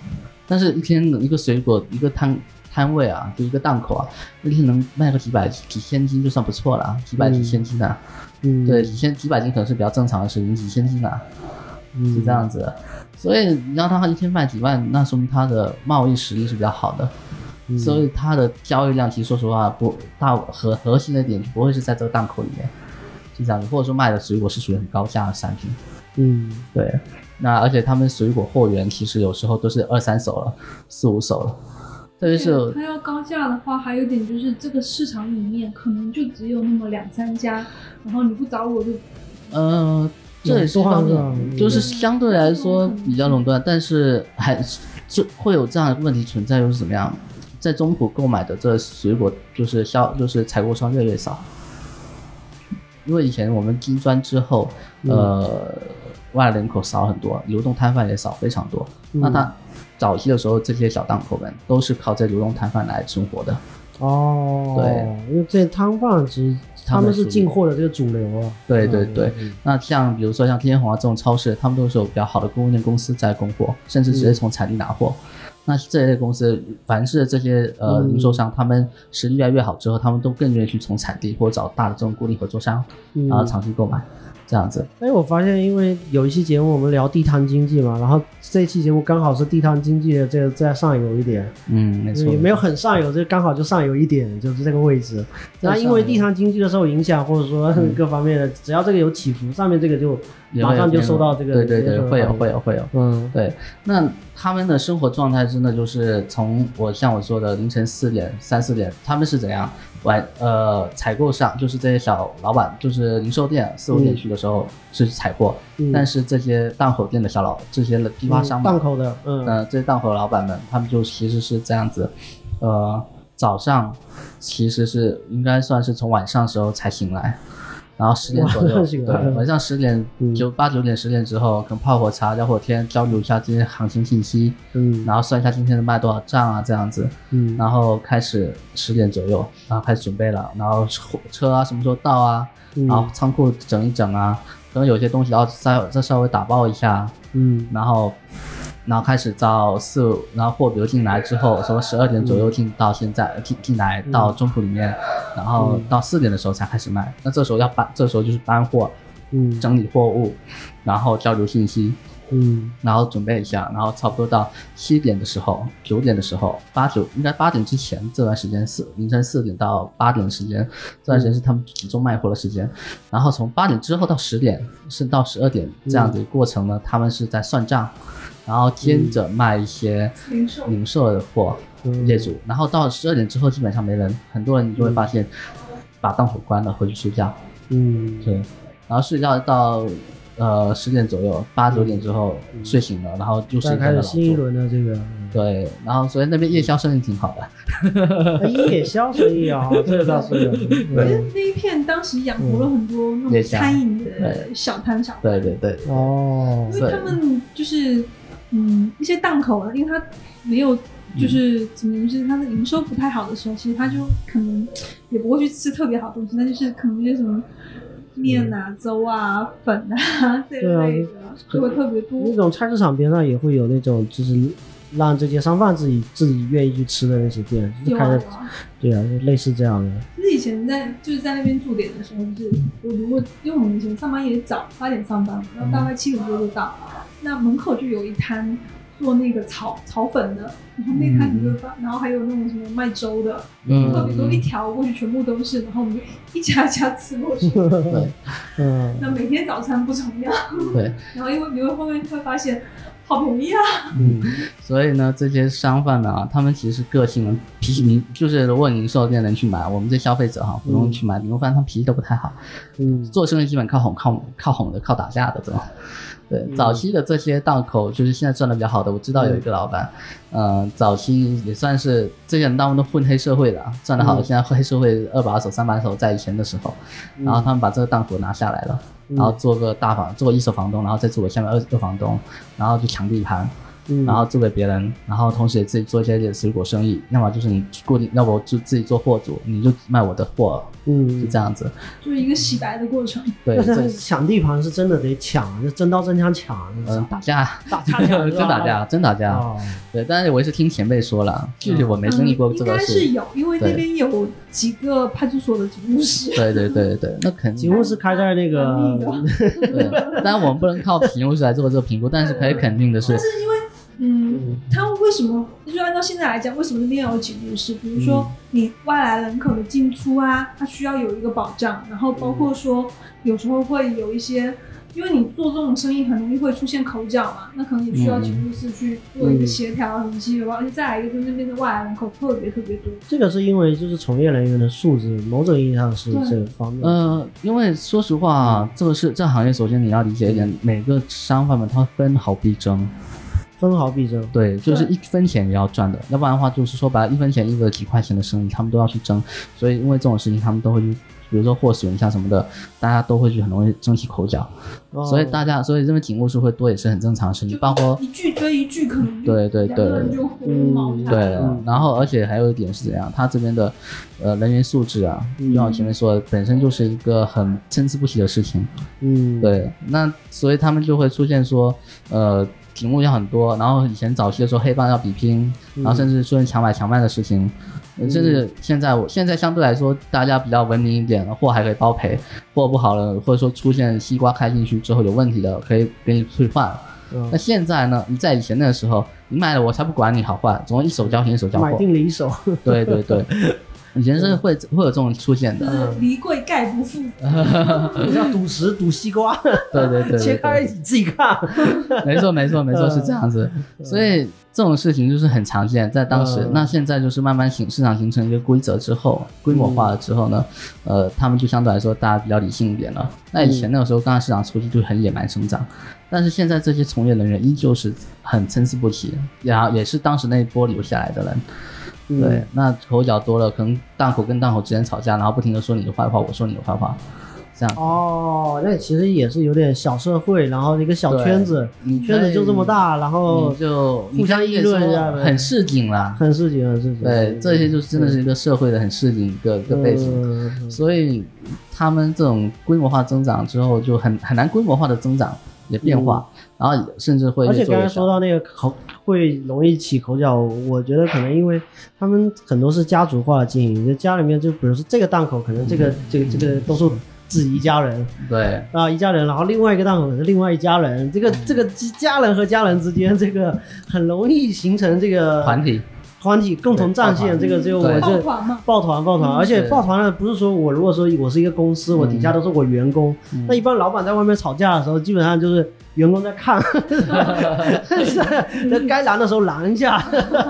[SPEAKER 3] 但是一天一个水果一个摊摊位啊，就一个档口啊，一天能卖个几百几千斤就算不错了啊，几百
[SPEAKER 2] 嗯
[SPEAKER 3] 几千斤啊，
[SPEAKER 2] 嗯
[SPEAKER 3] 对，几千几百斤可能是比较正常的事情，几千斤啊，
[SPEAKER 2] 嗯
[SPEAKER 3] 是这样子的。所以你让他一天卖几万，那说明他的贸易实力是比较好的，
[SPEAKER 2] 嗯
[SPEAKER 3] 所以他的交易量其实说实话不大核核心的点不会是在这个档口里面，是这样子，或者说卖的水果是属于很高价的产品，
[SPEAKER 2] 嗯
[SPEAKER 3] 对。那而且他们水果货源其实有时候都是二三手了，四五手了，特别是
[SPEAKER 1] 它要高价的话，还有一点就是这个市场里面可能就只有那么两三家，然后你不找我就
[SPEAKER 3] 呃，这也是一方面，就是相对来说比较垄断，但是还是这会有这样的问题存在，又是怎么样？在中国购买的这水果就是销就是采购商越来越少，因为以前我们金砖之后，呃，外来人口少很多，流动摊贩也少非常多。那他早期的时候，这些小档口们都是靠这流动摊贩来生活的，
[SPEAKER 2] 哦，
[SPEAKER 3] 对，
[SPEAKER 2] 因为这些摊贩其实他们是进货的这个主流啊，
[SPEAKER 3] 对对
[SPEAKER 2] 嗯
[SPEAKER 3] 对，那像比如说像天虹啊这种超市，他们都是有比较好的供应链公司在供货，甚至直
[SPEAKER 2] 嗯
[SPEAKER 3] 接从产地拿货。那这类公司，凡是这些呃
[SPEAKER 2] 嗯
[SPEAKER 3] 零售商，他们实力越来越好之后，他们都更愿意去从产地或者找大的这种固定合作商，
[SPEAKER 2] 嗯
[SPEAKER 3] 然后长期购买，这样子。
[SPEAKER 2] 哎，我发现，因为有一期节目我们聊地摊经济嘛，然后这期节目刚好是地摊经济的这个在上游一点，
[SPEAKER 3] 嗯，没
[SPEAKER 2] 就是
[SPEAKER 3] 错，
[SPEAKER 2] 也没有很上游，这刚好就上游一点，就是这个位置。那因为地摊经济的受影响，或者说
[SPEAKER 3] 嗯
[SPEAKER 2] 各方面的，只要这个有起伏，上面这个就
[SPEAKER 3] 也会
[SPEAKER 2] 马
[SPEAKER 3] 有
[SPEAKER 2] 上就
[SPEAKER 3] 变
[SPEAKER 2] 受到
[SPEAKER 3] 化
[SPEAKER 2] 这个
[SPEAKER 3] 对对对，会有会
[SPEAKER 2] 有，
[SPEAKER 3] 有会有。
[SPEAKER 2] 嗯
[SPEAKER 3] 对，那他们的生活状态真的就是从我像我说的凌晨四点、三四点，他们是怎样晚呃采购上，就是这些小老板，就是零售店四五点去的时候是去采货，
[SPEAKER 2] 嗯
[SPEAKER 3] 但是这些档口店的小老这些批发商嘛
[SPEAKER 2] 档，嗯口的，嗯
[SPEAKER 3] 呃，这些档口老板们，他们就其实是这样子，呃，早上其实是应该算是从晚上时候才醒来，然后十点左
[SPEAKER 2] 晚
[SPEAKER 3] 右，
[SPEAKER 2] 上 醒来
[SPEAKER 3] 对，晚上十点
[SPEAKER 2] 嗯
[SPEAKER 3] 九八九点十点之后，可能泡会儿茶聊会儿天，交流一下今天行情信息，
[SPEAKER 2] 嗯
[SPEAKER 3] 然后算一下今天的卖多少账啊，这样子，
[SPEAKER 2] 嗯
[SPEAKER 3] 然后开始十点左右，然后开始准备了，然后车啊什么时候到啊，
[SPEAKER 2] 嗯
[SPEAKER 3] 然后仓库整一整啊，可能有些东西要再再稍微打包一下，
[SPEAKER 2] 嗯
[SPEAKER 3] 然后然后开始到四五，然后货比如进来之后，从十二点左右进到现在、进进来到中铺里面，然后到四点的时候才开始卖。那这时候要搬，这时候就是搬货、
[SPEAKER 2] 嗯
[SPEAKER 3] 整理货物，然后交流信息，
[SPEAKER 2] 嗯
[SPEAKER 3] 然后准备一下，然后差不多到七点的时候、九点的时候、八九应该八点之前这段时间四凌晨四点到八点的时间，这段时间是他们集中卖货的时间。然后从八点之后到十点，甚至到十二点这样的一个过程呢，他们是在算账，然后兼着卖一些
[SPEAKER 1] 零售
[SPEAKER 3] 零售的货，
[SPEAKER 2] 嗯
[SPEAKER 3] 业主。然后到十二点之后基本上没人，很多人就会发现把档口关了，回去睡觉。
[SPEAKER 2] 嗯
[SPEAKER 3] 对，然后睡觉到呃十点左右，八九点之后睡醒了，然后又是
[SPEAKER 2] 再
[SPEAKER 3] 一
[SPEAKER 2] 嗯开
[SPEAKER 3] 天的
[SPEAKER 2] 始
[SPEAKER 3] 劳
[SPEAKER 2] 新一
[SPEAKER 3] 作。
[SPEAKER 2] 轮的这个。
[SPEAKER 3] 对，然后所以那边夜宵生意挺好的。
[SPEAKER 2] 哎夜宵生意啊，这个倒 是，
[SPEAKER 1] 我觉得
[SPEAKER 2] 嗯
[SPEAKER 1] 那一片当时养活了很多那
[SPEAKER 3] 也
[SPEAKER 1] 种
[SPEAKER 3] 想
[SPEAKER 1] 餐饮的小摊小
[SPEAKER 3] 对对对，
[SPEAKER 2] 哦，
[SPEAKER 1] 因为他们就是嗯一些档口，因为他没有
[SPEAKER 2] 嗯
[SPEAKER 1] 就是怎么就是他的营收不太好的时候，其实他就可能也不会去吃特别好东西，那就是可能一些什么面啊、粥啊、粉啊 这一
[SPEAKER 2] 嗯对啊
[SPEAKER 1] 类的就会特别多
[SPEAKER 2] 那。种菜市场边上也会有那种，就是让这些商贩自己自己愿意去吃的那些店，就
[SPEAKER 1] 有
[SPEAKER 2] 是
[SPEAKER 1] 啊
[SPEAKER 2] 开
[SPEAKER 1] 有
[SPEAKER 2] 的，
[SPEAKER 1] 啊，
[SPEAKER 2] 对啊，就类似这样的。
[SPEAKER 1] 就是以前在就是在那边驻点的时候，就是我如果因为我们以前上班也早，八点上班，然后大概七点多就到，那门口就有一摊做那个炒炒粉的，然后那摊你就发，然后还有那种什么卖粥的，
[SPEAKER 3] 嗯
[SPEAKER 1] 特别多，一条过去全部都是，然后我们就一家一家吃过 去，
[SPEAKER 3] 对
[SPEAKER 2] 嗯
[SPEAKER 1] 那每天早餐不重样，
[SPEAKER 3] 嗯对
[SPEAKER 1] 然后因为你会后面会发现，好便宜啊！
[SPEAKER 2] 嗯
[SPEAKER 3] 所以呢，这些商贩们啊，他们其实个性呢脾气，你就是如果零售店能去买，我们这消费者哈、不用去买，你会发现他们脾气都不太好。
[SPEAKER 2] 嗯
[SPEAKER 3] 做生意基本靠哄、靠靠哄的、靠打架的这种。对，早期的这些档口，就是现在赚的比较好的，我知道有一个老板，嗯、早期也算是这些人大部分都混黑社会的啊，赚的好的，
[SPEAKER 2] 嗯
[SPEAKER 3] 现在黑社会二把手、三把手在以前的时候，
[SPEAKER 2] 嗯
[SPEAKER 3] 然后他们把这个档口拿下来了，
[SPEAKER 2] 嗯
[SPEAKER 3] 然后做个大房，做个一手房东，然后再做个下面二二房东，然后就抢地盘，
[SPEAKER 2] 嗯，
[SPEAKER 3] 然后租给别人，然后同时也自己做一些这个水果生意，要么就是你固定，要不就自己做货主，你就卖我的货，就
[SPEAKER 2] 嗯，
[SPEAKER 3] 这样子。
[SPEAKER 1] 就是一个洗白的过程。
[SPEAKER 3] 对，
[SPEAKER 2] 但
[SPEAKER 3] 这
[SPEAKER 2] 是抢地盘是真的得抢，就真刀真枪抢，
[SPEAKER 3] 嗯打架，
[SPEAKER 2] 打架
[SPEAKER 3] 真打架，真打架。
[SPEAKER 2] 啊，
[SPEAKER 3] 对，但是我也是听前辈说了，具
[SPEAKER 2] 哦
[SPEAKER 3] 体我没经历过
[SPEAKER 1] 嗯应
[SPEAKER 3] 这个
[SPEAKER 1] 该是
[SPEAKER 3] 事。
[SPEAKER 1] 有，因为
[SPEAKER 3] 对
[SPEAKER 1] 那边有几个派出所的律 师。
[SPEAKER 3] 对对对对，那肯
[SPEAKER 2] 几
[SPEAKER 3] 定
[SPEAKER 2] 乎是开在那个
[SPEAKER 1] 嗯
[SPEAKER 3] 对。 当然我们不能靠评估师来做这个评估，但是可以肯定的是
[SPEAKER 1] 但，是因为，嗯，他们为什么就按照现在来讲，为什么那边要有警律师？比如说
[SPEAKER 3] 嗯
[SPEAKER 1] 你外来人口的进出啊，它需要有一个保障，然后包括说有时候会有一些。因为你做这种生意很容易会出现口角嘛，那可能也需要警律师去做一个协调啊什么之类的。而且再来一个就是那边的外来人口特别特别多，
[SPEAKER 3] 嗯
[SPEAKER 2] 这个是因为就是从业人员的素质，某种意义上是
[SPEAKER 1] 对
[SPEAKER 2] 这个方面。
[SPEAKER 3] 呃，因为说实话，这个是这行业，首先你要理解一点，每个商贩们他分毫必争。
[SPEAKER 2] 分毫必争。
[SPEAKER 3] 对，就是
[SPEAKER 1] 对
[SPEAKER 3] 一分钱也要赚的，要不然的话就是说白了，一分钱一个几块钱的生意，他们都要去争，所以因为这种事情，他们都会去，比如说货损一下什么的，大家都会去很容易争起口角，
[SPEAKER 2] 哦
[SPEAKER 3] 所以大家所以认为警务是会多也是很正常的事情，
[SPEAKER 1] 就
[SPEAKER 3] 包括
[SPEAKER 1] 一句追一句，可能就
[SPEAKER 3] 对对
[SPEAKER 1] 两个人
[SPEAKER 3] 对
[SPEAKER 1] 就互毛
[SPEAKER 2] 嗯
[SPEAKER 1] 了。
[SPEAKER 3] 对
[SPEAKER 2] 嗯，
[SPEAKER 3] 然后而且还有一点是怎样，他这边的呃人员素质啊，就像我前面说的，本身就是一个很参差不齐的事情，
[SPEAKER 2] 嗯，，
[SPEAKER 3] 对，那所以他们就会出现说，呃，题目要很多，然后以前早期的时候黑帮要比拼，
[SPEAKER 2] 嗯
[SPEAKER 3] 然后甚至出现强买强卖的事情，呃甚至现在我现在相对来说大家比较文明一点，货还可以包赔，货不好了或者说出现西瓜开进去之后有问题的，可以给你退换。嗯
[SPEAKER 2] 嗯
[SPEAKER 3] 那现在呢？你在以前那个时候，你卖了我才不管你好坏，总共一手交钱一手交
[SPEAKER 2] 买
[SPEAKER 3] 货。
[SPEAKER 2] 定离手，
[SPEAKER 3] 对对对，以前是会会有这种出现
[SPEAKER 1] 就
[SPEAKER 2] 嗯
[SPEAKER 3] 的。
[SPEAKER 1] 是离柜概不负
[SPEAKER 2] 你要赌石、赌西瓜，
[SPEAKER 3] 对对对对对
[SPEAKER 2] 切开你自己看。
[SPEAKER 3] 没错，没错，没错，是这样子。所以这种事情就是很常见，在当时。
[SPEAKER 2] 嗯
[SPEAKER 3] 那现在就是慢慢形市场形成一个规则之后，规模化了之后呢，
[SPEAKER 2] 嗯
[SPEAKER 3] 呃，他们就相对来说大家比较理性一点了。那以前那个时候，刚刚市场初期就很野蛮生长，但是现在这些从业人员依旧是很参差不齐，然后也是当时那一波留下来的人。
[SPEAKER 2] 嗯
[SPEAKER 3] 对，那口角多了，可能档口跟档口之间吵架，然后不停的说你的坏话，我说你的坏话，这样。
[SPEAKER 2] 哦，那其实也是有点小社会，然后一个小圈子
[SPEAKER 3] 对你，可以
[SPEAKER 2] 圈子就这么大，然后
[SPEAKER 3] 你就
[SPEAKER 2] 哦互相议论一下呗
[SPEAKER 3] 很市井啦，
[SPEAKER 2] 很市井，很市井。
[SPEAKER 3] 对，这些就是真的是一个社会的很市井一个一个背景，
[SPEAKER 2] 嗯
[SPEAKER 3] 所以他们这种规模化增长之后，就很很难规模化的增长也变化，然后甚至会
[SPEAKER 2] 嗯而
[SPEAKER 3] 越
[SPEAKER 2] 且
[SPEAKER 3] 做
[SPEAKER 2] 刚
[SPEAKER 3] 越
[SPEAKER 2] 才
[SPEAKER 3] 小
[SPEAKER 2] 说。到那个口会容易起口角，我觉得可能因为他们很多是家族化的经营，就家里面就比如说这个档口，可能这
[SPEAKER 3] 嗯
[SPEAKER 2] 个、这个这个都是自己一家人
[SPEAKER 3] 对，
[SPEAKER 2] 啊，一家人，然后另外一个档口可是另外一家人，这个、
[SPEAKER 3] 嗯
[SPEAKER 2] 这个家人和家人之间，这个很容易形成这个
[SPEAKER 3] 团体
[SPEAKER 2] 团体共同战线，这个就我
[SPEAKER 3] 对
[SPEAKER 1] 抱
[SPEAKER 2] 这。
[SPEAKER 1] 团嘛。
[SPEAKER 2] 抱团抱团，
[SPEAKER 3] 嗯
[SPEAKER 2] 而且抱团呢，不是说我如果说我是一个公司，我底下都是我员工，
[SPEAKER 3] 嗯
[SPEAKER 2] 那一般老板在外面吵架的时候，基本上就是员工在 看， 那该拦的时候拦一下，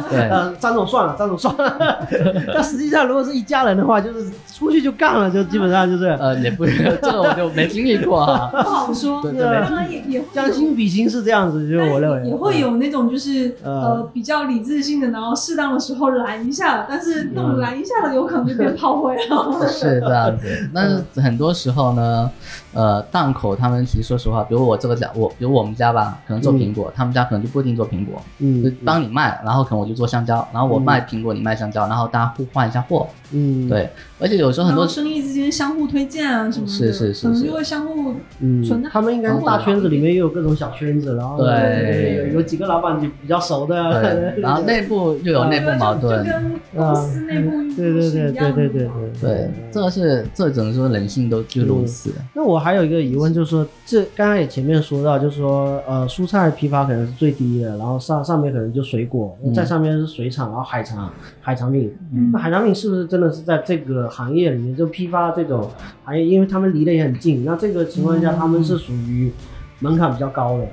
[SPEAKER 3] 对
[SPEAKER 2] 呃，张总算了，张总算 了。但实际上，如果是一家人的话，就是出去就干了，就基本上就是
[SPEAKER 3] 呃也不这个我就没经历过啊。
[SPEAKER 1] 不好说，
[SPEAKER 3] 对
[SPEAKER 2] 对对
[SPEAKER 1] 当然也也会有
[SPEAKER 2] 将心比心是这样子，就是我认为嗯
[SPEAKER 1] 也会有那种就是
[SPEAKER 2] 呃
[SPEAKER 1] 呃比较理智性的，然后适当的时候拦一下，但是那种拦一下的有可能就被炮灰 了。
[SPEAKER 3] 是这样子，但是很多时候呢，呃，档口他们其实说实话，比如我这个家，我比如我们家吧，可能做苹果，他们家可能就不一定做苹果，就
[SPEAKER 2] 嗯
[SPEAKER 3] 帮你卖，然后可能我就做香蕉，然后我
[SPEAKER 2] 嗯
[SPEAKER 3] 卖苹果，你卖香蕉，然后大家互换一下货，
[SPEAKER 2] 嗯，
[SPEAKER 3] 对，而且有时候很
[SPEAKER 1] 然后
[SPEAKER 3] 多
[SPEAKER 1] 生意之间相互推荐啊什么的，
[SPEAKER 3] 是是是
[SPEAKER 1] 可能
[SPEAKER 3] 是
[SPEAKER 1] 就会相互存
[SPEAKER 2] 嗯
[SPEAKER 1] 在，
[SPEAKER 2] 他们应该是大圈子里面也有各种小圈子，然后
[SPEAKER 3] 对
[SPEAKER 2] 有有几个老板你比较熟 的，
[SPEAKER 3] 对，然后内部又有内部矛
[SPEAKER 1] 就
[SPEAKER 2] 嗯
[SPEAKER 3] 盾，
[SPEAKER 1] 跟公司内部运作
[SPEAKER 2] 对对
[SPEAKER 1] 是
[SPEAKER 2] 对
[SPEAKER 1] 一样
[SPEAKER 2] 对
[SPEAKER 1] 的。
[SPEAKER 2] 对对
[SPEAKER 3] 对，这个是这只能说人性都就如此，
[SPEAKER 2] 那我还有一个疑问，就是说，这刚刚也前面说到，就是说，呃，蔬菜批发可能是最低的，然后上上面可能就水果，
[SPEAKER 3] 嗯
[SPEAKER 2] 在上面是水产，然后海产、海产品。
[SPEAKER 1] 嗯
[SPEAKER 2] 那海产品是不是真的是在这个行业里面，就批发这种行业，因为他们离得也很近，那这个情况下他们是属于门槛比较高的。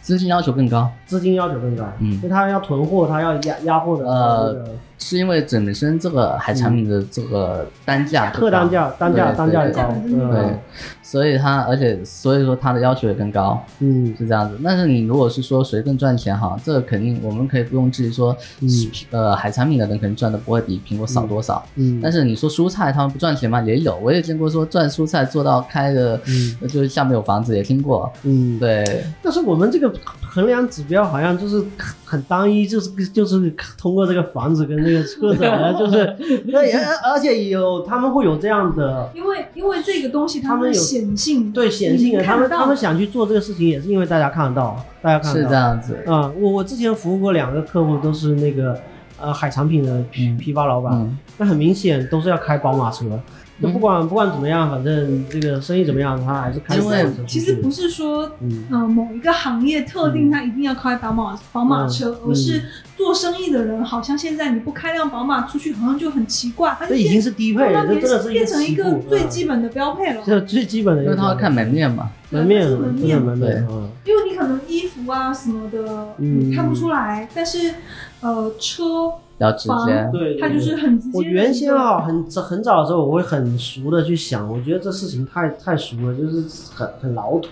[SPEAKER 3] 资金要求更高，
[SPEAKER 2] 资金要求更高，
[SPEAKER 3] 嗯
[SPEAKER 2] 因为他要囤货，他要压压货的
[SPEAKER 3] 呃
[SPEAKER 2] 这个
[SPEAKER 3] 是因为整身这个海产品的这个单价更
[SPEAKER 2] 客嗯单
[SPEAKER 3] 高
[SPEAKER 2] 价单价
[SPEAKER 3] 对
[SPEAKER 2] 单价也高，
[SPEAKER 1] 对对
[SPEAKER 3] 对
[SPEAKER 2] 嗯，
[SPEAKER 3] 所以它而且所以说它的要求也更高，
[SPEAKER 2] 嗯
[SPEAKER 3] 是这样子。但是你如果是说谁更赚钱哈，这个肯定我们可以不用质疑说，
[SPEAKER 2] 嗯
[SPEAKER 3] 呃，海产品的人肯定赚的不会比苹果少多少。
[SPEAKER 2] 嗯，
[SPEAKER 3] 但是你说蔬菜他们不赚钱吗？也有，我也见过说赚蔬菜做到开的，
[SPEAKER 2] 嗯
[SPEAKER 3] 就是下面有房子也听过。
[SPEAKER 2] 嗯，
[SPEAKER 3] 对，
[SPEAKER 2] 但是我们这个衡量指标好像就是很单一，就是就是通过这个房子跟这个车子，好 像就是，那也而且有他们会有这样的
[SPEAKER 1] 因为因为这个东西它
[SPEAKER 2] 他们
[SPEAKER 1] 们
[SPEAKER 2] 有
[SPEAKER 1] 显性，
[SPEAKER 2] 对显性的，
[SPEAKER 1] 你
[SPEAKER 2] 他
[SPEAKER 1] 看得
[SPEAKER 2] 们
[SPEAKER 1] 到
[SPEAKER 2] 他们想去做这个事情，也是因为大家看得到，大家看得
[SPEAKER 3] 是
[SPEAKER 2] 到。
[SPEAKER 3] 这样子。
[SPEAKER 2] 啊、我我之前服务过两个客户，都是那个呃海产品的批
[SPEAKER 3] 嗯
[SPEAKER 2] 批发老板，
[SPEAKER 3] 嗯，
[SPEAKER 2] 那很明显都是要开宝马
[SPEAKER 1] 嗯
[SPEAKER 2] 车。就不管不管怎么样，反正这个生意怎么样，他还是开
[SPEAKER 3] 因为
[SPEAKER 2] 宝马车出
[SPEAKER 1] 其
[SPEAKER 2] 去
[SPEAKER 1] 实不，是说。
[SPEAKER 2] 嗯
[SPEAKER 1] 呃，某一个行业特定，
[SPEAKER 2] 嗯
[SPEAKER 1] 它一定要开宝马宝马车，
[SPEAKER 2] 嗯
[SPEAKER 1] 而是做生意的人，好像现在你不开辆宝马出去，好像就很奇怪。它就
[SPEAKER 2] 这已
[SPEAKER 1] 变
[SPEAKER 2] 经是低配了，
[SPEAKER 1] 慢慢
[SPEAKER 2] 这
[SPEAKER 1] 变
[SPEAKER 2] 真的是
[SPEAKER 1] 变成
[SPEAKER 2] 一
[SPEAKER 1] 一
[SPEAKER 2] 个
[SPEAKER 1] 个
[SPEAKER 2] 起步
[SPEAKER 1] 最
[SPEAKER 2] 嗯
[SPEAKER 1] 基本的标配了。
[SPEAKER 2] 这最基本的一
[SPEAKER 3] 因
[SPEAKER 2] 个，
[SPEAKER 3] 为他会看门面嘛。
[SPEAKER 2] 门面，
[SPEAKER 1] 对
[SPEAKER 2] 门
[SPEAKER 1] 门面
[SPEAKER 2] 门面啊，
[SPEAKER 1] 因为你可能衣服啊什么的，
[SPEAKER 2] 嗯
[SPEAKER 1] 你看不出来，但是呃车
[SPEAKER 3] 比较直接
[SPEAKER 1] 房
[SPEAKER 2] 对，
[SPEAKER 1] 它就是很直接。
[SPEAKER 2] 我原先啊，，很早很早的时候，我会很熟的去想，我觉得这事情太太熟了，就是很很老土。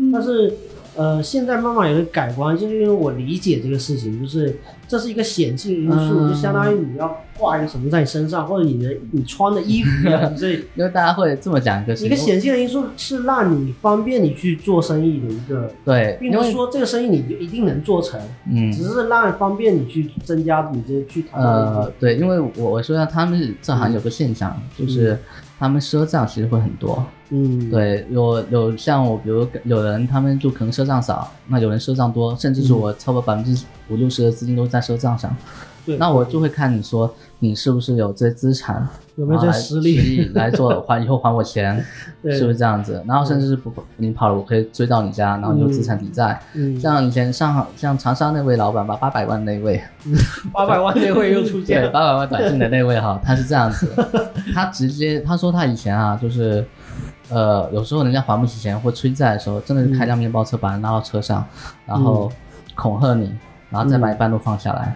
[SPEAKER 1] 嗯
[SPEAKER 2] 但是，呃，现在慢慢有点改观，就是因为我理解这个事情，就是这是一个显性因素，
[SPEAKER 3] 嗯
[SPEAKER 2] 就相当于你要挂一个什么在你身上，或者你的你穿的衣服呀，你这
[SPEAKER 3] 因为大家会这么讲一个事
[SPEAKER 2] 一个
[SPEAKER 3] 情，
[SPEAKER 2] 显性的因素是让你方便你去做生意的一个，
[SPEAKER 3] 对，
[SPEAKER 2] 并
[SPEAKER 3] 因
[SPEAKER 2] 不是
[SPEAKER 3] 为
[SPEAKER 2] 说这个生意你就一定能做成，
[SPEAKER 3] 嗯
[SPEAKER 2] 只是让方便你去增加你这去谈的一个
[SPEAKER 3] 呃，对，因为我我说一下，他们这
[SPEAKER 2] 嗯
[SPEAKER 3] 行有个现象，就是他们赊账其实会很多。
[SPEAKER 2] 嗯，
[SPEAKER 3] 对，有有像我，比如有人他们就可能赊账少，那有人赊账多，甚
[SPEAKER 2] 嗯
[SPEAKER 3] 至是我超过百分之五六十的资金都在赊账上。
[SPEAKER 2] 对
[SPEAKER 3] 那我就会看你说你是不是有这资产，
[SPEAKER 2] 有没有
[SPEAKER 3] 然后
[SPEAKER 2] 这
[SPEAKER 3] 来
[SPEAKER 2] 实力？
[SPEAKER 3] 来做还以后还我钱，
[SPEAKER 2] 对
[SPEAKER 3] 是不是这样子？然后甚至是不你跑了，我可以追到你家，然后你有资产抵债。
[SPEAKER 2] 嗯，
[SPEAKER 3] 像以前上海像长沙那位老板吧，八百万那位，
[SPEAKER 2] 八百万那位又出现
[SPEAKER 3] 对，
[SPEAKER 2] 了。
[SPEAKER 3] 八百万短信的那位哈，他是这样子， 他直接他说他以前啊，就是，呃，有时候人家还不起钱或催债的时候，真的是开辆面包车把人拉到车上，然
[SPEAKER 2] 嗯
[SPEAKER 3] 后恐吓你，然后再把你半路放下来，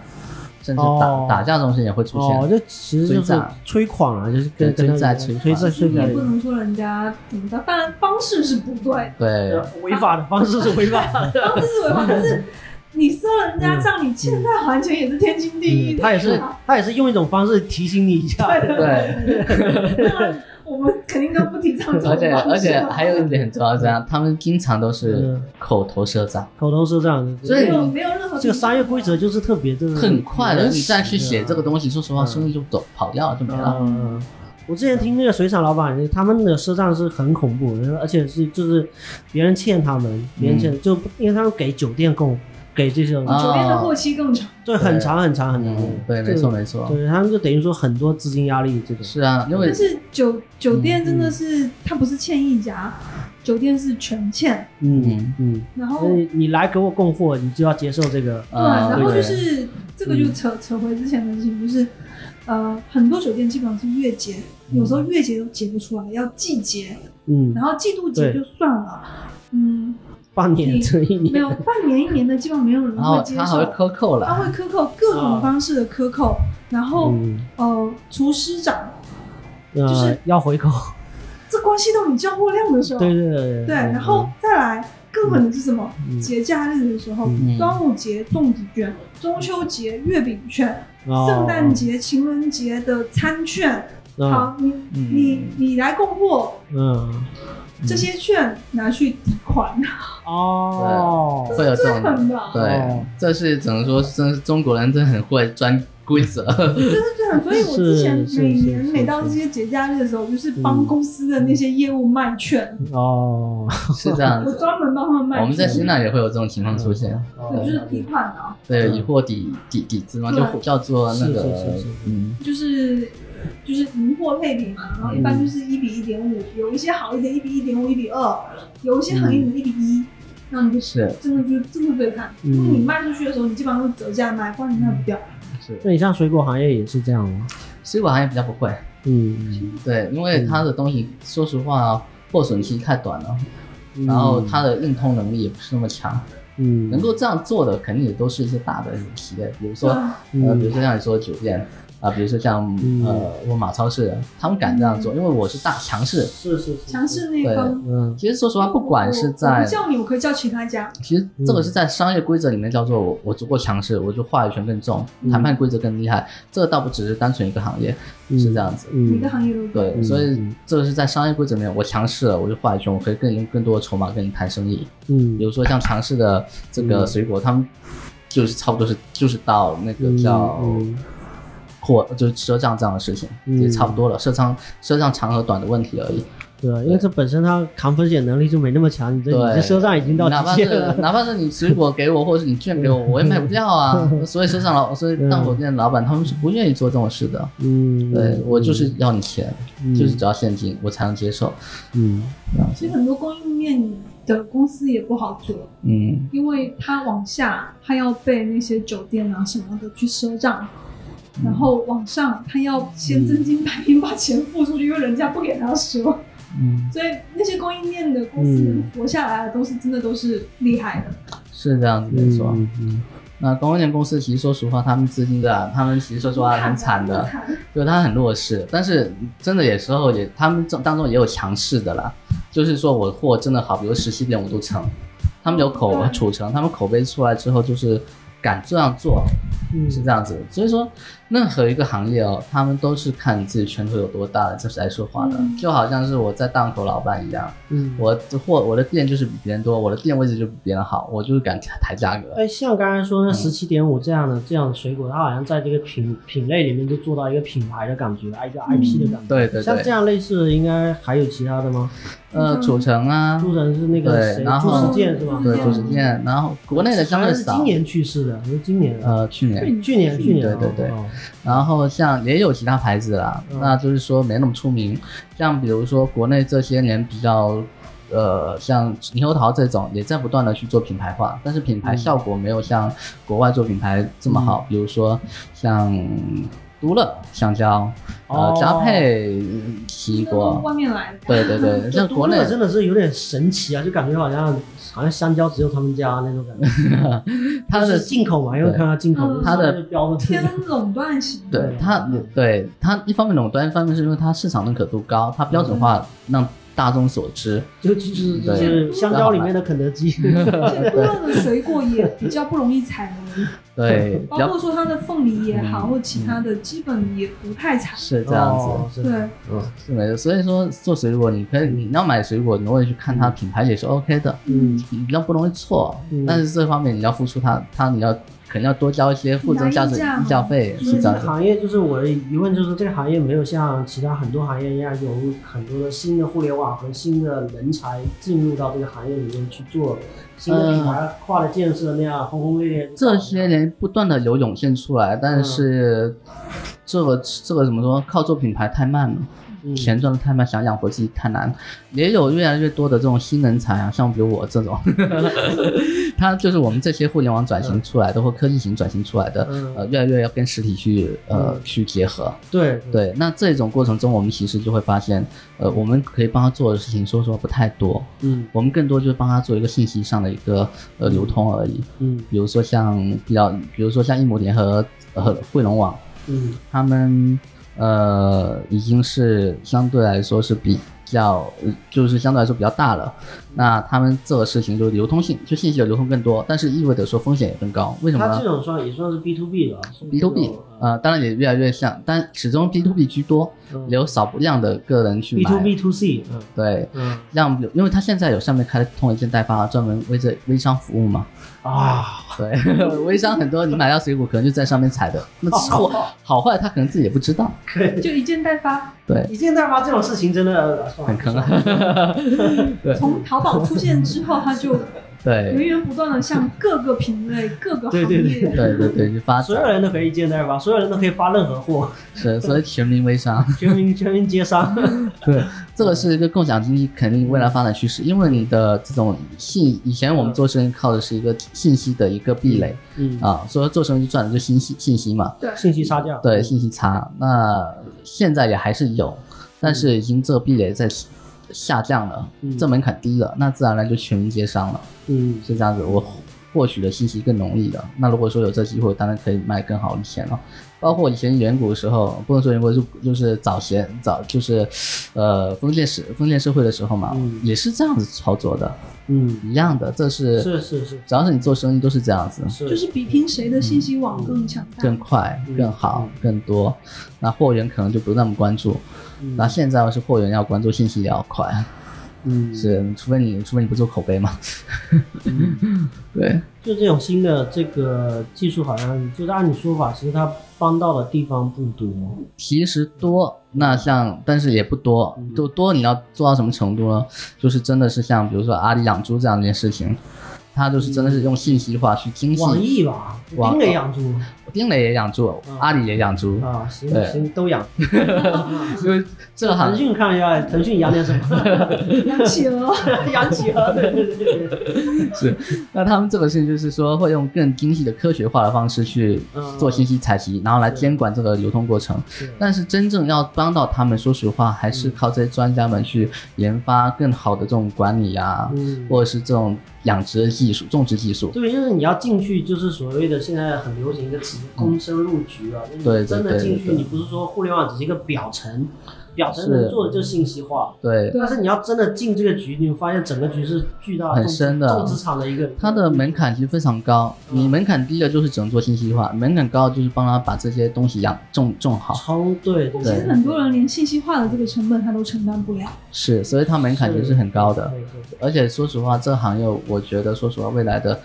[SPEAKER 3] 甚至打、
[SPEAKER 2] 哦
[SPEAKER 3] 打架这种事情也会出现。
[SPEAKER 2] 哦，这其实就是催款啊，就是跟跟
[SPEAKER 3] 对
[SPEAKER 2] 他
[SPEAKER 3] 催债
[SPEAKER 2] 催
[SPEAKER 3] 催
[SPEAKER 2] 债
[SPEAKER 1] 就
[SPEAKER 3] 款
[SPEAKER 1] 是
[SPEAKER 2] 催
[SPEAKER 1] 你也
[SPEAKER 2] 债
[SPEAKER 1] 不能说人家怎么着，当然方式是不对的，
[SPEAKER 3] 对，
[SPEAKER 2] 违法的方式是违法的。
[SPEAKER 1] 方式是违法，但
[SPEAKER 2] 嗯
[SPEAKER 1] 是你赊人家账，你欠债还钱也是天经地义
[SPEAKER 2] 嗯
[SPEAKER 1] 的。
[SPEAKER 2] 他也是他也是用一种方式提醒你一下。
[SPEAKER 3] 对，
[SPEAKER 1] 当然啊我们肯定都不提倡这种
[SPEAKER 3] 而且
[SPEAKER 1] 方
[SPEAKER 3] 而
[SPEAKER 1] 式
[SPEAKER 3] 且
[SPEAKER 1] 嘛
[SPEAKER 3] 还有一点很重要，这样他们经常都是
[SPEAKER 2] 哦嗯
[SPEAKER 3] 口头赊账，
[SPEAKER 2] 口头是这样的。
[SPEAKER 3] 所以
[SPEAKER 1] 没有没有任何
[SPEAKER 2] 这个商业规则就是特别的
[SPEAKER 3] 很快的，
[SPEAKER 2] 原始
[SPEAKER 3] 你再去写这个东西，说实话，
[SPEAKER 2] 嗯
[SPEAKER 3] 生意就走跑掉了，就没了。
[SPEAKER 2] 嗯，我之前听那个水产老板，他们的赊账是很恐怖，而且是就是别人欠他们，别人欠、就因为他们给酒店供，给这些、
[SPEAKER 3] 嗯啊
[SPEAKER 1] 酒店的过期更长，
[SPEAKER 2] 对很长很长很长，
[SPEAKER 3] 嗯，对，
[SPEAKER 2] 这
[SPEAKER 3] 没
[SPEAKER 2] 个
[SPEAKER 3] 错没错，
[SPEAKER 2] 对他们就等于说很多资金压力这种，
[SPEAKER 3] 是啊，因为
[SPEAKER 1] 但是酒酒店真的是它不是欠一家，酒店是全欠，
[SPEAKER 2] 嗯嗯，
[SPEAKER 1] 然
[SPEAKER 2] 所
[SPEAKER 1] 后
[SPEAKER 2] 以你来给我供货，你就要接受这个，
[SPEAKER 1] 对，
[SPEAKER 3] 啊
[SPEAKER 1] 然后
[SPEAKER 3] 对嗯
[SPEAKER 1] 就是这个就扯扯回之前的事情，就是呃，很多酒店基本上是月结，有时候月结都结不出来，要季结，
[SPEAKER 2] 嗯，
[SPEAKER 1] 然后季度结
[SPEAKER 2] 对
[SPEAKER 1] 就算了，嗯，
[SPEAKER 2] 半年这一
[SPEAKER 1] 没
[SPEAKER 2] 年，
[SPEAKER 1] 有半年一年的，基本上没有人
[SPEAKER 3] 然后
[SPEAKER 1] 会接
[SPEAKER 3] 他还会
[SPEAKER 1] 受。
[SPEAKER 3] 克扣
[SPEAKER 1] 他
[SPEAKER 3] 了，
[SPEAKER 1] 会克扣各种方式的克扣，然后
[SPEAKER 2] 嗯，
[SPEAKER 1] 呃，厨师长，
[SPEAKER 2] 呃、
[SPEAKER 1] 就是
[SPEAKER 2] 要回扣，
[SPEAKER 1] 这关系到你交货量的时候，
[SPEAKER 2] 对对对
[SPEAKER 1] 对，然后再来更狠的是什么？节假日的时候
[SPEAKER 2] 嗯，
[SPEAKER 1] 端午节粽子券、中秋节月饼券、
[SPEAKER 2] 哦
[SPEAKER 1] 圣诞节、情人节的餐券。
[SPEAKER 2] 啊，
[SPEAKER 1] 好，你你你来供货，
[SPEAKER 2] 嗯，
[SPEAKER 1] 这些券拿去抵款，
[SPEAKER 2] 哦，
[SPEAKER 3] 会有这
[SPEAKER 1] 最
[SPEAKER 3] 种
[SPEAKER 1] 狠的，
[SPEAKER 3] 对
[SPEAKER 2] 哦，
[SPEAKER 3] 这是只能说，真是中国人真的很会钻规则。
[SPEAKER 1] 这是最狠。所以我之前
[SPEAKER 2] 是是
[SPEAKER 1] 每
[SPEAKER 2] 是
[SPEAKER 1] 年
[SPEAKER 2] 是嗯
[SPEAKER 1] 每到这些节假日的时候，我就是帮公司的那些业务卖券，
[SPEAKER 2] 哦，
[SPEAKER 3] 是这样
[SPEAKER 1] 我
[SPEAKER 3] 子。
[SPEAKER 1] 专门帮他们卖券。
[SPEAKER 3] 我们在新哦浪也会有这种情况出现，
[SPEAKER 2] 嗯
[SPEAKER 1] 对就是抵款啊，
[SPEAKER 3] 对，以货抵抵抵资嘛，就
[SPEAKER 1] 对
[SPEAKER 3] 叫做那
[SPEAKER 2] 是
[SPEAKER 3] 个
[SPEAKER 2] 是是是，
[SPEAKER 3] 嗯，
[SPEAKER 1] 就是就是银货配比嘛，然后一般就是一比一点五，有一些好一点一比一点五、一比二，有一些很一点一比
[SPEAKER 3] 嗯
[SPEAKER 1] 一，那你就是真的就真的最惨。
[SPEAKER 2] 嗯
[SPEAKER 1] 因为你卖出去的时候，你基本上都折价卖，不然你卖不掉。
[SPEAKER 3] 是。
[SPEAKER 2] 那你像水果行业也是这样吗？
[SPEAKER 3] 水果行业比较不会，
[SPEAKER 2] 嗯，
[SPEAKER 3] 对，因为它的东西，说实话，货损期太短了，然后它的硬通能力也不是那么强，
[SPEAKER 2] 嗯，
[SPEAKER 3] 能够这样做的，肯定也都是一些大的牛皮的，比如说，
[SPEAKER 2] 嗯
[SPEAKER 3] 呃，比如说像你说的酒店，啊，比如说像
[SPEAKER 2] 嗯
[SPEAKER 3] 呃沃尔玛超市，他们敢这样做，因为我是大强势。
[SPEAKER 2] 是是是
[SPEAKER 1] 强势那方，
[SPEAKER 2] 嗯
[SPEAKER 3] 其实说实话，不管是
[SPEAKER 1] 我
[SPEAKER 3] 在
[SPEAKER 1] 不，叫你，我可以叫其他家，
[SPEAKER 3] 其实这个
[SPEAKER 2] 嗯
[SPEAKER 3] 是在商业规则里面叫做我我足够强势，我就话语权更重，
[SPEAKER 2] 嗯
[SPEAKER 3] 谈判规则更厉害。这个倒不只是单纯一个行业
[SPEAKER 2] 嗯
[SPEAKER 3] 是这样子。
[SPEAKER 1] 每
[SPEAKER 2] 嗯
[SPEAKER 1] 个行业都有。
[SPEAKER 3] 对，
[SPEAKER 2] 嗯
[SPEAKER 3] 所以
[SPEAKER 2] 嗯
[SPEAKER 3] 这个是在商业规则里面，我强势了，我就话语权，我可以更赢更多的筹码跟你谈生意。
[SPEAKER 2] 嗯
[SPEAKER 3] 比如说像尝试的这个
[SPEAKER 2] 嗯
[SPEAKER 3] 水果，他们就是差不多是就是到那个叫
[SPEAKER 2] 嗯
[SPEAKER 3] 扩，就是赊账这样的事情，
[SPEAKER 2] 嗯
[SPEAKER 3] 也差不多了，赊账赊账长和短的问题而已。
[SPEAKER 2] 对，啊因为这本身它扛风险能力就没那么强，你这
[SPEAKER 3] 对，
[SPEAKER 2] 你这赊账已经到
[SPEAKER 3] 哪怕
[SPEAKER 2] 极限
[SPEAKER 3] 是
[SPEAKER 2] 了。
[SPEAKER 3] 哪怕是你水果给我，或者是你券给我，我也买不掉啊。
[SPEAKER 2] 嗯
[SPEAKER 3] 所以赊账老，所以当火店老板他们是不愿意做这种事的。
[SPEAKER 2] 嗯，
[SPEAKER 3] 对我就是要你钱，
[SPEAKER 2] 嗯
[SPEAKER 3] 就是只要现金，我才能接受。
[SPEAKER 2] 嗯
[SPEAKER 1] 所以很多供应链的公司也不好做，
[SPEAKER 3] 嗯，
[SPEAKER 1] 因为它往下，它要被那些酒店啊什么的去赊账，然后往上，它要先真金白银把钱付出去，因为人家不给他赊。
[SPEAKER 3] 嗯，
[SPEAKER 1] 所以那些供应链的公司能活下来的，都是真的都是厉害的。
[SPEAKER 3] 是这样子
[SPEAKER 2] 嗯
[SPEAKER 3] 没错。
[SPEAKER 2] 嗯嗯
[SPEAKER 3] 那供应链公司其实说实话，他们资金对啊，他们其实说实话很惨的，对他很弱势。但是真的有时候也，他们这当中也有强势的啦，就是说我货真的好，比如十七点五度橙，他们有口
[SPEAKER 1] 对
[SPEAKER 3] 储成，他们口碑出来之后就是敢这样做，
[SPEAKER 2] 嗯
[SPEAKER 3] 是这样子。所以说，任何一个行业哦，他们都是看自己拳头有多大，这是来说话的。
[SPEAKER 1] 嗯
[SPEAKER 3] 就好像是我在档口老板一样，
[SPEAKER 2] 嗯
[SPEAKER 3] 我的货我的店就是比别人多，我的店位置就比别人好，我就是敢抬价格。
[SPEAKER 2] 哎，像刚才说那十七点五这样的这样的水果，它好像在这个品品类里面就做到一个品牌的感觉，一个
[SPEAKER 1] 嗯
[SPEAKER 2] IP 的感觉。
[SPEAKER 3] 对对
[SPEAKER 2] 像这
[SPEAKER 3] 对，
[SPEAKER 2] 样类似的，应该还有其他的吗？
[SPEAKER 3] 呃，储成啊，
[SPEAKER 2] 朱晨是那个
[SPEAKER 3] 对
[SPEAKER 2] 谁，
[SPEAKER 3] 然
[SPEAKER 2] 朱
[SPEAKER 3] 后
[SPEAKER 2] 时健是吧？
[SPEAKER 3] 对，
[SPEAKER 1] 嗯
[SPEAKER 3] 主食店，然后国内的相
[SPEAKER 2] 好
[SPEAKER 3] 对
[SPEAKER 2] 像是
[SPEAKER 3] 少，
[SPEAKER 2] 今年去世的，是今年啊，
[SPEAKER 3] 呃去年，
[SPEAKER 1] 嗯
[SPEAKER 2] 去年去年
[SPEAKER 3] 对
[SPEAKER 2] 啊
[SPEAKER 3] 对对
[SPEAKER 2] 哦
[SPEAKER 3] 然后像也有其他牌子啦，
[SPEAKER 2] 嗯
[SPEAKER 3] 那就是说没那么出名，像比如说国内这些年比较。呃，像猕猴桃这种也在不断的去做品牌化，但是品
[SPEAKER 2] 嗯
[SPEAKER 3] 牌效果没有像国外做品牌这么好。比如说像都乐香蕉，
[SPEAKER 2] 哦
[SPEAKER 3] 呃，佳佩奇异
[SPEAKER 1] 都
[SPEAKER 3] 果，
[SPEAKER 1] 外面 来的，
[SPEAKER 3] 对对对，像
[SPEAKER 2] 这
[SPEAKER 3] 国内
[SPEAKER 2] 这个真的是有点神奇啊，就感觉好像好像香蕉只有他们家那种感觉。
[SPEAKER 3] 它
[SPEAKER 2] 是
[SPEAKER 3] 的
[SPEAKER 2] 进口嘛，因为看它进口，
[SPEAKER 1] 嗯
[SPEAKER 2] 它
[SPEAKER 3] 它
[SPEAKER 2] 的
[SPEAKER 3] 的
[SPEAKER 2] 标志
[SPEAKER 1] 偏垄断型的。
[SPEAKER 3] 对它，
[SPEAKER 2] 嗯
[SPEAKER 3] 对它一方面垄断，一方面是因为它市场认可度高，它标准化
[SPEAKER 2] 嗯
[SPEAKER 3] 让大众所知。
[SPEAKER 2] 就就是就
[SPEAKER 3] 对
[SPEAKER 2] 是香蕉里面的肯德 基。
[SPEAKER 1] 而且多肉的水果也比较不容易采雷，
[SPEAKER 3] 对，比
[SPEAKER 1] 包
[SPEAKER 3] 较
[SPEAKER 1] 括说它的凤梨也好，
[SPEAKER 3] 嗯
[SPEAKER 1] 或其他的基本也不太采。
[SPEAKER 3] 是这样 子，
[SPEAKER 2] 哦，是
[SPEAKER 1] 对，
[SPEAKER 2] 嗯
[SPEAKER 3] 是没的。所以说做水果，你可以你要买水果，你会去看它品牌也是 OK 的，
[SPEAKER 2] 嗯
[SPEAKER 3] 你比较不容易错。
[SPEAKER 2] 嗯
[SPEAKER 3] 但是这方面你要付出它，它你要可能要多交一些附
[SPEAKER 1] 拿
[SPEAKER 3] 增
[SPEAKER 1] 溢
[SPEAKER 3] 价值
[SPEAKER 1] 价
[SPEAKER 3] 溢价
[SPEAKER 1] 嘛
[SPEAKER 3] 费，
[SPEAKER 2] 所以
[SPEAKER 3] 是这
[SPEAKER 2] 这
[SPEAKER 3] 样
[SPEAKER 2] 个
[SPEAKER 3] 子。
[SPEAKER 2] 行业就是我的疑问，就是这个行业没有像其他很多行业一样有很多的新的互联网和新的人才进入到这个行业里面去做新的品牌化的建设那样轰轰烈烈。
[SPEAKER 3] 呃这些年不断的有涌现出来，但是这个这个怎么说？靠做品牌太慢了。
[SPEAKER 2] 嗯
[SPEAKER 3] 钱赚的太慢，想养活自己太难，也有越来越多的这种新人才啊，像比如我这种， 他就是我们这些互联网转型出来的或科技型转型出来的，
[SPEAKER 2] 嗯
[SPEAKER 3] 呃，越来越要跟实体去呃
[SPEAKER 2] 嗯
[SPEAKER 3] 去结合。
[SPEAKER 2] 对
[SPEAKER 3] 对，那这种过程中，我们其实就会发现，呃，我们可以帮他做的事情，说实话不太多，
[SPEAKER 2] 嗯
[SPEAKER 3] 我们更多就是帮他做一个信息上的一个呃流通而已。
[SPEAKER 2] 嗯
[SPEAKER 3] 比如说像比较，比如说像一亩田和和汇龙呃网，
[SPEAKER 2] 嗯
[SPEAKER 3] 他们呃已经是相对来说是比较，呃就是相对来说比较大了。那他们这个事情就是流通性，就信息的流通更多，但是意味着说风险也更高。为什么
[SPEAKER 2] 它这
[SPEAKER 3] 呢
[SPEAKER 2] 种算也算是 B to B 了
[SPEAKER 3] ？B to B，呃，当然也越来越像，但始终 B to B 居多，也有少量的个人去
[SPEAKER 2] 呃嗯 B
[SPEAKER 3] 买。
[SPEAKER 2] to B to C，嗯
[SPEAKER 3] 对，
[SPEAKER 2] 嗯
[SPEAKER 3] 让因为他现在有上面开通一件代发，专门为这微商服务嘛。
[SPEAKER 2] 啊，
[SPEAKER 3] 对， 微商很多，你买到水果可能就在上面采的，那货好坏他可能自己也不知道。
[SPEAKER 2] 可以。
[SPEAKER 1] 就一件代发，
[SPEAKER 3] 对，
[SPEAKER 2] 一件代发这种事情真的呃算了
[SPEAKER 3] 很坑啊
[SPEAKER 2] 算了
[SPEAKER 3] 对
[SPEAKER 1] 从淘宝出现之后，它就
[SPEAKER 3] 对
[SPEAKER 1] 源源不断的向各个品类、各个
[SPEAKER 2] 对
[SPEAKER 1] 行
[SPEAKER 2] 对对
[SPEAKER 1] 业
[SPEAKER 3] 对对对，就发
[SPEAKER 2] 所有
[SPEAKER 3] 展
[SPEAKER 2] 人都可以一件代发，所有人都可以发任何 货，
[SPEAKER 3] 是，所以全民 微商。
[SPEAKER 2] 全民全民皆商。
[SPEAKER 3] 对，这个是一个共享经济肯定未来发展趋势，因为你的这种信，以前我们做生意靠的是一个信息的一个壁垒
[SPEAKER 2] 嗯，
[SPEAKER 3] 啊，所以做生意赚的就信息信息嘛，
[SPEAKER 2] 信息差价。
[SPEAKER 3] 对，信息差。那现在也还是有，但是已经这个壁垒在下降了
[SPEAKER 2] 嗯，
[SPEAKER 3] 这门槛低了，那自然而然就全民皆商了，
[SPEAKER 2] 嗯
[SPEAKER 3] 是这样子。我获取的信息更容易的。那如果说有这机会，当然可以卖更好的钱了。包括以前远古的时候，不能说远古就就是早前早就是，呃，封建社封建社会的时候嘛，
[SPEAKER 2] 嗯
[SPEAKER 3] 也是这样子操作的，
[SPEAKER 2] 嗯，
[SPEAKER 3] 一样的。这是
[SPEAKER 2] 是是是
[SPEAKER 3] 只要是你做生意都是这样子，
[SPEAKER 2] 是
[SPEAKER 1] 就是比拼谁的信息网更强大。
[SPEAKER 3] 更快、
[SPEAKER 2] 嗯
[SPEAKER 3] 更好
[SPEAKER 2] 嗯、
[SPEAKER 3] 更多。那货源可能就不那么关注，
[SPEAKER 2] 嗯
[SPEAKER 3] 那现在是货源要关注，信息也要快，
[SPEAKER 2] 嗯
[SPEAKER 3] 是除非你除非你不做口碑嘛。
[SPEAKER 2] 嗯
[SPEAKER 3] 对，
[SPEAKER 2] 就这种新的这个技术，好像就是按你说法，其实它帮到的地方不多。
[SPEAKER 3] 其实多，那像但是也不多，
[SPEAKER 2] 嗯
[SPEAKER 3] 就多你要做到什么程度呢？就是真的是像比如说阿里养猪这样一件事情，它就是真的是用信息化去精
[SPEAKER 2] 网
[SPEAKER 3] 细。
[SPEAKER 2] 易嗯吧，
[SPEAKER 3] 网
[SPEAKER 2] 盯着养猪
[SPEAKER 3] 丁磊也养猪，阿里也养猪，
[SPEAKER 2] 啊，行
[SPEAKER 3] 对
[SPEAKER 2] 行都 养。
[SPEAKER 3] 因为这个行
[SPEAKER 2] 腾
[SPEAKER 3] 业
[SPEAKER 2] 讯看一下，腾讯养点什么？
[SPEAKER 1] 养企鹅，
[SPEAKER 2] 养企鹅， 对对对对，
[SPEAKER 3] 是，那他们这个事情就是说会用更精细的科学化的方式去
[SPEAKER 2] 嗯
[SPEAKER 3] 做信息采集，然后来监管这个流通过程。但是真正要帮到他们，说实话，还是
[SPEAKER 2] 嗯
[SPEAKER 3] 靠这些专家们去研发更好的这种管理啊，
[SPEAKER 2] 嗯，
[SPEAKER 3] 或者是这种养殖的技术、种植技术。
[SPEAKER 2] 对，就是你要进去，就是所谓的现在很流行一个词“躬身入局”啊，就是
[SPEAKER 3] 嗯对
[SPEAKER 2] 你真
[SPEAKER 3] 对
[SPEAKER 2] 的
[SPEAKER 3] 对
[SPEAKER 2] 进
[SPEAKER 3] 对
[SPEAKER 2] 去，
[SPEAKER 3] 对
[SPEAKER 2] 你不是说互联网只是一个表层，表层
[SPEAKER 3] 是
[SPEAKER 2] 能做的就是信息化。
[SPEAKER 3] 对，
[SPEAKER 2] 但是你要真的进这个局，你会发现整个局是巨大的
[SPEAKER 3] 很
[SPEAKER 2] 种植
[SPEAKER 3] 深的
[SPEAKER 2] 种植场的一个
[SPEAKER 3] 它的门槛其实非常高。
[SPEAKER 2] 嗯
[SPEAKER 3] 你门槛低的就是只能做信息化，门槛高就是帮他把这些东西养种种好。
[SPEAKER 2] 超对对
[SPEAKER 1] 其实很多人连信息化的这个成本他都承担不了。
[SPEAKER 3] 是，所以它门槛其实是很高的。
[SPEAKER 2] 对对对
[SPEAKER 3] 而且说实话，这行业我觉得，说实话，未来的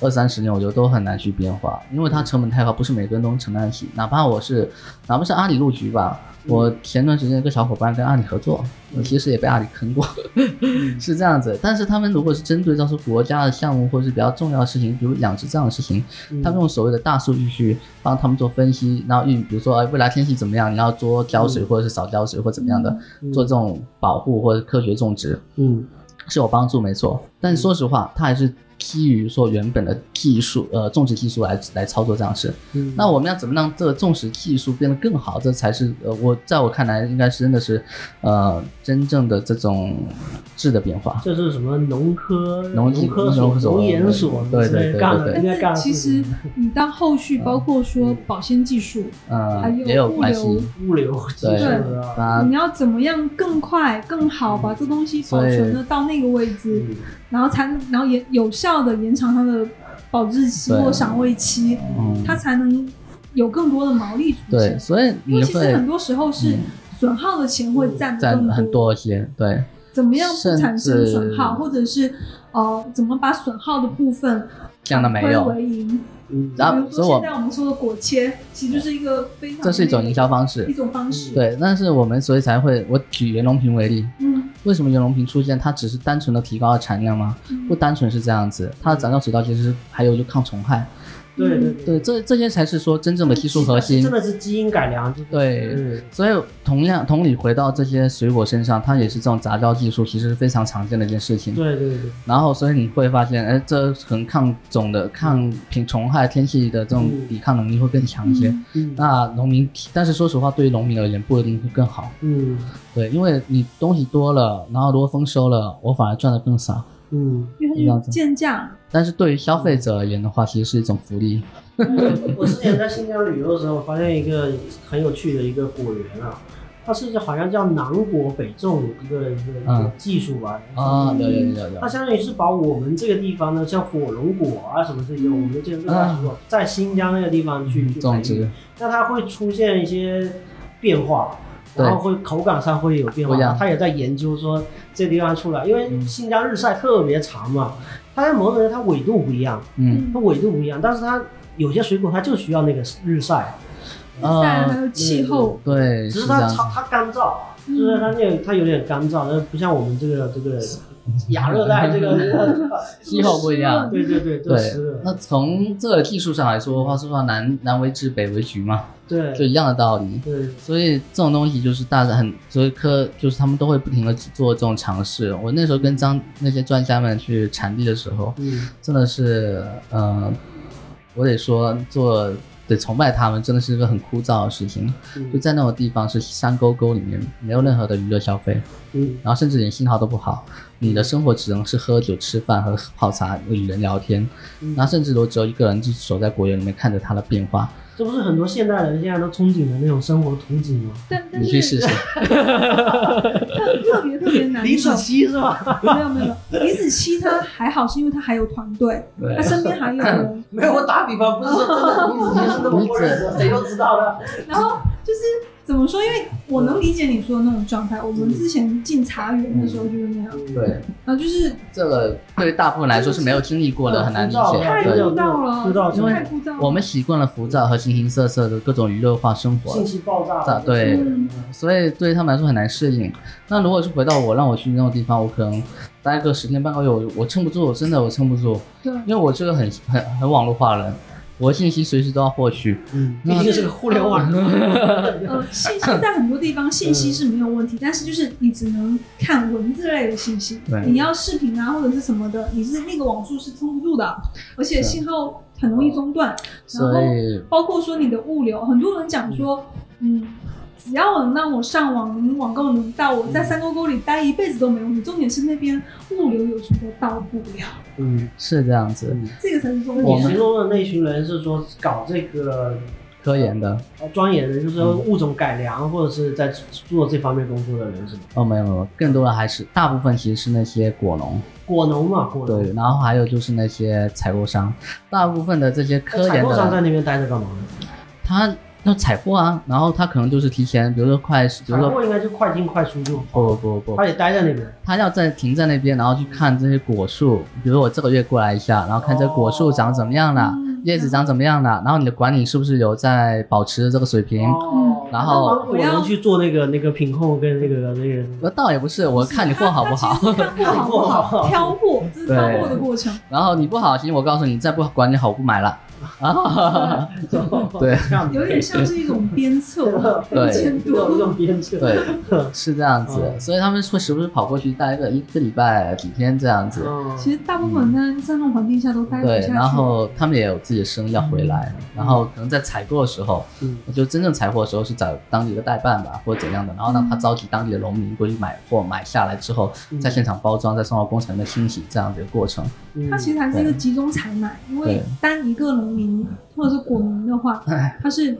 [SPEAKER 3] 二三十年，我觉得都很难去变化，因为它成本太高，不是每个人都能承担得起。哪怕我是，哪怕是阿里入局吧，我前段时间有个小伙伴跟阿里合作，我其实也被阿里坑过， 是这样子。但是他们如果是针对到是国家的项目，或者是比较重要的事情，比如养殖这样的事情，
[SPEAKER 2] 嗯
[SPEAKER 3] 他们用所谓的大数据去帮他们做分析，然后预，比如说哎未来天气怎么样，你要多浇
[SPEAKER 1] 嗯
[SPEAKER 3] 水或者是少浇水或怎么样的，做这种保护或者科学种植。
[SPEAKER 2] 嗯
[SPEAKER 3] 是有帮助，没错。但
[SPEAKER 1] 嗯
[SPEAKER 3] 是说实话，它还是基于说原本的技术，呃，种植技术来来操作这样事。
[SPEAKER 2] 嗯，
[SPEAKER 3] 那我们要怎么让这个种植技术变得更好？这才是呃，我在我看来，应该是真的是，呃，真正的这种质的变化。
[SPEAKER 2] 这是什么农科
[SPEAKER 3] 农技
[SPEAKER 2] 科
[SPEAKER 3] 农
[SPEAKER 2] 所
[SPEAKER 3] 科所
[SPEAKER 2] 农研所
[SPEAKER 3] 对
[SPEAKER 2] 之类
[SPEAKER 3] 对对
[SPEAKER 2] 干
[SPEAKER 3] 对
[SPEAKER 2] 的
[SPEAKER 3] 对
[SPEAKER 2] 应该干
[SPEAKER 1] 但
[SPEAKER 2] 的
[SPEAKER 1] 是其
[SPEAKER 2] 事
[SPEAKER 1] 实
[SPEAKER 2] 情
[SPEAKER 1] 你到后续，包括说保鲜技术，还
[SPEAKER 3] 呃，
[SPEAKER 1] 有
[SPEAKER 3] 也有
[SPEAKER 1] 物
[SPEAKER 3] 关
[SPEAKER 1] 流
[SPEAKER 3] 系。
[SPEAKER 2] 物流技术啊，
[SPEAKER 3] 那
[SPEAKER 1] 你要怎么样更快、更好把这东西保存的到那个位置，
[SPEAKER 2] 嗯
[SPEAKER 1] 然后才能然后也有效的延长它的保质期
[SPEAKER 3] 对
[SPEAKER 1] 或赏味期，
[SPEAKER 3] 嗯，
[SPEAKER 1] 它才能有更多的毛利出
[SPEAKER 3] 对，
[SPEAKER 1] 现。
[SPEAKER 3] 所以
[SPEAKER 1] 因
[SPEAKER 3] 你
[SPEAKER 1] 为其实
[SPEAKER 3] 会
[SPEAKER 1] 很多时候是损耗的钱会占得
[SPEAKER 3] 嗯占
[SPEAKER 1] 更
[SPEAKER 3] 很多一些，对，
[SPEAKER 1] 怎么样不产
[SPEAKER 3] 甚
[SPEAKER 1] 生
[SPEAKER 3] 至
[SPEAKER 1] 损耗，或者是呃，怎么把损耗的部分
[SPEAKER 3] 降到没有
[SPEAKER 1] 反馈为盈？
[SPEAKER 2] 嗯
[SPEAKER 3] 然后
[SPEAKER 1] 比
[SPEAKER 3] 所
[SPEAKER 1] 如
[SPEAKER 3] 以我
[SPEAKER 1] 说现在我们说的果切，其实就是一个非常
[SPEAKER 3] 这是一种营销方式
[SPEAKER 1] 一。种方式。
[SPEAKER 3] 对，但是我们所以才会，我举袁隆平为例，
[SPEAKER 1] 嗯，
[SPEAKER 3] 为什么袁隆平出现？它只是单纯的提高了产量吗？
[SPEAKER 1] 嗯
[SPEAKER 3] 不单纯是这样子，它的杂交水稻其实还有就抗虫害，
[SPEAKER 2] 对对
[SPEAKER 3] 对，这这些才是说真正的技术核心
[SPEAKER 2] 真。的是基因改良，就是
[SPEAKER 3] 对，
[SPEAKER 2] 嗯
[SPEAKER 3] 所以同样同理回到这些水果身上，它也是这种杂交技术，其实是非常常见的一件事情。
[SPEAKER 2] 对对对，
[SPEAKER 3] 然后，所以你会发现，哎，这很抗种的、抗品虫害、天气的这种
[SPEAKER 2] 嗯
[SPEAKER 3] 抵抗能力会更强一些。
[SPEAKER 1] 嗯
[SPEAKER 2] 嗯
[SPEAKER 3] 那农民，但是说实话，对于农民而言，不一定会更好。
[SPEAKER 2] 嗯
[SPEAKER 3] 对，因为你东西多了，然后如果丰收了，我反而赚的更少。
[SPEAKER 2] 嗯，
[SPEAKER 1] 因为它就是贱价，
[SPEAKER 3] 但是对于消费者而言的话，其实是一种福利。
[SPEAKER 2] 我我之前在新疆旅游的时候，发现一个很有趣的一个果园啊。它是好像叫南果北种一个一个一
[SPEAKER 3] 嗯
[SPEAKER 2] 个技术吧，
[SPEAKER 3] 啊，有有有有有
[SPEAKER 2] 它，相当于是把我们这个地方呢，像火龙果啊什么这些，我们这个热
[SPEAKER 3] 嗯
[SPEAKER 2] 带水果，在新疆那个地方去去
[SPEAKER 3] 种
[SPEAKER 2] 培育
[SPEAKER 3] 植，
[SPEAKER 2] 那它会出现一些变化，
[SPEAKER 3] 对
[SPEAKER 2] 然后会口感上会有变化
[SPEAKER 3] 不一样。嗯
[SPEAKER 2] 他也在研究说这地方出来，因为新疆日晒特别长嘛，它在某种程度它纬度不一样，
[SPEAKER 3] 嗯
[SPEAKER 2] 它纬度不一样，但是它有些水果它就需要那个日晒，嗯
[SPEAKER 1] 再还
[SPEAKER 3] 啊，
[SPEAKER 1] 有气候，
[SPEAKER 3] 对，
[SPEAKER 2] 只
[SPEAKER 3] 是
[SPEAKER 2] 是
[SPEAKER 3] 这
[SPEAKER 2] 它
[SPEAKER 3] 样嗯
[SPEAKER 2] 超
[SPEAKER 3] 子，
[SPEAKER 2] 它干燥，就是它那个它有点干燥，那不像我们这个这 个亚热带这个，
[SPEAKER 3] 气候不一样。
[SPEAKER 2] 对对对，都
[SPEAKER 3] 对
[SPEAKER 2] 湿热，
[SPEAKER 3] 嗯那从这个技术上来说的话，是说南南为枳，北为橘嘛，
[SPEAKER 2] 对
[SPEAKER 3] 就
[SPEAKER 2] 对
[SPEAKER 3] 一样的道理。
[SPEAKER 2] 对
[SPEAKER 3] 所以这种东西就是大家很，所以科就是他们都会不停的做这种尝试。我那时候跟张那些专家们去产地的时候，
[SPEAKER 2] 嗯
[SPEAKER 3] 真的是，呃，我得说做得崇拜他们，真的是一个很枯燥的事情。
[SPEAKER 2] 嗯
[SPEAKER 3] 就在那种地方是山沟沟里面，没有任何的娱乐消费，
[SPEAKER 2] 嗯
[SPEAKER 3] 然后甚至连信号都不好，你的生活只能是喝酒、吃饭和泡茶、与人聊天，
[SPEAKER 2] 嗯
[SPEAKER 3] 然后甚至都只有一个人就守在果园里面看着它的变化。
[SPEAKER 2] 这不是很多现代人现在都憧憬的那种生活图景吗？
[SPEAKER 1] 但但
[SPEAKER 3] 你可以
[SPEAKER 1] 是
[SPEAKER 3] 试试，
[SPEAKER 1] 特别特别 难
[SPEAKER 2] 李子
[SPEAKER 1] 受。
[SPEAKER 2] 柒是吧？
[SPEAKER 1] 没有没有，李子柒他还好，是因为他还有团队，
[SPEAKER 3] 对
[SPEAKER 1] 他身边还有 人。
[SPEAKER 2] 没有，我打比方，不是说真的李子柒是那么多人 的，谁都知道的。
[SPEAKER 1] 然后就是怎么说？因为我能理解你说的那种状态。我们之前进茶园的时候就是那样，
[SPEAKER 3] 对，
[SPEAKER 1] 然后就是
[SPEAKER 3] 这个对于大部分来说是没有经历过
[SPEAKER 2] 嗯
[SPEAKER 3] 的，很难理
[SPEAKER 1] 太
[SPEAKER 3] 解。
[SPEAKER 1] 枯
[SPEAKER 3] 对，
[SPEAKER 1] 燥了，
[SPEAKER 2] 枯燥
[SPEAKER 1] 就
[SPEAKER 3] 因为
[SPEAKER 1] 太枯燥了。
[SPEAKER 3] 我们习惯了浮躁和形形色色的各种娱乐化生活
[SPEAKER 2] 信，息爆炸，
[SPEAKER 3] 啊对
[SPEAKER 1] 嗯
[SPEAKER 3] 所以对于他们来说很难适应。那如果是回到我，让我去那种地方，我可能待个十天半个月，我我撑不住，真的我撑 不住，
[SPEAKER 1] 对，
[SPEAKER 3] 因为我这个很很很网络化的人，我信息随时都要获取。
[SPEAKER 2] 嗯，毕竟是个互联网。 嗯
[SPEAKER 1] 呃，信息在很多地方信息是没有问题，但是就是你只能看文字类的信息
[SPEAKER 3] 对，
[SPEAKER 1] 你要视频啊或者是什么的，你是那个网速是撑不住的，而且信号很容易中断。然后
[SPEAKER 3] 所以
[SPEAKER 1] 包括说你的物流，很多人讲说，嗯，只要能让我上网，网购能到，我在山沟沟里待一辈子都没问题。重点是那边物流有时候到不了，
[SPEAKER 2] 嗯，
[SPEAKER 3] 是这样子，
[SPEAKER 1] 这个才是重
[SPEAKER 2] 你
[SPEAKER 1] 点。
[SPEAKER 2] 形容的那群人是说搞这个
[SPEAKER 3] 科研的
[SPEAKER 2] 呃钻研的，就是物种改良或者是在做这方面工作的人是吗？
[SPEAKER 3] 哦，没有没有，更多的还是大部分其实是那些果农，
[SPEAKER 2] 果农嘛，果农。
[SPEAKER 3] 对，然后还有就是那些采购商，大部分的这些科
[SPEAKER 2] 那采
[SPEAKER 3] 研
[SPEAKER 2] 购
[SPEAKER 3] 的
[SPEAKER 2] 商
[SPEAKER 3] 人
[SPEAKER 2] 在那边待着干嘛？
[SPEAKER 3] 他要采货啊，然后他可能就是提前，比如说快，比
[SPEAKER 2] 采
[SPEAKER 3] 如说
[SPEAKER 2] 购应该就快进快出就
[SPEAKER 3] 不不不
[SPEAKER 2] 他
[SPEAKER 3] 不，
[SPEAKER 2] 得待在那边。
[SPEAKER 3] 他要在停在那边，然后去看这些果树，比如说我这个月过来一下，然后看这果树长怎么样了，
[SPEAKER 1] 嗯
[SPEAKER 3] 叶子长怎么样了，哦然后你的管理是不是有在保持这个水平？
[SPEAKER 2] 哦
[SPEAKER 3] 然后
[SPEAKER 2] 帮果农去做那个那个品控跟那个那个。
[SPEAKER 3] 那倒也不是，我看你货好不 好，
[SPEAKER 1] 他他其实看货好不好，挑货，这是挑
[SPEAKER 3] 对
[SPEAKER 1] 货的过程。
[SPEAKER 3] 然后你不好，行，我告诉你，再不管理好，我不买 了。啊，对，
[SPEAKER 1] 有点像是一种鞭策、
[SPEAKER 3] 对
[SPEAKER 1] 监
[SPEAKER 2] 这种这
[SPEAKER 1] 督。
[SPEAKER 2] 种编制。
[SPEAKER 3] 对，是这样子，
[SPEAKER 2] 嗯
[SPEAKER 3] 所以他们会时不时跑过去待个一个礼拜、几天这样子。
[SPEAKER 2] 嗯，
[SPEAKER 1] 其实大部分人在在那种环境下都待不下
[SPEAKER 3] 嗯对，
[SPEAKER 1] 去。
[SPEAKER 3] 然后他们也有自己的生意要回来，然后可能在采购的时候，
[SPEAKER 2] 嗯
[SPEAKER 3] 就真正采货的时候是找当地的代办吧，或者怎样的，然后让他召集当地的农民过去买货，买下来之后，
[SPEAKER 2] 嗯
[SPEAKER 3] 在现场包装，再送到工厂里面清洗这样的一个过程。
[SPEAKER 2] 嗯
[SPEAKER 1] 它其实还是一个集中采买，因为
[SPEAKER 3] 对
[SPEAKER 1] 单一个农民或者是果农的话，他是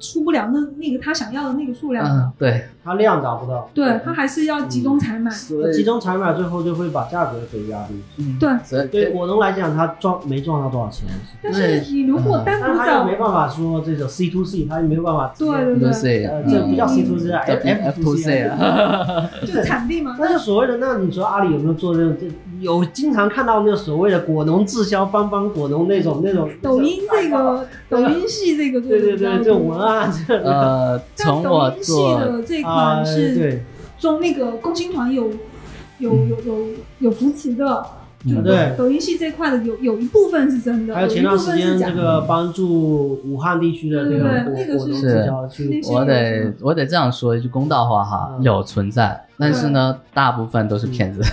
[SPEAKER 1] 出不了那那个他想要的那个数量的
[SPEAKER 3] 嗯，，对，
[SPEAKER 2] 它量达不到，
[SPEAKER 1] 对他还是要集中采买。
[SPEAKER 3] 所
[SPEAKER 2] 集
[SPEAKER 3] 以
[SPEAKER 2] 中采买最后就会把价格给压低。
[SPEAKER 3] 嗯
[SPEAKER 1] 对
[SPEAKER 3] 所以
[SPEAKER 2] 对果农来讲，他赚没赚到多少钱，
[SPEAKER 1] 但是你如果单
[SPEAKER 2] 但
[SPEAKER 1] 独
[SPEAKER 2] 他又
[SPEAKER 1] 找，
[SPEAKER 2] 没办法说这种 C to C，他又没有办法直接。
[SPEAKER 1] 对嗯对
[SPEAKER 3] 就
[SPEAKER 1] 对，
[SPEAKER 3] 是
[SPEAKER 2] 呃，这不叫 C to C 啊
[SPEAKER 3] 叫
[SPEAKER 2] ，F
[SPEAKER 3] 嗯 F to C 啊，
[SPEAKER 1] 就产地嘛。
[SPEAKER 2] 那就所谓的，那你说阿里有没有做这种？这有经常看到那个所谓的果农滞销，帮帮果农那种那种
[SPEAKER 1] 抖音这，个，抖音系这个做
[SPEAKER 2] 对
[SPEAKER 1] 的
[SPEAKER 2] 对
[SPEAKER 1] 比较
[SPEAKER 2] 对，
[SPEAKER 1] 多
[SPEAKER 2] 这种文案 这
[SPEAKER 3] 呃，
[SPEAKER 1] 但
[SPEAKER 3] 从我
[SPEAKER 1] 抖音系
[SPEAKER 3] 做
[SPEAKER 1] 的这
[SPEAKER 2] 啊，
[SPEAKER 1] 款是
[SPEAKER 2] 对
[SPEAKER 1] 中那个共青团有有有有有扶持的，
[SPEAKER 3] 嗯
[SPEAKER 2] 啊对。
[SPEAKER 1] 抖音系这块的有有一部分是真的，
[SPEAKER 2] 还有
[SPEAKER 1] 有一
[SPEAKER 2] 前段
[SPEAKER 1] 部
[SPEAKER 2] 时
[SPEAKER 1] 分
[SPEAKER 2] 间
[SPEAKER 1] 是假
[SPEAKER 2] 这
[SPEAKER 1] 的。
[SPEAKER 2] 个帮助武汉地区的这
[SPEAKER 1] 对
[SPEAKER 2] 个
[SPEAKER 1] 对对
[SPEAKER 2] 果果农
[SPEAKER 1] 那个是
[SPEAKER 2] 滞销去
[SPEAKER 1] 那，是
[SPEAKER 3] 我得我得这样说一句公道话哈，
[SPEAKER 2] 嗯
[SPEAKER 3] 有存在，但是呢，大部分都是骗子。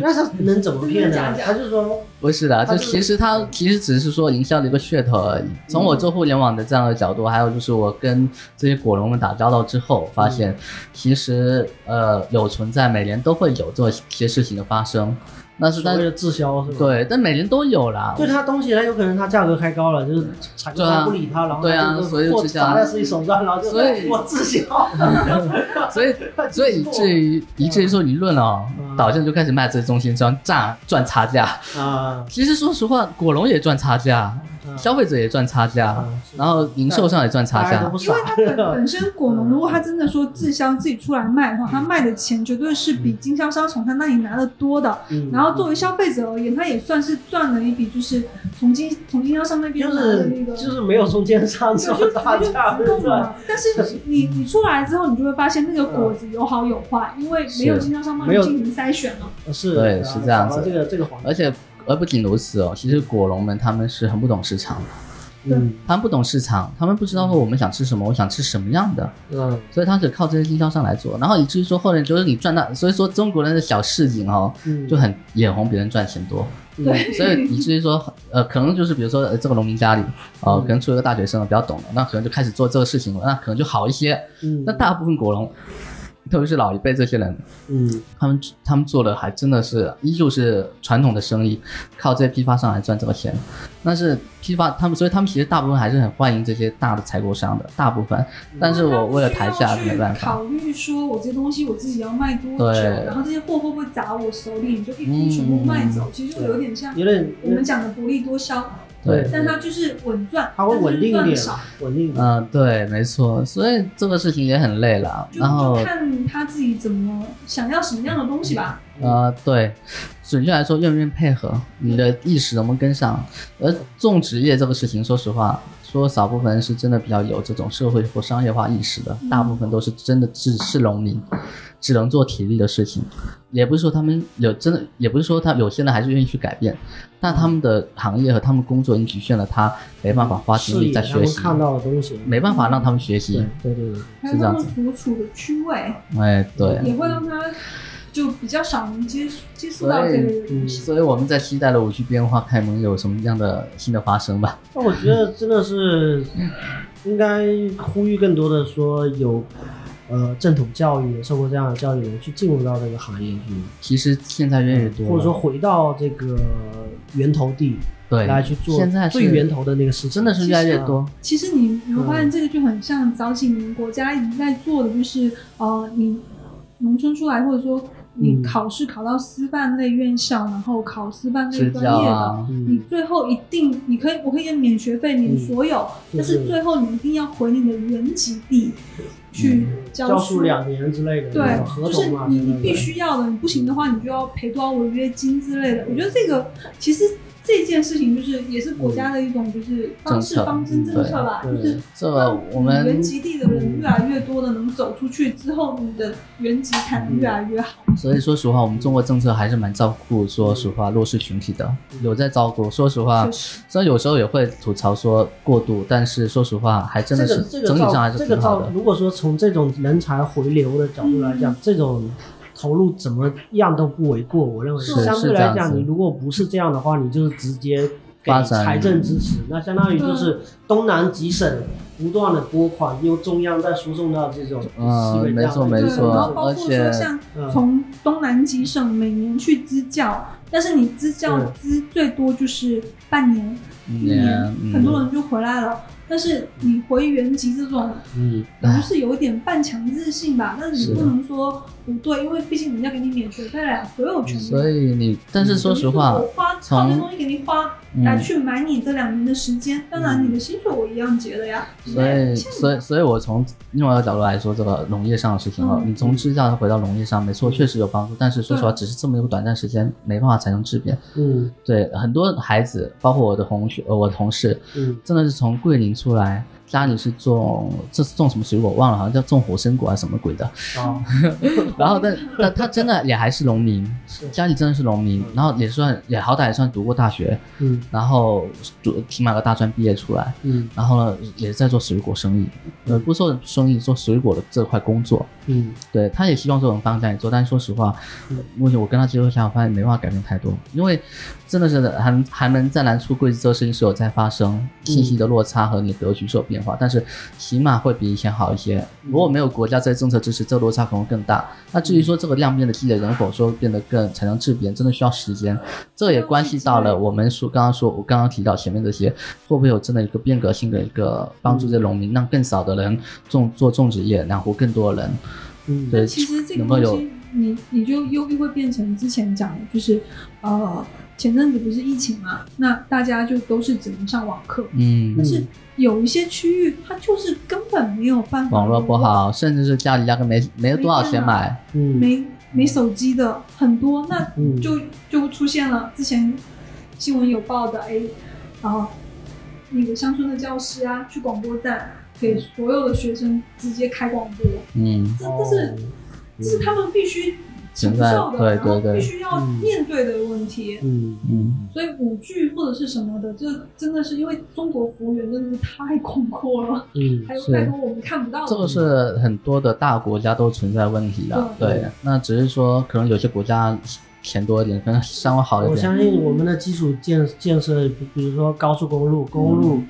[SPEAKER 2] 那他能怎么骗呢？他就说
[SPEAKER 3] 不是的，
[SPEAKER 2] 他
[SPEAKER 3] 就是其实它其实只是说营销的一个噱头而已。从
[SPEAKER 2] 嗯
[SPEAKER 3] 我做互联网的这样的角度，还有就是我跟这些果农们打交道之后，
[SPEAKER 2] 嗯
[SPEAKER 3] 发现其实呃有存在，每年都会有这些事情的发生。但是
[SPEAKER 2] 所
[SPEAKER 3] 但
[SPEAKER 2] 谓的滞销是吧？
[SPEAKER 3] 对，但每年都有啦。
[SPEAKER 2] 对他东西，他有可能他价格开高了，就是采购商不理他，然后
[SPEAKER 3] 对啊
[SPEAKER 2] 他就
[SPEAKER 3] 所以
[SPEAKER 2] 货
[SPEAKER 3] 就这样
[SPEAKER 2] 砸在自己手上，然后就
[SPEAKER 3] 所以
[SPEAKER 2] 我滞 销，
[SPEAKER 3] 所以所以以至于以至于说舆论哦
[SPEAKER 2] 嗯，
[SPEAKER 3] 导向就开始卖这些中心商赚赚差价。
[SPEAKER 2] 啊，
[SPEAKER 3] 其实说实话，果农也赚差价，
[SPEAKER 2] 嗯
[SPEAKER 3] 消费者也赚差价
[SPEAKER 2] 嗯，是
[SPEAKER 3] 然后零售商也赚差
[SPEAKER 2] 大家都
[SPEAKER 3] 价
[SPEAKER 2] 不。
[SPEAKER 1] 因
[SPEAKER 2] 傻
[SPEAKER 1] 为，他 本
[SPEAKER 3] 啊
[SPEAKER 1] 本身果
[SPEAKER 3] 嗯
[SPEAKER 1] 农，如果他真的说滞销自己出来卖的话，他卖的钱绝对是比经销商从他那里拿的多的。
[SPEAKER 2] 嗯
[SPEAKER 1] 然后作为消费者而言，他也算是赚了一笔，就是从经从经销商那边
[SPEAKER 2] 就
[SPEAKER 1] 拿的那
[SPEAKER 2] 是
[SPEAKER 1] 个，
[SPEAKER 2] 就是没有中间商
[SPEAKER 1] 对
[SPEAKER 2] 这
[SPEAKER 1] 就直
[SPEAKER 2] 种差
[SPEAKER 1] 接就
[SPEAKER 2] 价，
[SPEAKER 1] 自
[SPEAKER 2] 对
[SPEAKER 1] 动
[SPEAKER 2] 不
[SPEAKER 1] 了。但是你你出来之后，你就会发现那个果子有好有坏，因为没有
[SPEAKER 3] 是
[SPEAKER 1] 经销商帮
[SPEAKER 2] 没
[SPEAKER 1] 你
[SPEAKER 2] 有
[SPEAKER 1] 进行筛选
[SPEAKER 3] 嗯
[SPEAKER 1] 了。
[SPEAKER 2] 对？是，
[SPEAKER 3] 对
[SPEAKER 2] 啊
[SPEAKER 3] 是这样子
[SPEAKER 2] 少了这个这个环
[SPEAKER 3] 而且而不仅如此哦，其实果农们他们是很不懂市场的，
[SPEAKER 2] 嗯
[SPEAKER 3] 他们不懂市场，他们不知道说我们想吃什么，我想吃什么样的，
[SPEAKER 2] 嗯
[SPEAKER 3] 所以他只靠这些经销商来做，然后以至于说后来就是你赚到，所以说中国人的小市井哦，
[SPEAKER 2] 嗯，
[SPEAKER 3] 就很眼红别人赚钱多，
[SPEAKER 2] 对，
[SPEAKER 3] 所以以至于说呃，可能就是比如说、呃这个农民家里，呃，可能出了个大学生比较懂的，那可能就开始做这个事情了，那可能就好一些。
[SPEAKER 2] 嗯
[SPEAKER 3] 那大部分果农， 特别是老一辈这些人，
[SPEAKER 2] 嗯
[SPEAKER 3] 他们他们做的还真的是依旧是传统的生意，靠这些批发商来赚这个钱。但是批发他们，所以他们其实大部分还是很欢迎这些大的采购商的，大部分。但
[SPEAKER 1] 嗯
[SPEAKER 3] 是我为了抬价没办
[SPEAKER 1] 去
[SPEAKER 3] 法。
[SPEAKER 1] 考虑说我这东西我自己要卖多久，
[SPEAKER 3] 对嗯
[SPEAKER 1] 然后这些货会不会砸我手里，你就一批全部卖走，其实就有点像
[SPEAKER 2] 有点
[SPEAKER 1] 我们讲的薄利多销，
[SPEAKER 3] 对，
[SPEAKER 1] 但它就是稳赚，
[SPEAKER 2] 它会稳定一
[SPEAKER 1] 但是就
[SPEAKER 2] 点
[SPEAKER 1] 是赚得少。，
[SPEAKER 2] 稳定一点。
[SPEAKER 3] 嗯，对，没错。所以这个事情也很累了。
[SPEAKER 1] 就
[SPEAKER 3] 然后
[SPEAKER 1] 就看他自己怎么想要什么样的东西吧。
[SPEAKER 3] 呃，对，准确来说，愿不愿意配合，你的意识能不能跟上？而种植业这个事情，说实话，说少部分人是真的比较有这种社会或商业化意识的，
[SPEAKER 2] 嗯
[SPEAKER 3] 大部分都是真的只是农民，只能做体力的事情。也不是说他们有真的，也不是说他有些人还是愿意去改变，但他们的行业和他们工作已经局限了他，没办法花精
[SPEAKER 2] 视
[SPEAKER 3] 力
[SPEAKER 2] 野
[SPEAKER 3] 在
[SPEAKER 2] 他
[SPEAKER 3] 学
[SPEAKER 2] 们
[SPEAKER 3] 习，
[SPEAKER 2] 看到的东西，
[SPEAKER 3] 没办法让他们学习
[SPEAKER 2] 对。对对对，
[SPEAKER 1] 还有他们所处的区位，
[SPEAKER 3] 哎，对。
[SPEAKER 1] 也会让他就比较少能接触接触到这类的东西。
[SPEAKER 3] 所以我们在期待了五 G 变化开门有什么样的新的发生吧。
[SPEAKER 2] 那我觉得真的是应该呼吁更多的说有呃正统教育、受过这样的教育的人去进入到这个行业去，
[SPEAKER 3] 其实现在越来越多
[SPEAKER 2] 嗯
[SPEAKER 3] 了，
[SPEAKER 2] 或者说回到这个源头地
[SPEAKER 3] 对
[SPEAKER 2] 来去做
[SPEAKER 3] 现在是
[SPEAKER 2] 最源头的那个事情，啊
[SPEAKER 3] 真的是越来越多。
[SPEAKER 1] 其实你你会发现，这个就很像早几年国家一直在做的，就是呃，你农村出来，或者说你
[SPEAKER 2] 嗯
[SPEAKER 1] 考试考到师范类院校，然后考师范类
[SPEAKER 3] 支
[SPEAKER 1] 专
[SPEAKER 3] 教
[SPEAKER 1] 业的，
[SPEAKER 3] 啊，
[SPEAKER 1] 你
[SPEAKER 2] 嗯
[SPEAKER 1] 最后一定你可以，我可以给你免学费，免
[SPEAKER 2] 嗯
[SPEAKER 1] 所有，但
[SPEAKER 2] 是
[SPEAKER 1] 是最后你一定要回你的原籍地去教
[SPEAKER 2] 教
[SPEAKER 1] 书
[SPEAKER 2] 书。两年之类的那种合
[SPEAKER 1] 对，就是
[SPEAKER 2] 同啊，
[SPEAKER 1] 你
[SPEAKER 2] 之类
[SPEAKER 1] 你
[SPEAKER 2] 的
[SPEAKER 1] 必须要的，你不行的话，你就要赔多少违约金之类的。我觉得这个其实这件事情就是也是国家的一种就是方式
[SPEAKER 3] 政策
[SPEAKER 1] 方针政策吧，
[SPEAKER 2] 对
[SPEAKER 1] 就是
[SPEAKER 3] 这
[SPEAKER 2] 啊
[SPEAKER 1] 让
[SPEAKER 3] 呃我们
[SPEAKER 1] 原籍地的人越来越多的能走出去之后，你的原籍才能越来越好。
[SPEAKER 3] 所以说实话，我们中国政策还是蛮照顾，说实话弱势群体的，
[SPEAKER 2] 嗯
[SPEAKER 3] 有在照顾。说实话
[SPEAKER 1] 确，实，
[SPEAKER 3] 虽然有时候也会吐槽说过度，但是说实话，还真的
[SPEAKER 2] 这
[SPEAKER 3] 是
[SPEAKER 2] 个这个
[SPEAKER 3] 整体上还
[SPEAKER 2] 照
[SPEAKER 3] 是
[SPEAKER 2] 这个
[SPEAKER 3] 挺好
[SPEAKER 2] 照
[SPEAKER 3] 的，。
[SPEAKER 2] 如果说从这种人才回流的角度来
[SPEAKER 1] 嗯
[SPEAKER 2] 讲，这种投入怎么样都不为过。我认为
[SPEAKER 1] 是
[SPEAKER 2] 相对
[SPEAKER 3] 是这
[SPEAKER 2] 来
[SPEAKER 3] 样
[SPEAKER 2] 讲，
[SPEAKER 3] 子
[SPEAKER 2] 你如果不是这样的话，你就是直接给
[SPEAKER 3] 发展
[SPEAKER 2] 财政支持，那相当
[SPEAKER 1] 嗯
[SPEAKER 2] 于就是东南几省不断的拨款，由中央再输送到这种
[SPEAKER 3] 嗯
[SPEAKER 2] 西北这样的
[SPEAKER 3] 没
[SPEAKER 1] 对，
[SPEAKER 3] 错
[SPEAKER 1] 然后包括
[SPEAKER 3] 而且
[SPEAKER 1] 说像
[SPEAKER 2] 嗯
[SPEAKER 1] 从东南几省每年去支教，但是你支教
[SPEAKER 2] 对
[SPEAKER 1] 支最多就是半年，
[SPEAKER 3] 嗯
[SPEAKER 1] 一年，很多
[SPEAKER 3] 嗯，
[SPEAKER 1] 人就回来了。但是你回原籍这种，
[SPEAKER 2] 嗯
[SPEAKER 1] 不是有一点半强制性吧？但是
[SPEAKER 3] 哎是
[SPEAKER 1] 你不能说不对，因为毕竟人家给你免学费了，所有权利。
[SPEAKER 3] 所以你，但
[SPEAKER 2] 嗯
[SPEAKER 3] 是说实话
[SPEAKER 1] 我，花靠这东西给你花
[SPEAKER 3] 嗯
[SPEAKER 1] 来去买你这两年的时间，当然你的薪水我一样结的呀。
[SPEAKER 3] 所
[SPEAKER 1] 欠
[SPEAKER 3] 以，
[SPEAKER 1] 你
[SPEAKER 3] 所以，所以我从另外一个角度来说，这个农业上的事情啊，
[SPEAKER 1] 嗯
[SPEAKER 3] 你从支教回到农业上，没错，确实有帮助。但是说实话，只是这么一个短暂时间，没办法产生质变。
[SPEAKER 2] 嗯
[SPEAKER 3] 对，很多孩子，包括我的同学，呃，我的同事，
[SPEAKER 2] 嗯
[SPEAKER 3] 真的是从桂林出来，家里是种这是种什么水果我忘了，好像叫种火参果还是什么鬼的。
[SPEAKER 2] 啊，
[SPEAKER 3] 然后但，但他真的也还是农民，
[SPEAKER 2] 是
[SPEAKER 3] 家里真的是农民，然后也算也好歹也算读过大学，
[SPEAKER 2] 嗯
[SPEAKER 3] 然后读起码个大专毕业出来。
[SPEAKER 2] 嗯
[SPEAKER 3] 然后呢，也在做水果生意，呃，不是说生意，做水果的这块工作。
[SPEAKER 2] 嗯
[SPEAKER 3] 对，他也希望这种方向做，但是说实话，目前我跟他接触下来，我发现没办法改变太多，因为真的是还还能再难出柜子，这个事情是有在发生，信息的落差和你的格局是有变化，但是起码会比以前好一些。如果没有国家这些政策支持，这个落差可能会更大。那至于说这个量变的积累能否说变得更产生质变，真的需要时间，这也关系到了我们说刚刚说我刚刚提到前面这些，会不会有真的一个变革性的一个帮助这农民，让更少的人种做种植业，养活更多的人。
[SPEAKER 2] 嗯
[SPEAKER 3] 对，
[SPEAKER 1] 其实这个
[SPEAKER 3] 能够
[SPEAKER 1] 东
[SPEAKER 3] 有
[SPEAKER 1] 西，你你就又又会变成之前讲的，就是呃，前阵子不是疫情嘛，那大家就都是只能上网课，
[SPEAKER 3] 嗯
[SPEAKER 1] 但，是有一些区域它就是根本没有办法
[SPEAKER 3] 网络不，好，甚至是家里压根没没多少钱买，
[SPEAKER 2] 嗯
[SPEAKER 1] 没没手机的很多，那
[SPEAKER 2] 嗯
[SPEAKER 1] 就就出现了之前新闻有报的，哎，然后那个乡村的教师啊，去广播站给所有的学生直接开广播，
[SPEAKER 3] 嗯，
[SPEAKER 1] 这这是
[SPEAKER 2] 哦
[SPEAKER 1] 这是他们必须承
[SPEAKER 3] 现在
[SPEAKER 1] 受的，
[SPEAKER 3] 对
[SPEAKER 1] 然后
[SPEAKER 3] 对
[SPEAKER 1] 必
[SPEAKER 3] 对
[SPEAKER 1] 须要面对的问题。
[SPEAKER 2] 嗯，
[SPEAKER 3] 嗯，
[SPEAKER 1] 所以舞剧或者是什么的，这真的是因为中国服务员真的是太 空阔了，
[SPEAKER 2] 嗯
[SPEAKER 1] 还有
[SPEAKER 3] 是
[SPEAKER 1] 太多我们看不到
[SPEAKER 3] 这
[SPEAKER 1] 的。
[SPEAKER 3] 个是很多的大国家都存在问题的。
[SPEAKER 1] 对
[SPEAKER 3] 对，那只是说可能有些国家钱多一点，可能稍微好一
[SPEAKER 2] 我
[SPEAKER 3] 点。
[SPEAKER 2] 相信我们的基础建建设，比比如说高速公
[SPEAKER 3] 嗯
[SPEAKER 2] 路、公路、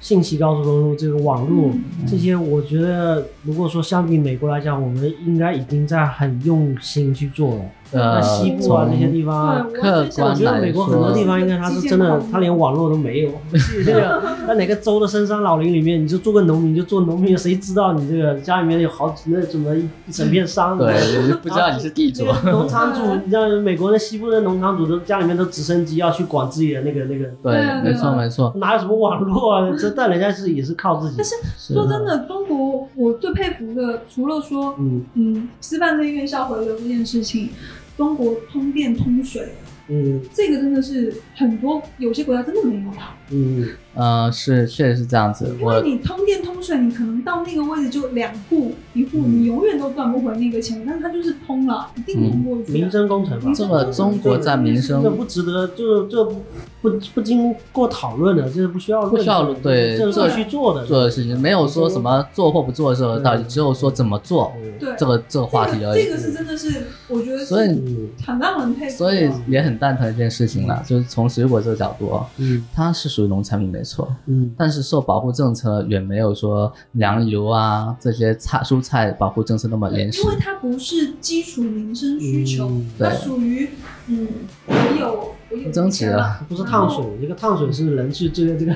[SPEAKER 2] 信息高速公路、这个网络、
[SPEAKER 3] 嗯
[SPEAKER 2] 这些，我觉得如果说相比美国来讲，我们应该已经在很用心去做了。
[SPEAKER 3] 呃
[SPEAKER 2] 那西部啊
[SPEAKER 3] 从
[SPEAKER 2] 这些地方啊，
[SPEAKER 1] 对，我
[SPEAKER 3] 客观
[SPEAKER 2] 我
[SPEAKER 1] 观
[SPEAKER 2] 觉得美国很多地方应该它是真的，它连网络都没有。 这个在哪个州的深山老林里面，你就做个农民，就做农民，谁知道你这个家里面有好几那怎么一一整片山？
[SPEAKER 3] 对，不知道你是 地主。
[SPEAKER 2] 农场
[SPEAKER 1] 嗯
[SPEAKER 2] 主，你知道美国的西部的农场主都家里面都直升机要去管自己的那个那个，
[SPEAKER 3] 对，没错
[SPEAKER 1] 对
[SPEAKER 3] 没错。
[SPEAKER 2] 哪有什么网络啊？这但人家是也是啊靠自己。
[SPEAKER 3] 是
[SPEAKER 1] 说真的，中国我最佩服的，除了说
[SPEAKER 2] 嗯
[SPEAKER 1] 嗯师范院院校回流这件事情，中国通电通水，
[SPEAKER 2] 嗯
[SPEAKER 1] 这个真的是很多有些国家真的没有。
[SPEAKER 2] 嗯
[SPEAKER 3] 呃，是确实是这样子。
[SPEAKER 1] 因为
[SPEAKER 3] 我
[SPEAKER 1] 你通电通水，你可能到那个位置就两户一户，
[SPEAKER 2] 嗯
[SPEAKER 1] 你永远都赚不回那个钱，但是它就是通了，一
[SPEAKER 3] 嗯
[SPEAKER 1] 定通过去的。啊
[SPEAKER 2] 嗯民生工程嘛，
[SPEAKER 3] 这么中国在民生
[SPEAKER 2] 这不值得，这这不不不经过讨论的，这是不需要论
[SPEAKER 3] 不需要
[SPEAKER 2] 证的
[SPEAKER 3] 对
[SPEAKER 2] 这
[SPEAKER 1] 这
[SPEAKER 2] 是去做的。
[SPEAKER 3] 做的事情没有说什么做或不做这个道理，
[SPEAKER 2] 嗯
[SPEAKER 3] 只有说怎么做
[SPEAKER 2] 嗯
[SPEAKER 1] 对
[SPEAKER 3] 这个这个话题而
[SPEAKER 1] 这
[SPEAKER 3] 已
[SPEAKER 1] 个。是真的是，我觉得
[SPEAKER 3] 所以
[SPEAKER 1] 是
[SPEAKER 2] 嗯
[SPEAKER 1] 很让人佩服的。
[SPEAKER 3] 所以也很蛋疼一件事情了，就是从水果这个角度哦，
[SPEAKER 2] 嗯
[SPEAKER 3] 它是属于农产品没错，
[SPEAKER 2] 嗯
[SPEAKER 3] 但是受保护政策远没有说粮油啊这些菜蔬菜保护政策那么严实
[SPEAKER 1] 因。为它不是基础民生需求，
[SPEAKER 2] 嗯
[SPEAKER 1] 它
[SPEAKER 3] 对
[SPEAKER 1] 属于嗯，我有我有
[SPEAKER 3] 增值啊了，
[SPEAKER 2] 不是烫水，
[SPEAKER 3] 嗯
[SPEAKER 2] 这个烫水是人去这个这个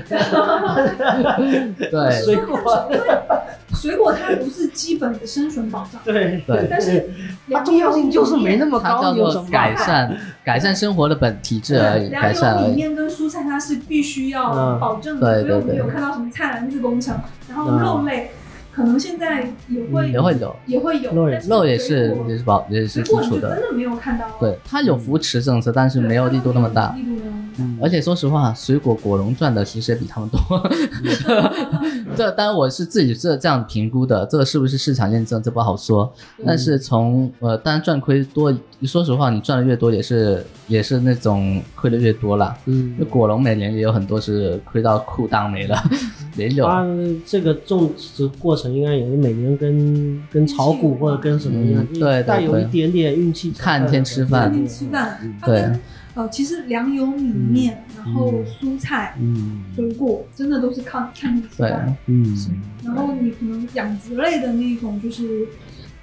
[SPEAKER 3] 对
[SPEAKER 2] 水果，
[SPEAKER 1] 水果它不是基本的生存保障，
[SPEAKER 2] 对嗯
[SPEAKER 3] 对
[SPEAKER 1] 但是
[SPEAKER 3] 啊
[SPEAKER 2] 它重要性就是没那么
[SPEAKER 3] 它叫
[SPEAKER 2] 高，有什
[SPEAKER 3] 做
[SPEAKER 2] 么办
[SPEAKER 3] 改
[SPEAKER 2] 法？
[SPEAKER 3] 善改善生活的本体制而已，改善
[SPEAKER 1] 粮油
[SPEAKER 3] 而
[SPEAKER 1] 里
[SPEAKER 3] 已。
[SPEAKER 1] 面跟蔬菜它是必须要
[SPEAKER 2] 嗯
[SPEAKER 1] 保证
[SPEAKER 3] 对
[SPEAKER 1] 的，所以我
[SPEAKER 3] 对
[SPEAKER 1] 们
[SPEAKER 3] 对
[SPEAKER 1] 有看到什么菜篮子工程，然后
[SPEAKER 2] 嗯
[SPEAKER 1] 肉类可能现在也会
[SPEAKER 3] 嗯也会有
[SPEAKER 1] 也会有，
[SPEAKER 2] 肉也
[SPEAKER 1] 但
[SPEAKER 3] 肉也是
[SPEAKER 1] 水果
[SPEAKER 3] 也是保也是
[SPEAKER 1] 水
[SPEAKER 3] 基
[SPEAKER 1] 果你
[SPEAKER 3] 础
[SPEAKER 1] 就
[SPEAKER 3] 的
[SPEAKER 1] 真，的没有看到，
[SPEAKER 3] 对，它有扶持政策，但是
[SPEAKER 1] 对，
[SPEAKER 3] 没有力度那么大。
[SPEAKER 1] 力度没有那么大
[SPEAKER 2] 嗯
[SPEAKER 3] 而且说实话，水果果农赚的其实也比他们多。这当然我是自己这这样评估的，这个是不是市场验证，这不好说。但是从呃，当然赚亏多，说实话，你赚的越多，也是也是那种亏的越多啦。
[SPEAKER 2] 嗯
[SPEAKER 3] 那果农每年也有很多是亏到裤裆没了，也有。
[SPEAKER 2] 它这个种植过程应该也是每年跟跟炒股或者跟什么一样
[SPEAKER 3] 嗯，对对
[SPEAKER 2] 带有一点点运气成分，
[SPEAKER 3] 看天吃饭
[SPEAKER 1] 天天吃饭，
[SPEAKER 2] 嗯
[SPEAKER 1] 它
[SPEAKER 3] 对
[SPEAKER 1] 跟呃，其实粮油米面，然后蔬菜、
[SPEAKER 2] 嗯
[SPEAKER 1] 水果，真的都是靠看你吃
[SPEAKER 3] 对，
[SPEAKER 1] 饭。
[SPEAKER 2] 嗯，
[SPEAKER 1] 然后你可能养殖类的那种，就是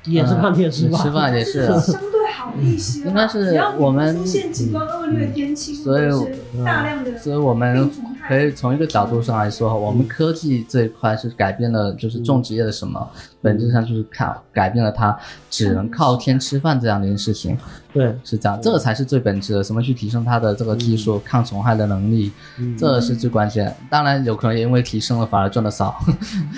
[SPEAKER 2] 也是看天吃
[SPEAKER 3] 吃
[SPEAKER 2] 饭，
[SPEAKER 3] 饭也是啊。嗯
[SPEAKER 1] 相对好一些吧。
[SPEAKER 3] 应该是
[SPEAKER 1] 只要你不
[SPEAKER 3] 我们
[SPEAKER 1] 出现极端恶劣天气，
[SPEAKER 3] 所以
[SPEAKER 1] 或者是大量的
[SPEAKER 3] 所以我们
[SPEAKER 1] 病虫害，
[SPEAKER 3] 可以从一个角度上来说，我们科技这一块是改变了，就是种植业的什么，本质上就是靠改变了它只能靠天吃饭这样的一件事情，
[SPEAKER 2] 对，
[SPEAKER 3] 是这样，这个才是最本质的。什么去提升它的这个技术、抗虫害的能力，
[SPEAKER 2] 嗯
[SPEAKER 3] 这是最关键。当然，有可能也因为提升了反而赚的少，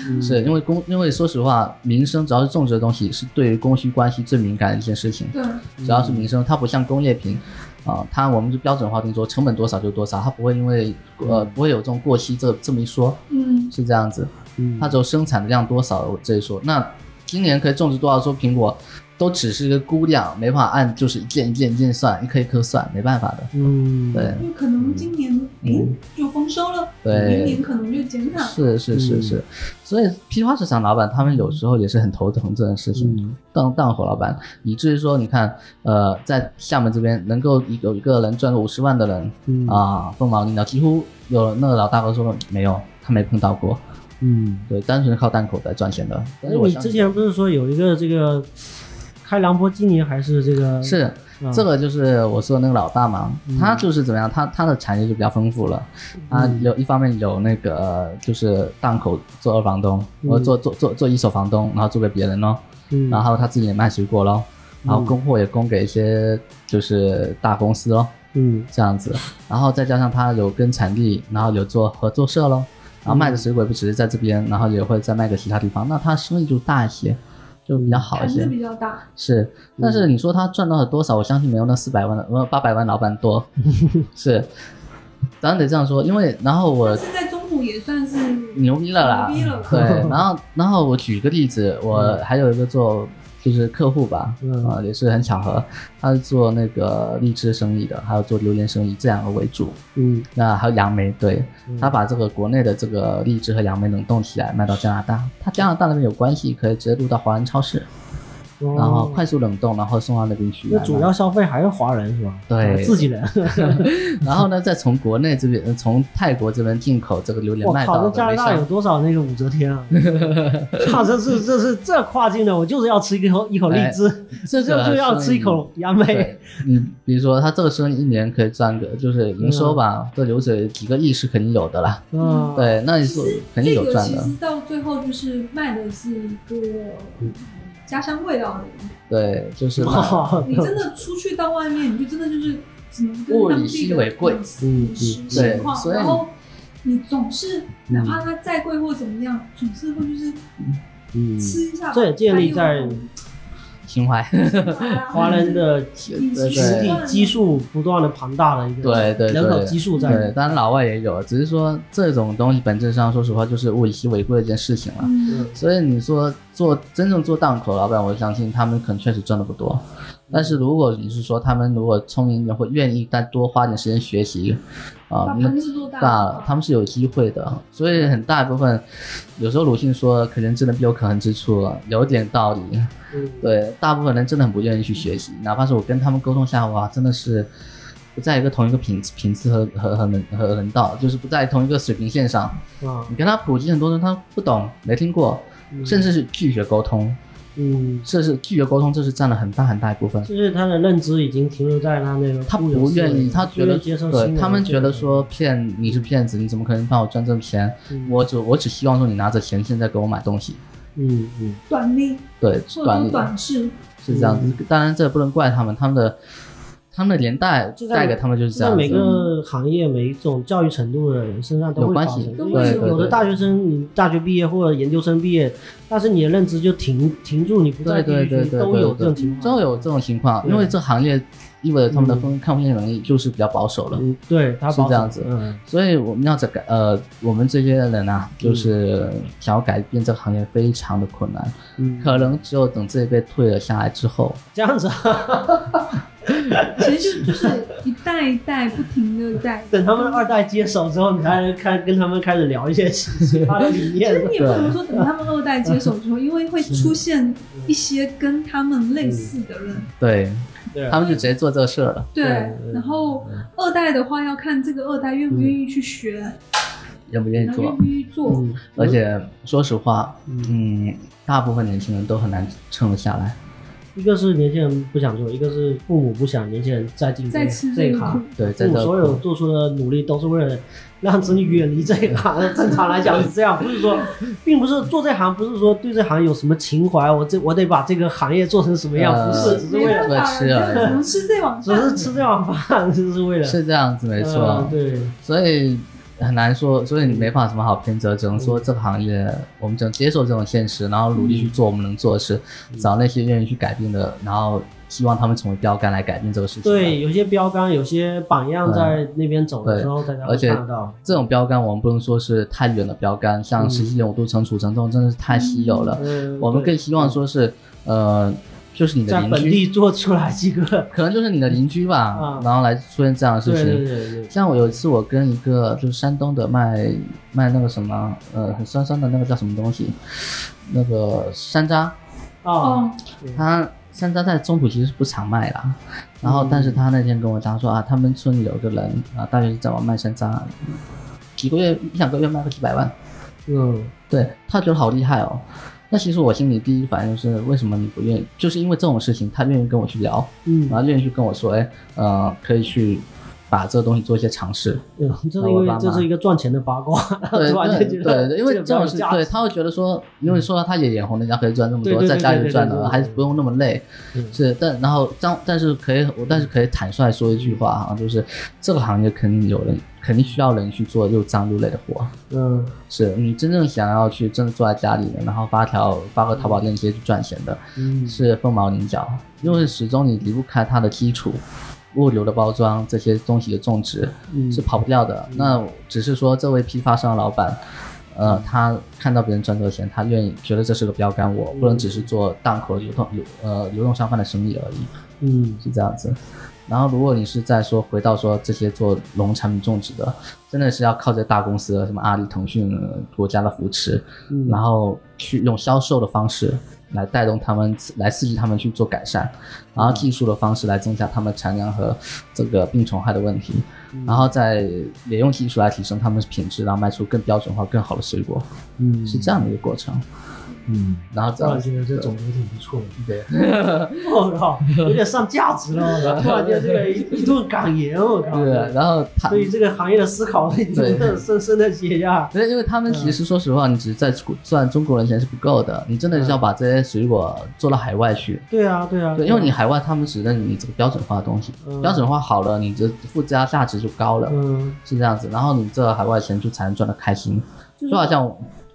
[SPEAKER 2] 嗯
[SPEAKER 3] 是因为供，因为说实话，民生只要是种植的东西，是对于供需关系最敏感的一件事情。
[SPEAKER 1] 对，
[SPEAKER 3] 只要是民生，它不像工业品，啊、它我们就标准化定说成本多少就多少，它不会因为呃不会有这种过期这这么一说，
[SPEAKER 1] 嗯，
[SPEAKER 3] 是这样子，
[SPEAKER 2] 嗯
[SPEAKER 3] 它只有生产的量多少这一说。那今年可以种植多少株苹果，都只是一个估量，没办法按就是一件一件一件算，一颗一颗算，没办法的。
[SPEAKER 2] 嗯
[SPEAKER 3] 对
[SPEAKER 1] 因为可能今年
[SPEAKER 3] 嗯
[SPEAKER 1] 嗯就丰收了，明
[SPEAKER 3] 对
[SPEAKER 1] 年，可能就减产了。
[SPEAKER 3] 是是是
[SPEAKER 2] 嗯
[SPEAKER 3] 是，所以批发市场老板他们有时候也是很头疼这件事情。
[SPEAKER 2] 嗯
[SPEAKER 3] 当当火老板，以至于说，你看，呃，在厦门这边能够一有一个人赚个五十万的人，
[SPEAKER 2] 嗯
[SPEAKER 3] 啊，凤毛麟角，几乎有那个老大哥说没有，他没碰到过，
[SPEAKER 2] 嗯，
[SPEAKER 3] 对，单纯靠单口在赚钱的。但是我
[SPEAKER 2] 你
[SPEAKER 3] 相
[SPEAKER 2] 之
[SPEAKER 3] 信
[SPEAKER 2] 前不是说有一个这个开兰博基尼还是这个
[SPEAKER 3] 是
[SPEAKER 2] 嗯
[SPEAKER 3] 这个就是我说的那个老大嘛，
[SPEAKER 2] 嗯
[SPEAKER 3] 他就是怎么样，他他的产业就比较丰富了，他有一方面有那个呃就是档口做二房东，呃
[SPEAKER 2] 嗯
[SPEAKER 3] 或者做做做做一手房东，然后租给别人咯，
[SPEAKER 2] 嗯
[SPEAKER 3] 然后他自己也卖水果咯，然后供货也供给一些就是大公司咯。
[SPEAKER 2] 嗯
[SPEAKER 3] 这样子，然后再加上他有跟产地，然后有做合作社咯，然后卖的
[SPEAKER 2] 嗯
[SPEAKER 3] 水果也不只是在这边，然后也会再卖给其他地方，那他生意就大一些，就比较好
[SPEAKER 1] 盘
[SPEAKER 3] 一
[SPEAKER 1] 子
[SPEAKER 3] 些。
[SPEAKER 1] 比较大，
[SPEAKER 3] 是，但
[SPEAKER 2] 嗯
[SPEAKER 3] 是你说他赚到了多少？我相信没有那四百万的呃八百万老 板多。是，当然得这样说，因为然后我
[SPEAKER 1] 但是在中午也算是
[SPEAKER 3] 牛逼了啦，
[SPEAKER 1] 牛逼了
[SPEAKER 3] 对，然后然后我举个例子，我还有一个做就是客户吧，
[SPEAKER 2] 嗯
[SPEAKER 3] 啊、也是很巧合，他是做那个荔枝生意的，还有做榴莲生意，这两个为主。
[SPEAKER 2] 嗯
[SPEAKER 3] 那还有杨梅，对
[SPEAKER 2] 嗯
[SPEAKER 3] 他把这个国内的这个荔枝和杨梅冷冻起来卖到加拿大，他加拿大那边有关系，可以直接入到华人超市，
[SPEAKER 2] 哦
[SPEAKER 3] 然后快速冷冻，然后送到那边去来
[SPEAKER 2] 那
[SPEAKER 3] 卖。
[SPEAKER 2] 主要消费还是华人是吧？
[SPEAKER 3] 对
[SPEAKER 2] 自己人。
[SPEAKER 3] 然后呢，再从国内这边，呃从泰国这边进口这个榴莲
[SPEAKER 2] 我
[SPEAKER 3] 卖
[SPEAKER 2] 靠，
[SPEAKER 3] 到
[SPEAKER 2] 那加拿
[SPEAKER 3] 微
[SPEAKER 2] 大有
[SPEAKER 3] 商。
[SPEAKER 2] 多少那个武则天 啊？靠，这是这是这跨境的，我就是要吃一口一口荔枝，
[SPEAKER 3] 这
[SPEAKER 2] 就
[SPEAKER 3] 个
[SPEAKER 2] 就要吃一口杨梅。
[SPEAKER 3] 啊嗯对，你比如说他这个生意一年可以赚个，就是营收吧，这流水几个亿是肯定有的啦。
[SPEAKER 2] 嗯，
[SPEAKER 3] 对，那你
[SPEAKER 1] 其
[SPEAKER 3] 说
[SPEAKER 1] 实
[SPEAKER 3] 肯定
[SPEAKER 1] 这
[SPEAKER 3] 有
[SPEAKER 1] 个
[SPEAKER 3] 赚
[SPEAKER 1] 其
[SPEAKER 3] 的。
[SPEAKER 1] 实到最后就是卖的是一个嗯家乡味道的东西。
[SPEAKER 3] 对，就是啊卖
[SPEAKER 2] 哇，
[SPEAKER 1] 你真的出去到外面，你就真的就是只能
[SPEAKER 3] 物
[SPEAKER 1] 跟当地
[SPEAKER 3] 以稀
[SPEAKER 1] 的
[SPEAKER 3] 为贵
[SPEAKER 1] 饮食
[SPEAKER 2] 嗯嗯
[SPEAKER 1] 饮食
[SPEAKER 3] 对
[SPEAKER 1] 情况，
[SPEAKER 3] 所以
[SPEAKER 1] 然后你总是哪怕它再贵或怎么样，总是会就是
[SPEAKER 2] 嗯，
[SPEAKER 1] 吃一下吧。
[SPEAKER 2] 这也建立在
[SPEAKER 3] 情怀。
[SPEAKER 2] 华人的基
[SPEAKER 1] 饮食习
[SPEAKER 2] 实
[SPEAKER 3] 对
[SPEAKER 2] 力
[SPEAKER 1] 惯
[SPEAKER 2] 基数不断的庞大的一个
[SPEAKER 3] 对对对
[SPEAKER 2] 人口基数在
[SPEAKER 3] 对，
[SPEAKER 2] 里。
[SPEAKER 3] 当然老外也有，只是说这种东西本质上，说实话就是物以稀为贵的一件事情了。
[SPEAKER 1] 嗯，
[SPEAKER 3] 所以你说做真正做档口老板，我相信他们可能确实赚的不多，但是如果你是说他们如果聪明一点，或愿意再多花点时间学习，啊、
[SPEAKER 1] 把
[SPEAKER 3] 那
[SPEAKER 1] 盆子做大
[SPEAKER 3] 大了，他们是有机会的。所以很大一部分，有时候鲁迅说可能真的必有可恨之处，有点道理。
[SPEAKER 2] 嗯
[SPEAKER 3] 对，大部分人真的很不愿意去学习，哪怕是我跟他们沟通下，哇，真的是不在一个同一个频次频次和和和人和人道，就是不在同一个水平线上。
[SPEAKER 2] 啊，
[SPEAKER 3] 你跟他普及很多东西，他不懂，没听过，
[SPEAKER 2] 嗯
[SPEAKER 3] 甚至是拒绝沟通，
[SPEAKER 2] 嗯，
[SPEAKER 3] 这是拒绝沟通，这是占了很大很大一部分。
[SPEAKER 2] 就是他的认知已经停留在他那个
[SPEAKER 3] 他
[SPEAKER 2] 固有
[SPEAKER 3] 不
[SPEAKER 2] 思维
[SPEAKER 3] 愿意，他觉得
[SPEAKER 2] 不愿意接受新
[SPEAKER 3] 对
[SPEAKER 2] 的
[SPEAKER 3] 他们
[SPEAKER 2] 这
[SPEAKER 3] 觉得
[SPEAKER 2] 个
[SPEAKER 3] 说骗你是骗子，你怎么可能帮我赚这么钱？
[SPEAKER 2] 嗯
[SPEAKER 3] 我只我只希望说你拿着钱现在给我买东西，
[SPEAKER 2] 嗯嗯
[SPEAKER 1] 短命
[SPEAKER 3] 对，
[SPEAKER 1] 或者
[SPEAKER 3] 短
[SPEAKER 1] 说短视，
[SPEAKER 3] 是这样
[SPEAKER 2] 嗯
[SPEAKER 3] 子。当然这也不能怪他们，他们的他们的连带
[SPEAKER 2] 这在
[SPEAKER 3] 带给他们就是这
[SPEAKER 2] 在
[SPEAKER 3] 样
[SPEAKER 2] 每
[SPEAKER 3] 子。
[SPEAKER 2] 个行业、每一种教育程度的人身上都
[SPEAKER 3] 有
[SPEAKER 2] 会
[SPEAKER 3] 关
[SPEAKER 2] 发
[SPEAKER 3] 系
[SPEAKER 2] 生，
[SPEAKER 1] 都
[SPEAKER 2] 因
[SPEAKER 1] 会
[SPEAKER 2] 为
[SPEAKER 1] 有
[SPEAKER 2] 有的大学生你大学毕业或者研究生毕业，但是你的认知就停停住，你不在
[SPEAKER 3] 对
[SPEAKER 2] 地
[SPEAKER 3] 对
[SPEAKER 2] 域
[SPEAKER 3] 对
[SPEAKER 2] 区
[SPEAKER 3] 对
[SPEAKER 2] 都有这种
[SPEAKER 3] 对
[SPEAKER 2] 情
[SPEAKER 3] 对，
[SPEAKER 2] 况。
[SPEAKER 3] 都有这种情况，因为这行业意味着他们的风抗风险能力就是比较保守了。
[SPEAKER 2] 嗯，对，他
[SPEAKER 3] 是
[SPEAKER 2] 保
[SPEAKER 3] 这样
[SPEAKER 2] 守
[SPEAKER 3] 子
[SPEAKER 2] 嗯
[SPEAKER 3] 所以我们要在改呃，我们这些人啊，就是想要改变这个行业非常的困难，
[SPEAKER 2] 嗯，
[SPEAKER 3] 可能只有等这一辈退了下来之后，
[SPEAKER 2] 这样子啊，
[SPEAKER 1] 其实就就是一代一代不停的 在
[SPEAKER 2] 等他们的二代接手之后，你才能开跟他们开始聊一些其其他的理
[SPEAKER 1] 其
[SPEAKER 2] 念
[SPEAKER 1] 实。你也不能说等他们二代接手之后，因为会出现一些跟他们类似的人，
[SPEAKER 3] 对
[SPEAKER 2] 对
[SPEAKER 3] 他们就直接做这个事儿了。
[SPEAKER 1] 对
[SPEAKER 2] 嗯。
[SPEAKER 1] 然后二代的话，要看这个二代愿不愿意去学，
[SPEAKER 3] 愿不愿意
[SPEAKER 1] 然后愿
[SPEAKER 3] 做
[SPEAKER 1] 不。愿意做。
[SPEAKER 2] 嗯
[SPEAKER 3] 而且说实话，
[SPEAKER 2] 嗯
[SPEAKER 3] 嗯，大部分年轻人都很难撑得下来。
[SPEAKER 2] 一个是年轻人不想做，一个是父母不想年轻人再进
[SPEAKER 1] 再吃
[SPEAKER 2] 这
[SPEAKER 1] 这
[SPEAKER 2] 一
[SPEAKER 1] 个苦
[SPEAKER 2] 行。，
[SPEAKER 3] 对，在
[SPEAKER 2] 父
[SPEAKER 3] 这嗯
[SPEAKER 2] 母所有做出的努力都是为了让子女远离这一行。 正常来讲是这样，不是说，并不是做这行，不是说对这行有什么情怀，我这我得把这个行业做成什么样，
[SPEAKER 3] 呃
[SPEAKER 2] 不是，只是
[SPEAKER 1] 没
[SPEAKER 2] 为了，
[SPEAKER 1] 办法，
[SPEAKER 3] 为了
[SPEAKER 1] 了，
[SPEAKER 3] 吃啊
[SPEAKER 1] 只能吃这碗
[SPEAKER 2] 只是
[SPEAKER 1] 饭。
[SPEAKER 2] 吃这碗饭，就是为了，
[SPEAKER 3] 是这样子，没错。啊
[SPEAKER 2] 呃对，
[SPEAKER 3] 所以很难说，所以你没法有什么好偏责，只
[SPEAKER 2] 嗯
[SPEAKER 3] 能说这个行业我们只能接受这种现实，然后努力去做我们能做的事，
[SPEAKER 2] 嗯
[SPEAKER 3] 找那些愿意去改变的，然后希望他们成为标杆来改变这个事情。
[SPEAKER 2] 对，，有些标杆，有些榜样在那边走的时候，大家
[SPEAKER 3] 嗯而
[SPEAKER 2] 会
[SPEAKER 3] 且
[SPEAKER 2] 看到。
[SPEAKER 3] 这种标杆我们不能说是太远的标杆，像
[SPEAKER 2] 嗯
[SPEAKER 3] 十七点五度程、楚成这种真的是太稀有了。
[SPEAKER 2] 嗯，
[SPEAKER 3] 我们更
[SPEAKER 2] 对
[SPEAKER 3] 希望说是，呃，就是你的
[SPEAKER 2] 在
[SPEAKER 3] 邻
[SPEAKER 2] 本
[SPEAKER 3] 居，
[SPEAKER 2] 地做出来几个，
[SPEAKER 3] 可能就是你的邻居吧，
[SPEAKER 2] 啊
[SPEAKER 3] 然后来出现这样的事
[SPEAKER 2] 对对
[SPEAKER 3] 情。
[SPEAKER 2] 对对，
[SPEAKER 3] 像我有一次，我跟一个就是山东的卖卖那个什么，呃，很酸酸的那个叫什么东西，那个山楂，
[SPEAKER 2] 啊，
[SPEAKER 1] 哦，
[SPEAKER 3] 他山楂在中土其实是不常卖的啊，然后但是他那天跟我讲说啊，他们村里有个人啊，大学在往卖山楂，几个月一两个月卖个几百万，
[SPEAKER 2] 嗯，
[SPEAKER 3] 对他觉得好厉害哦。那其实我心里第一反应就是为什么你不愿意，就是因为这种事情他愿意跟我去聊，
[SPEAKER 2] 嗯
[SPEAKER 3] 然后愿意去跟我说，哎，呃，可以去把这个东西做一些尝试。
[SPEAKER 2] 嗯，这是因为这是一个赚钱的八卦，
[SPEAKER 3] 对
[SPEAKER 2] 突然间觉
[SPEAKER 3] 对
[SPEAKER 2] 得
[SPEAKER 3] 对，因为
[SPEAKER 2] 这个比
[SPEAKER 3] 这
[SPEAKER 2] 较有
[SPEAKER 3] 种事，
[SPEAKER 2] 价值
[SPEAKER 3] 对，他会觉得说，因为说他也眼红，人家可以赚那么
[SPEAKER 2] 对
[SPEAKER 3] 多，
[SPEAKER 2] 对对
[SPEAKER 3] 在家
[SPEAKER 2] 对对
[SPEAKER 3] 里赚
[SPEAKER 2] 对对
[SPEAKER 3] 的，
[SPEAKER 2] 对
[SPEAKER 3] 还是不用那么累
[SPEAKER 2] 嗯。
[SPEAKER 3] 是，但然后当但是可以，我但是可以坦率说一句话啊，就是这个行业肯定有人，肯定需要人去做又脏又累的活。
[SPEAKER 2] 嗯
[SPEAKER 3] 是你真正想要去真的坐在家里面，然后发条发个淘宝链接去赚钱的，
[SPEAKER 2] 嗯
[SPEAKER 3] 是凤毛麟角，因为始终你离不开它的基础。物流的包装这些东西的种植，
[SPEAKER 2] 嗯
[SPEAKER 3] 是跑不掉的。那只是说这位批发商老板，呃，他看到别人赚这个钱，他愿意觉得这是个标杆，我不能只是做档口流动流呃流动商贩的生意而已。
[SPEAKER 2] 嗯
[SPEAKER 3] 是这样子。然后，如果你是在说回到说这些做农产品种植的，真的是要靠着大公司，什么阿里、腾讯、呃国家的扶持，
[SPEAKER 2] 嗯
[SPEAKER 3] 然后去用销售的方式来带动他们，来刺激他们去做改善，然后技术的方式来增加他们产量和这个病虫害的问题，
[SPEAKER 2] 嗯
[SPEAKER 3] 然后再也用技术来提升他们的品质，然后卖出更标准化、更好的水果，
[SPEAKER 2] 嗯
[SPEAKER 3] 是这样的一个过程。
[SPEAKER 2] 嗯，
[SPEAKER 3] 然后这
[SPEAKER 2] 突然
[SPEAKER 3] 样
[SPEAKER 2] 觉得这种有挺不错的。
[SPEAKER 3] 嗯对，
[SPEAKER 2] 我靠，有点上价值了，我靠！突然间这个一一顿感言，我靠！
[SPEAKER 3] 对，然后他
[SPEAKER 2] 对于这个行业的思考，已经
[SPEAKER 3] 对
[SPEAKER 2] 深深的写下。
[SPEAKER 3] 对，因为他们其
[SPEAKER 2] 嗯
[SPEAKER 3] 实说实话，你只是在中赚中国人钱是不够的，你真的
[SPEAKER 2] 嗯
[SPEAKER 3] 是要把这些水果做到海外去。
[SPEAKER 2] 对啊，对啊，
[SPEAKER 3] 对，因为你海外他们只认你这个标准化的东西，
[SPEAKER 2] 嗯
[SPEAKER 3] 标准化好了，你的附加价值就高了，
[SPEAKER 2] 嗯，
[SPEAKER 3] 是这样子。然后你这海外钱就才能赚得开心，就好像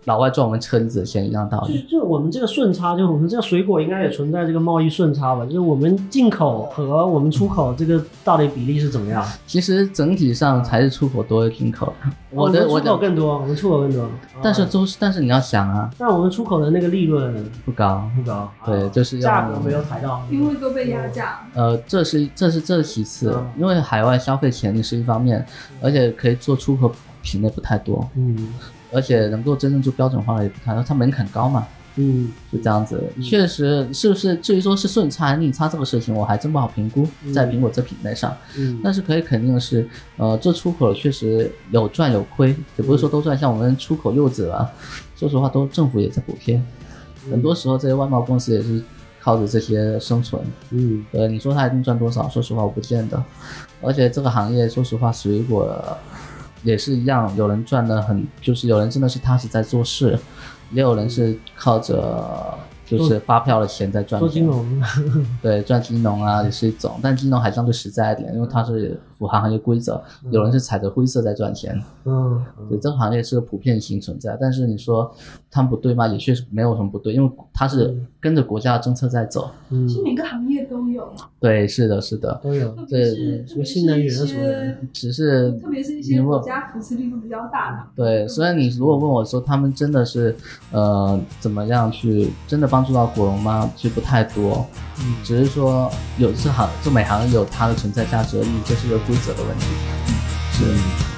[SPEAKER 3] 老外赚我们车厘子的钱一样道
[SPEAKER 2] 就是
[SPEAKER 3] 理。
[SPEAKER 2] 就是我们这个顺差，就是我们这个水果应该也存在这个贸易顺差吧？就是我们进口和我们出口这个到底比例是怎么样？
[SPEAKER 3] 其实整体上还是出口多于进口的。我的
[SPEAKER 2] 们
[SPEAKER 3] 我
[SPEAKER 2] 哦出口
[SPEAKER 3] 的，
[SPEAKER 2] 更多，我们出口更多，
[SPEAKER 3] 但是
[SPEAKER 2] 啊
[SPEAKER 3] 都是但是你要想啊，
[SPEAKER 2] 但我们出口的那个利润
[SPEAKER 3] 不高。
[SPEAKER 2] 不高，啊
[SPEAKER 3] 对就是要
[SPEAKER 2] 价格没有抬到，
[SPEAKER 1] 因为都被压价，
[SPEAKER 3] 呃，这是这是这是其次
[SPEAKER 2] 嗯，
[SPEAKER 3] 因为海外消费潜力是一方面，而且可以做出口品类不太多，
[SPEAKER 2] 嗯
[SPEAKER 3] 而且能够真正做标准化的也不太多，它门槛高嘛，
[SPEAKER 2] 嗯
[SPEAKER 3] 就这样子。确实，是不是至于说是顺差还是逆差这个事情，我还真不好评估，在苹果这品类上。
[SPEAKER 2] 嗯，
[SPEAKER 3] 但是可以肯定的是，呃，做出口确实有赚有亏，
[SPEAKER 2] 嗯
[SPEAKER 3] 也不是说都赚。像我们出口柚子啊，说实话都政府也在补贴，
[SPEAKER 2] 嗯
[SPEAKER 3] 很多时候这些外贸公司也是靠着这些生存。
[SPEAKER 2] 嗯
[SPEAKER 3] 呃，你说他一定赚多少？说实话，我不见得。而且这个行业，说实话，水果也是一样，有人赚的很，就是有人真的是踏实在做事，也有人是靠着就是发票的钱在赚
[SPEAKER 2] 做金
[SPEAKER 3] 钱。
[SPEAKER 2] 融，
[SPEAKER 3] 对，赚金融啊也是一种，但金融还相对实在一点，因为它是符合行业规则。有人是踩着灰色在赚钱，
[SPEAKER 2] 嗯
[SPEAKER 3] 对，这个行业是个普遍性存在。但是你说他们不对吗？也确实没有什么不对，因为它是跟着国家的政策在走。
[SPEAKER 2] 嗯
[SPEAKER 1] 是每个行业都有，
[SPEAKER 3] 对，是的，是的。
[SPEAKER 2] 都有
[SPEAKER 1] 特，别是
[SPEAKER 2] 对
[SPEAKER 1] 特
[SPEAKER 2] 什么
[SPEAKER 1] 别是
[SPEAKER 2] 新能
[SPEAKER 1] 一
[SPEAKER 2] 源什么
[SPEAKER 1] 些
[SPEAKER 2] 的，嗯
[SPEAKER 3] 只是
[SPEAKER 1] 特别是一
[SPEAKER 3] 你
[SPEAKER 1] 些
[SPEAKER 3] 问
[SPEAKER 1] 国家扶持力度比较大的，
[SPEAKER 3] 对，所以你如果问我说他们真的是，呃，怎么样去真的帮助到果农吗？其实不太多，
[SPEAKER 2] 嗯
[SPEAKER 3] 只是说嗯有这行这每行有它的存在价值而已，这是一个规则的问题。是，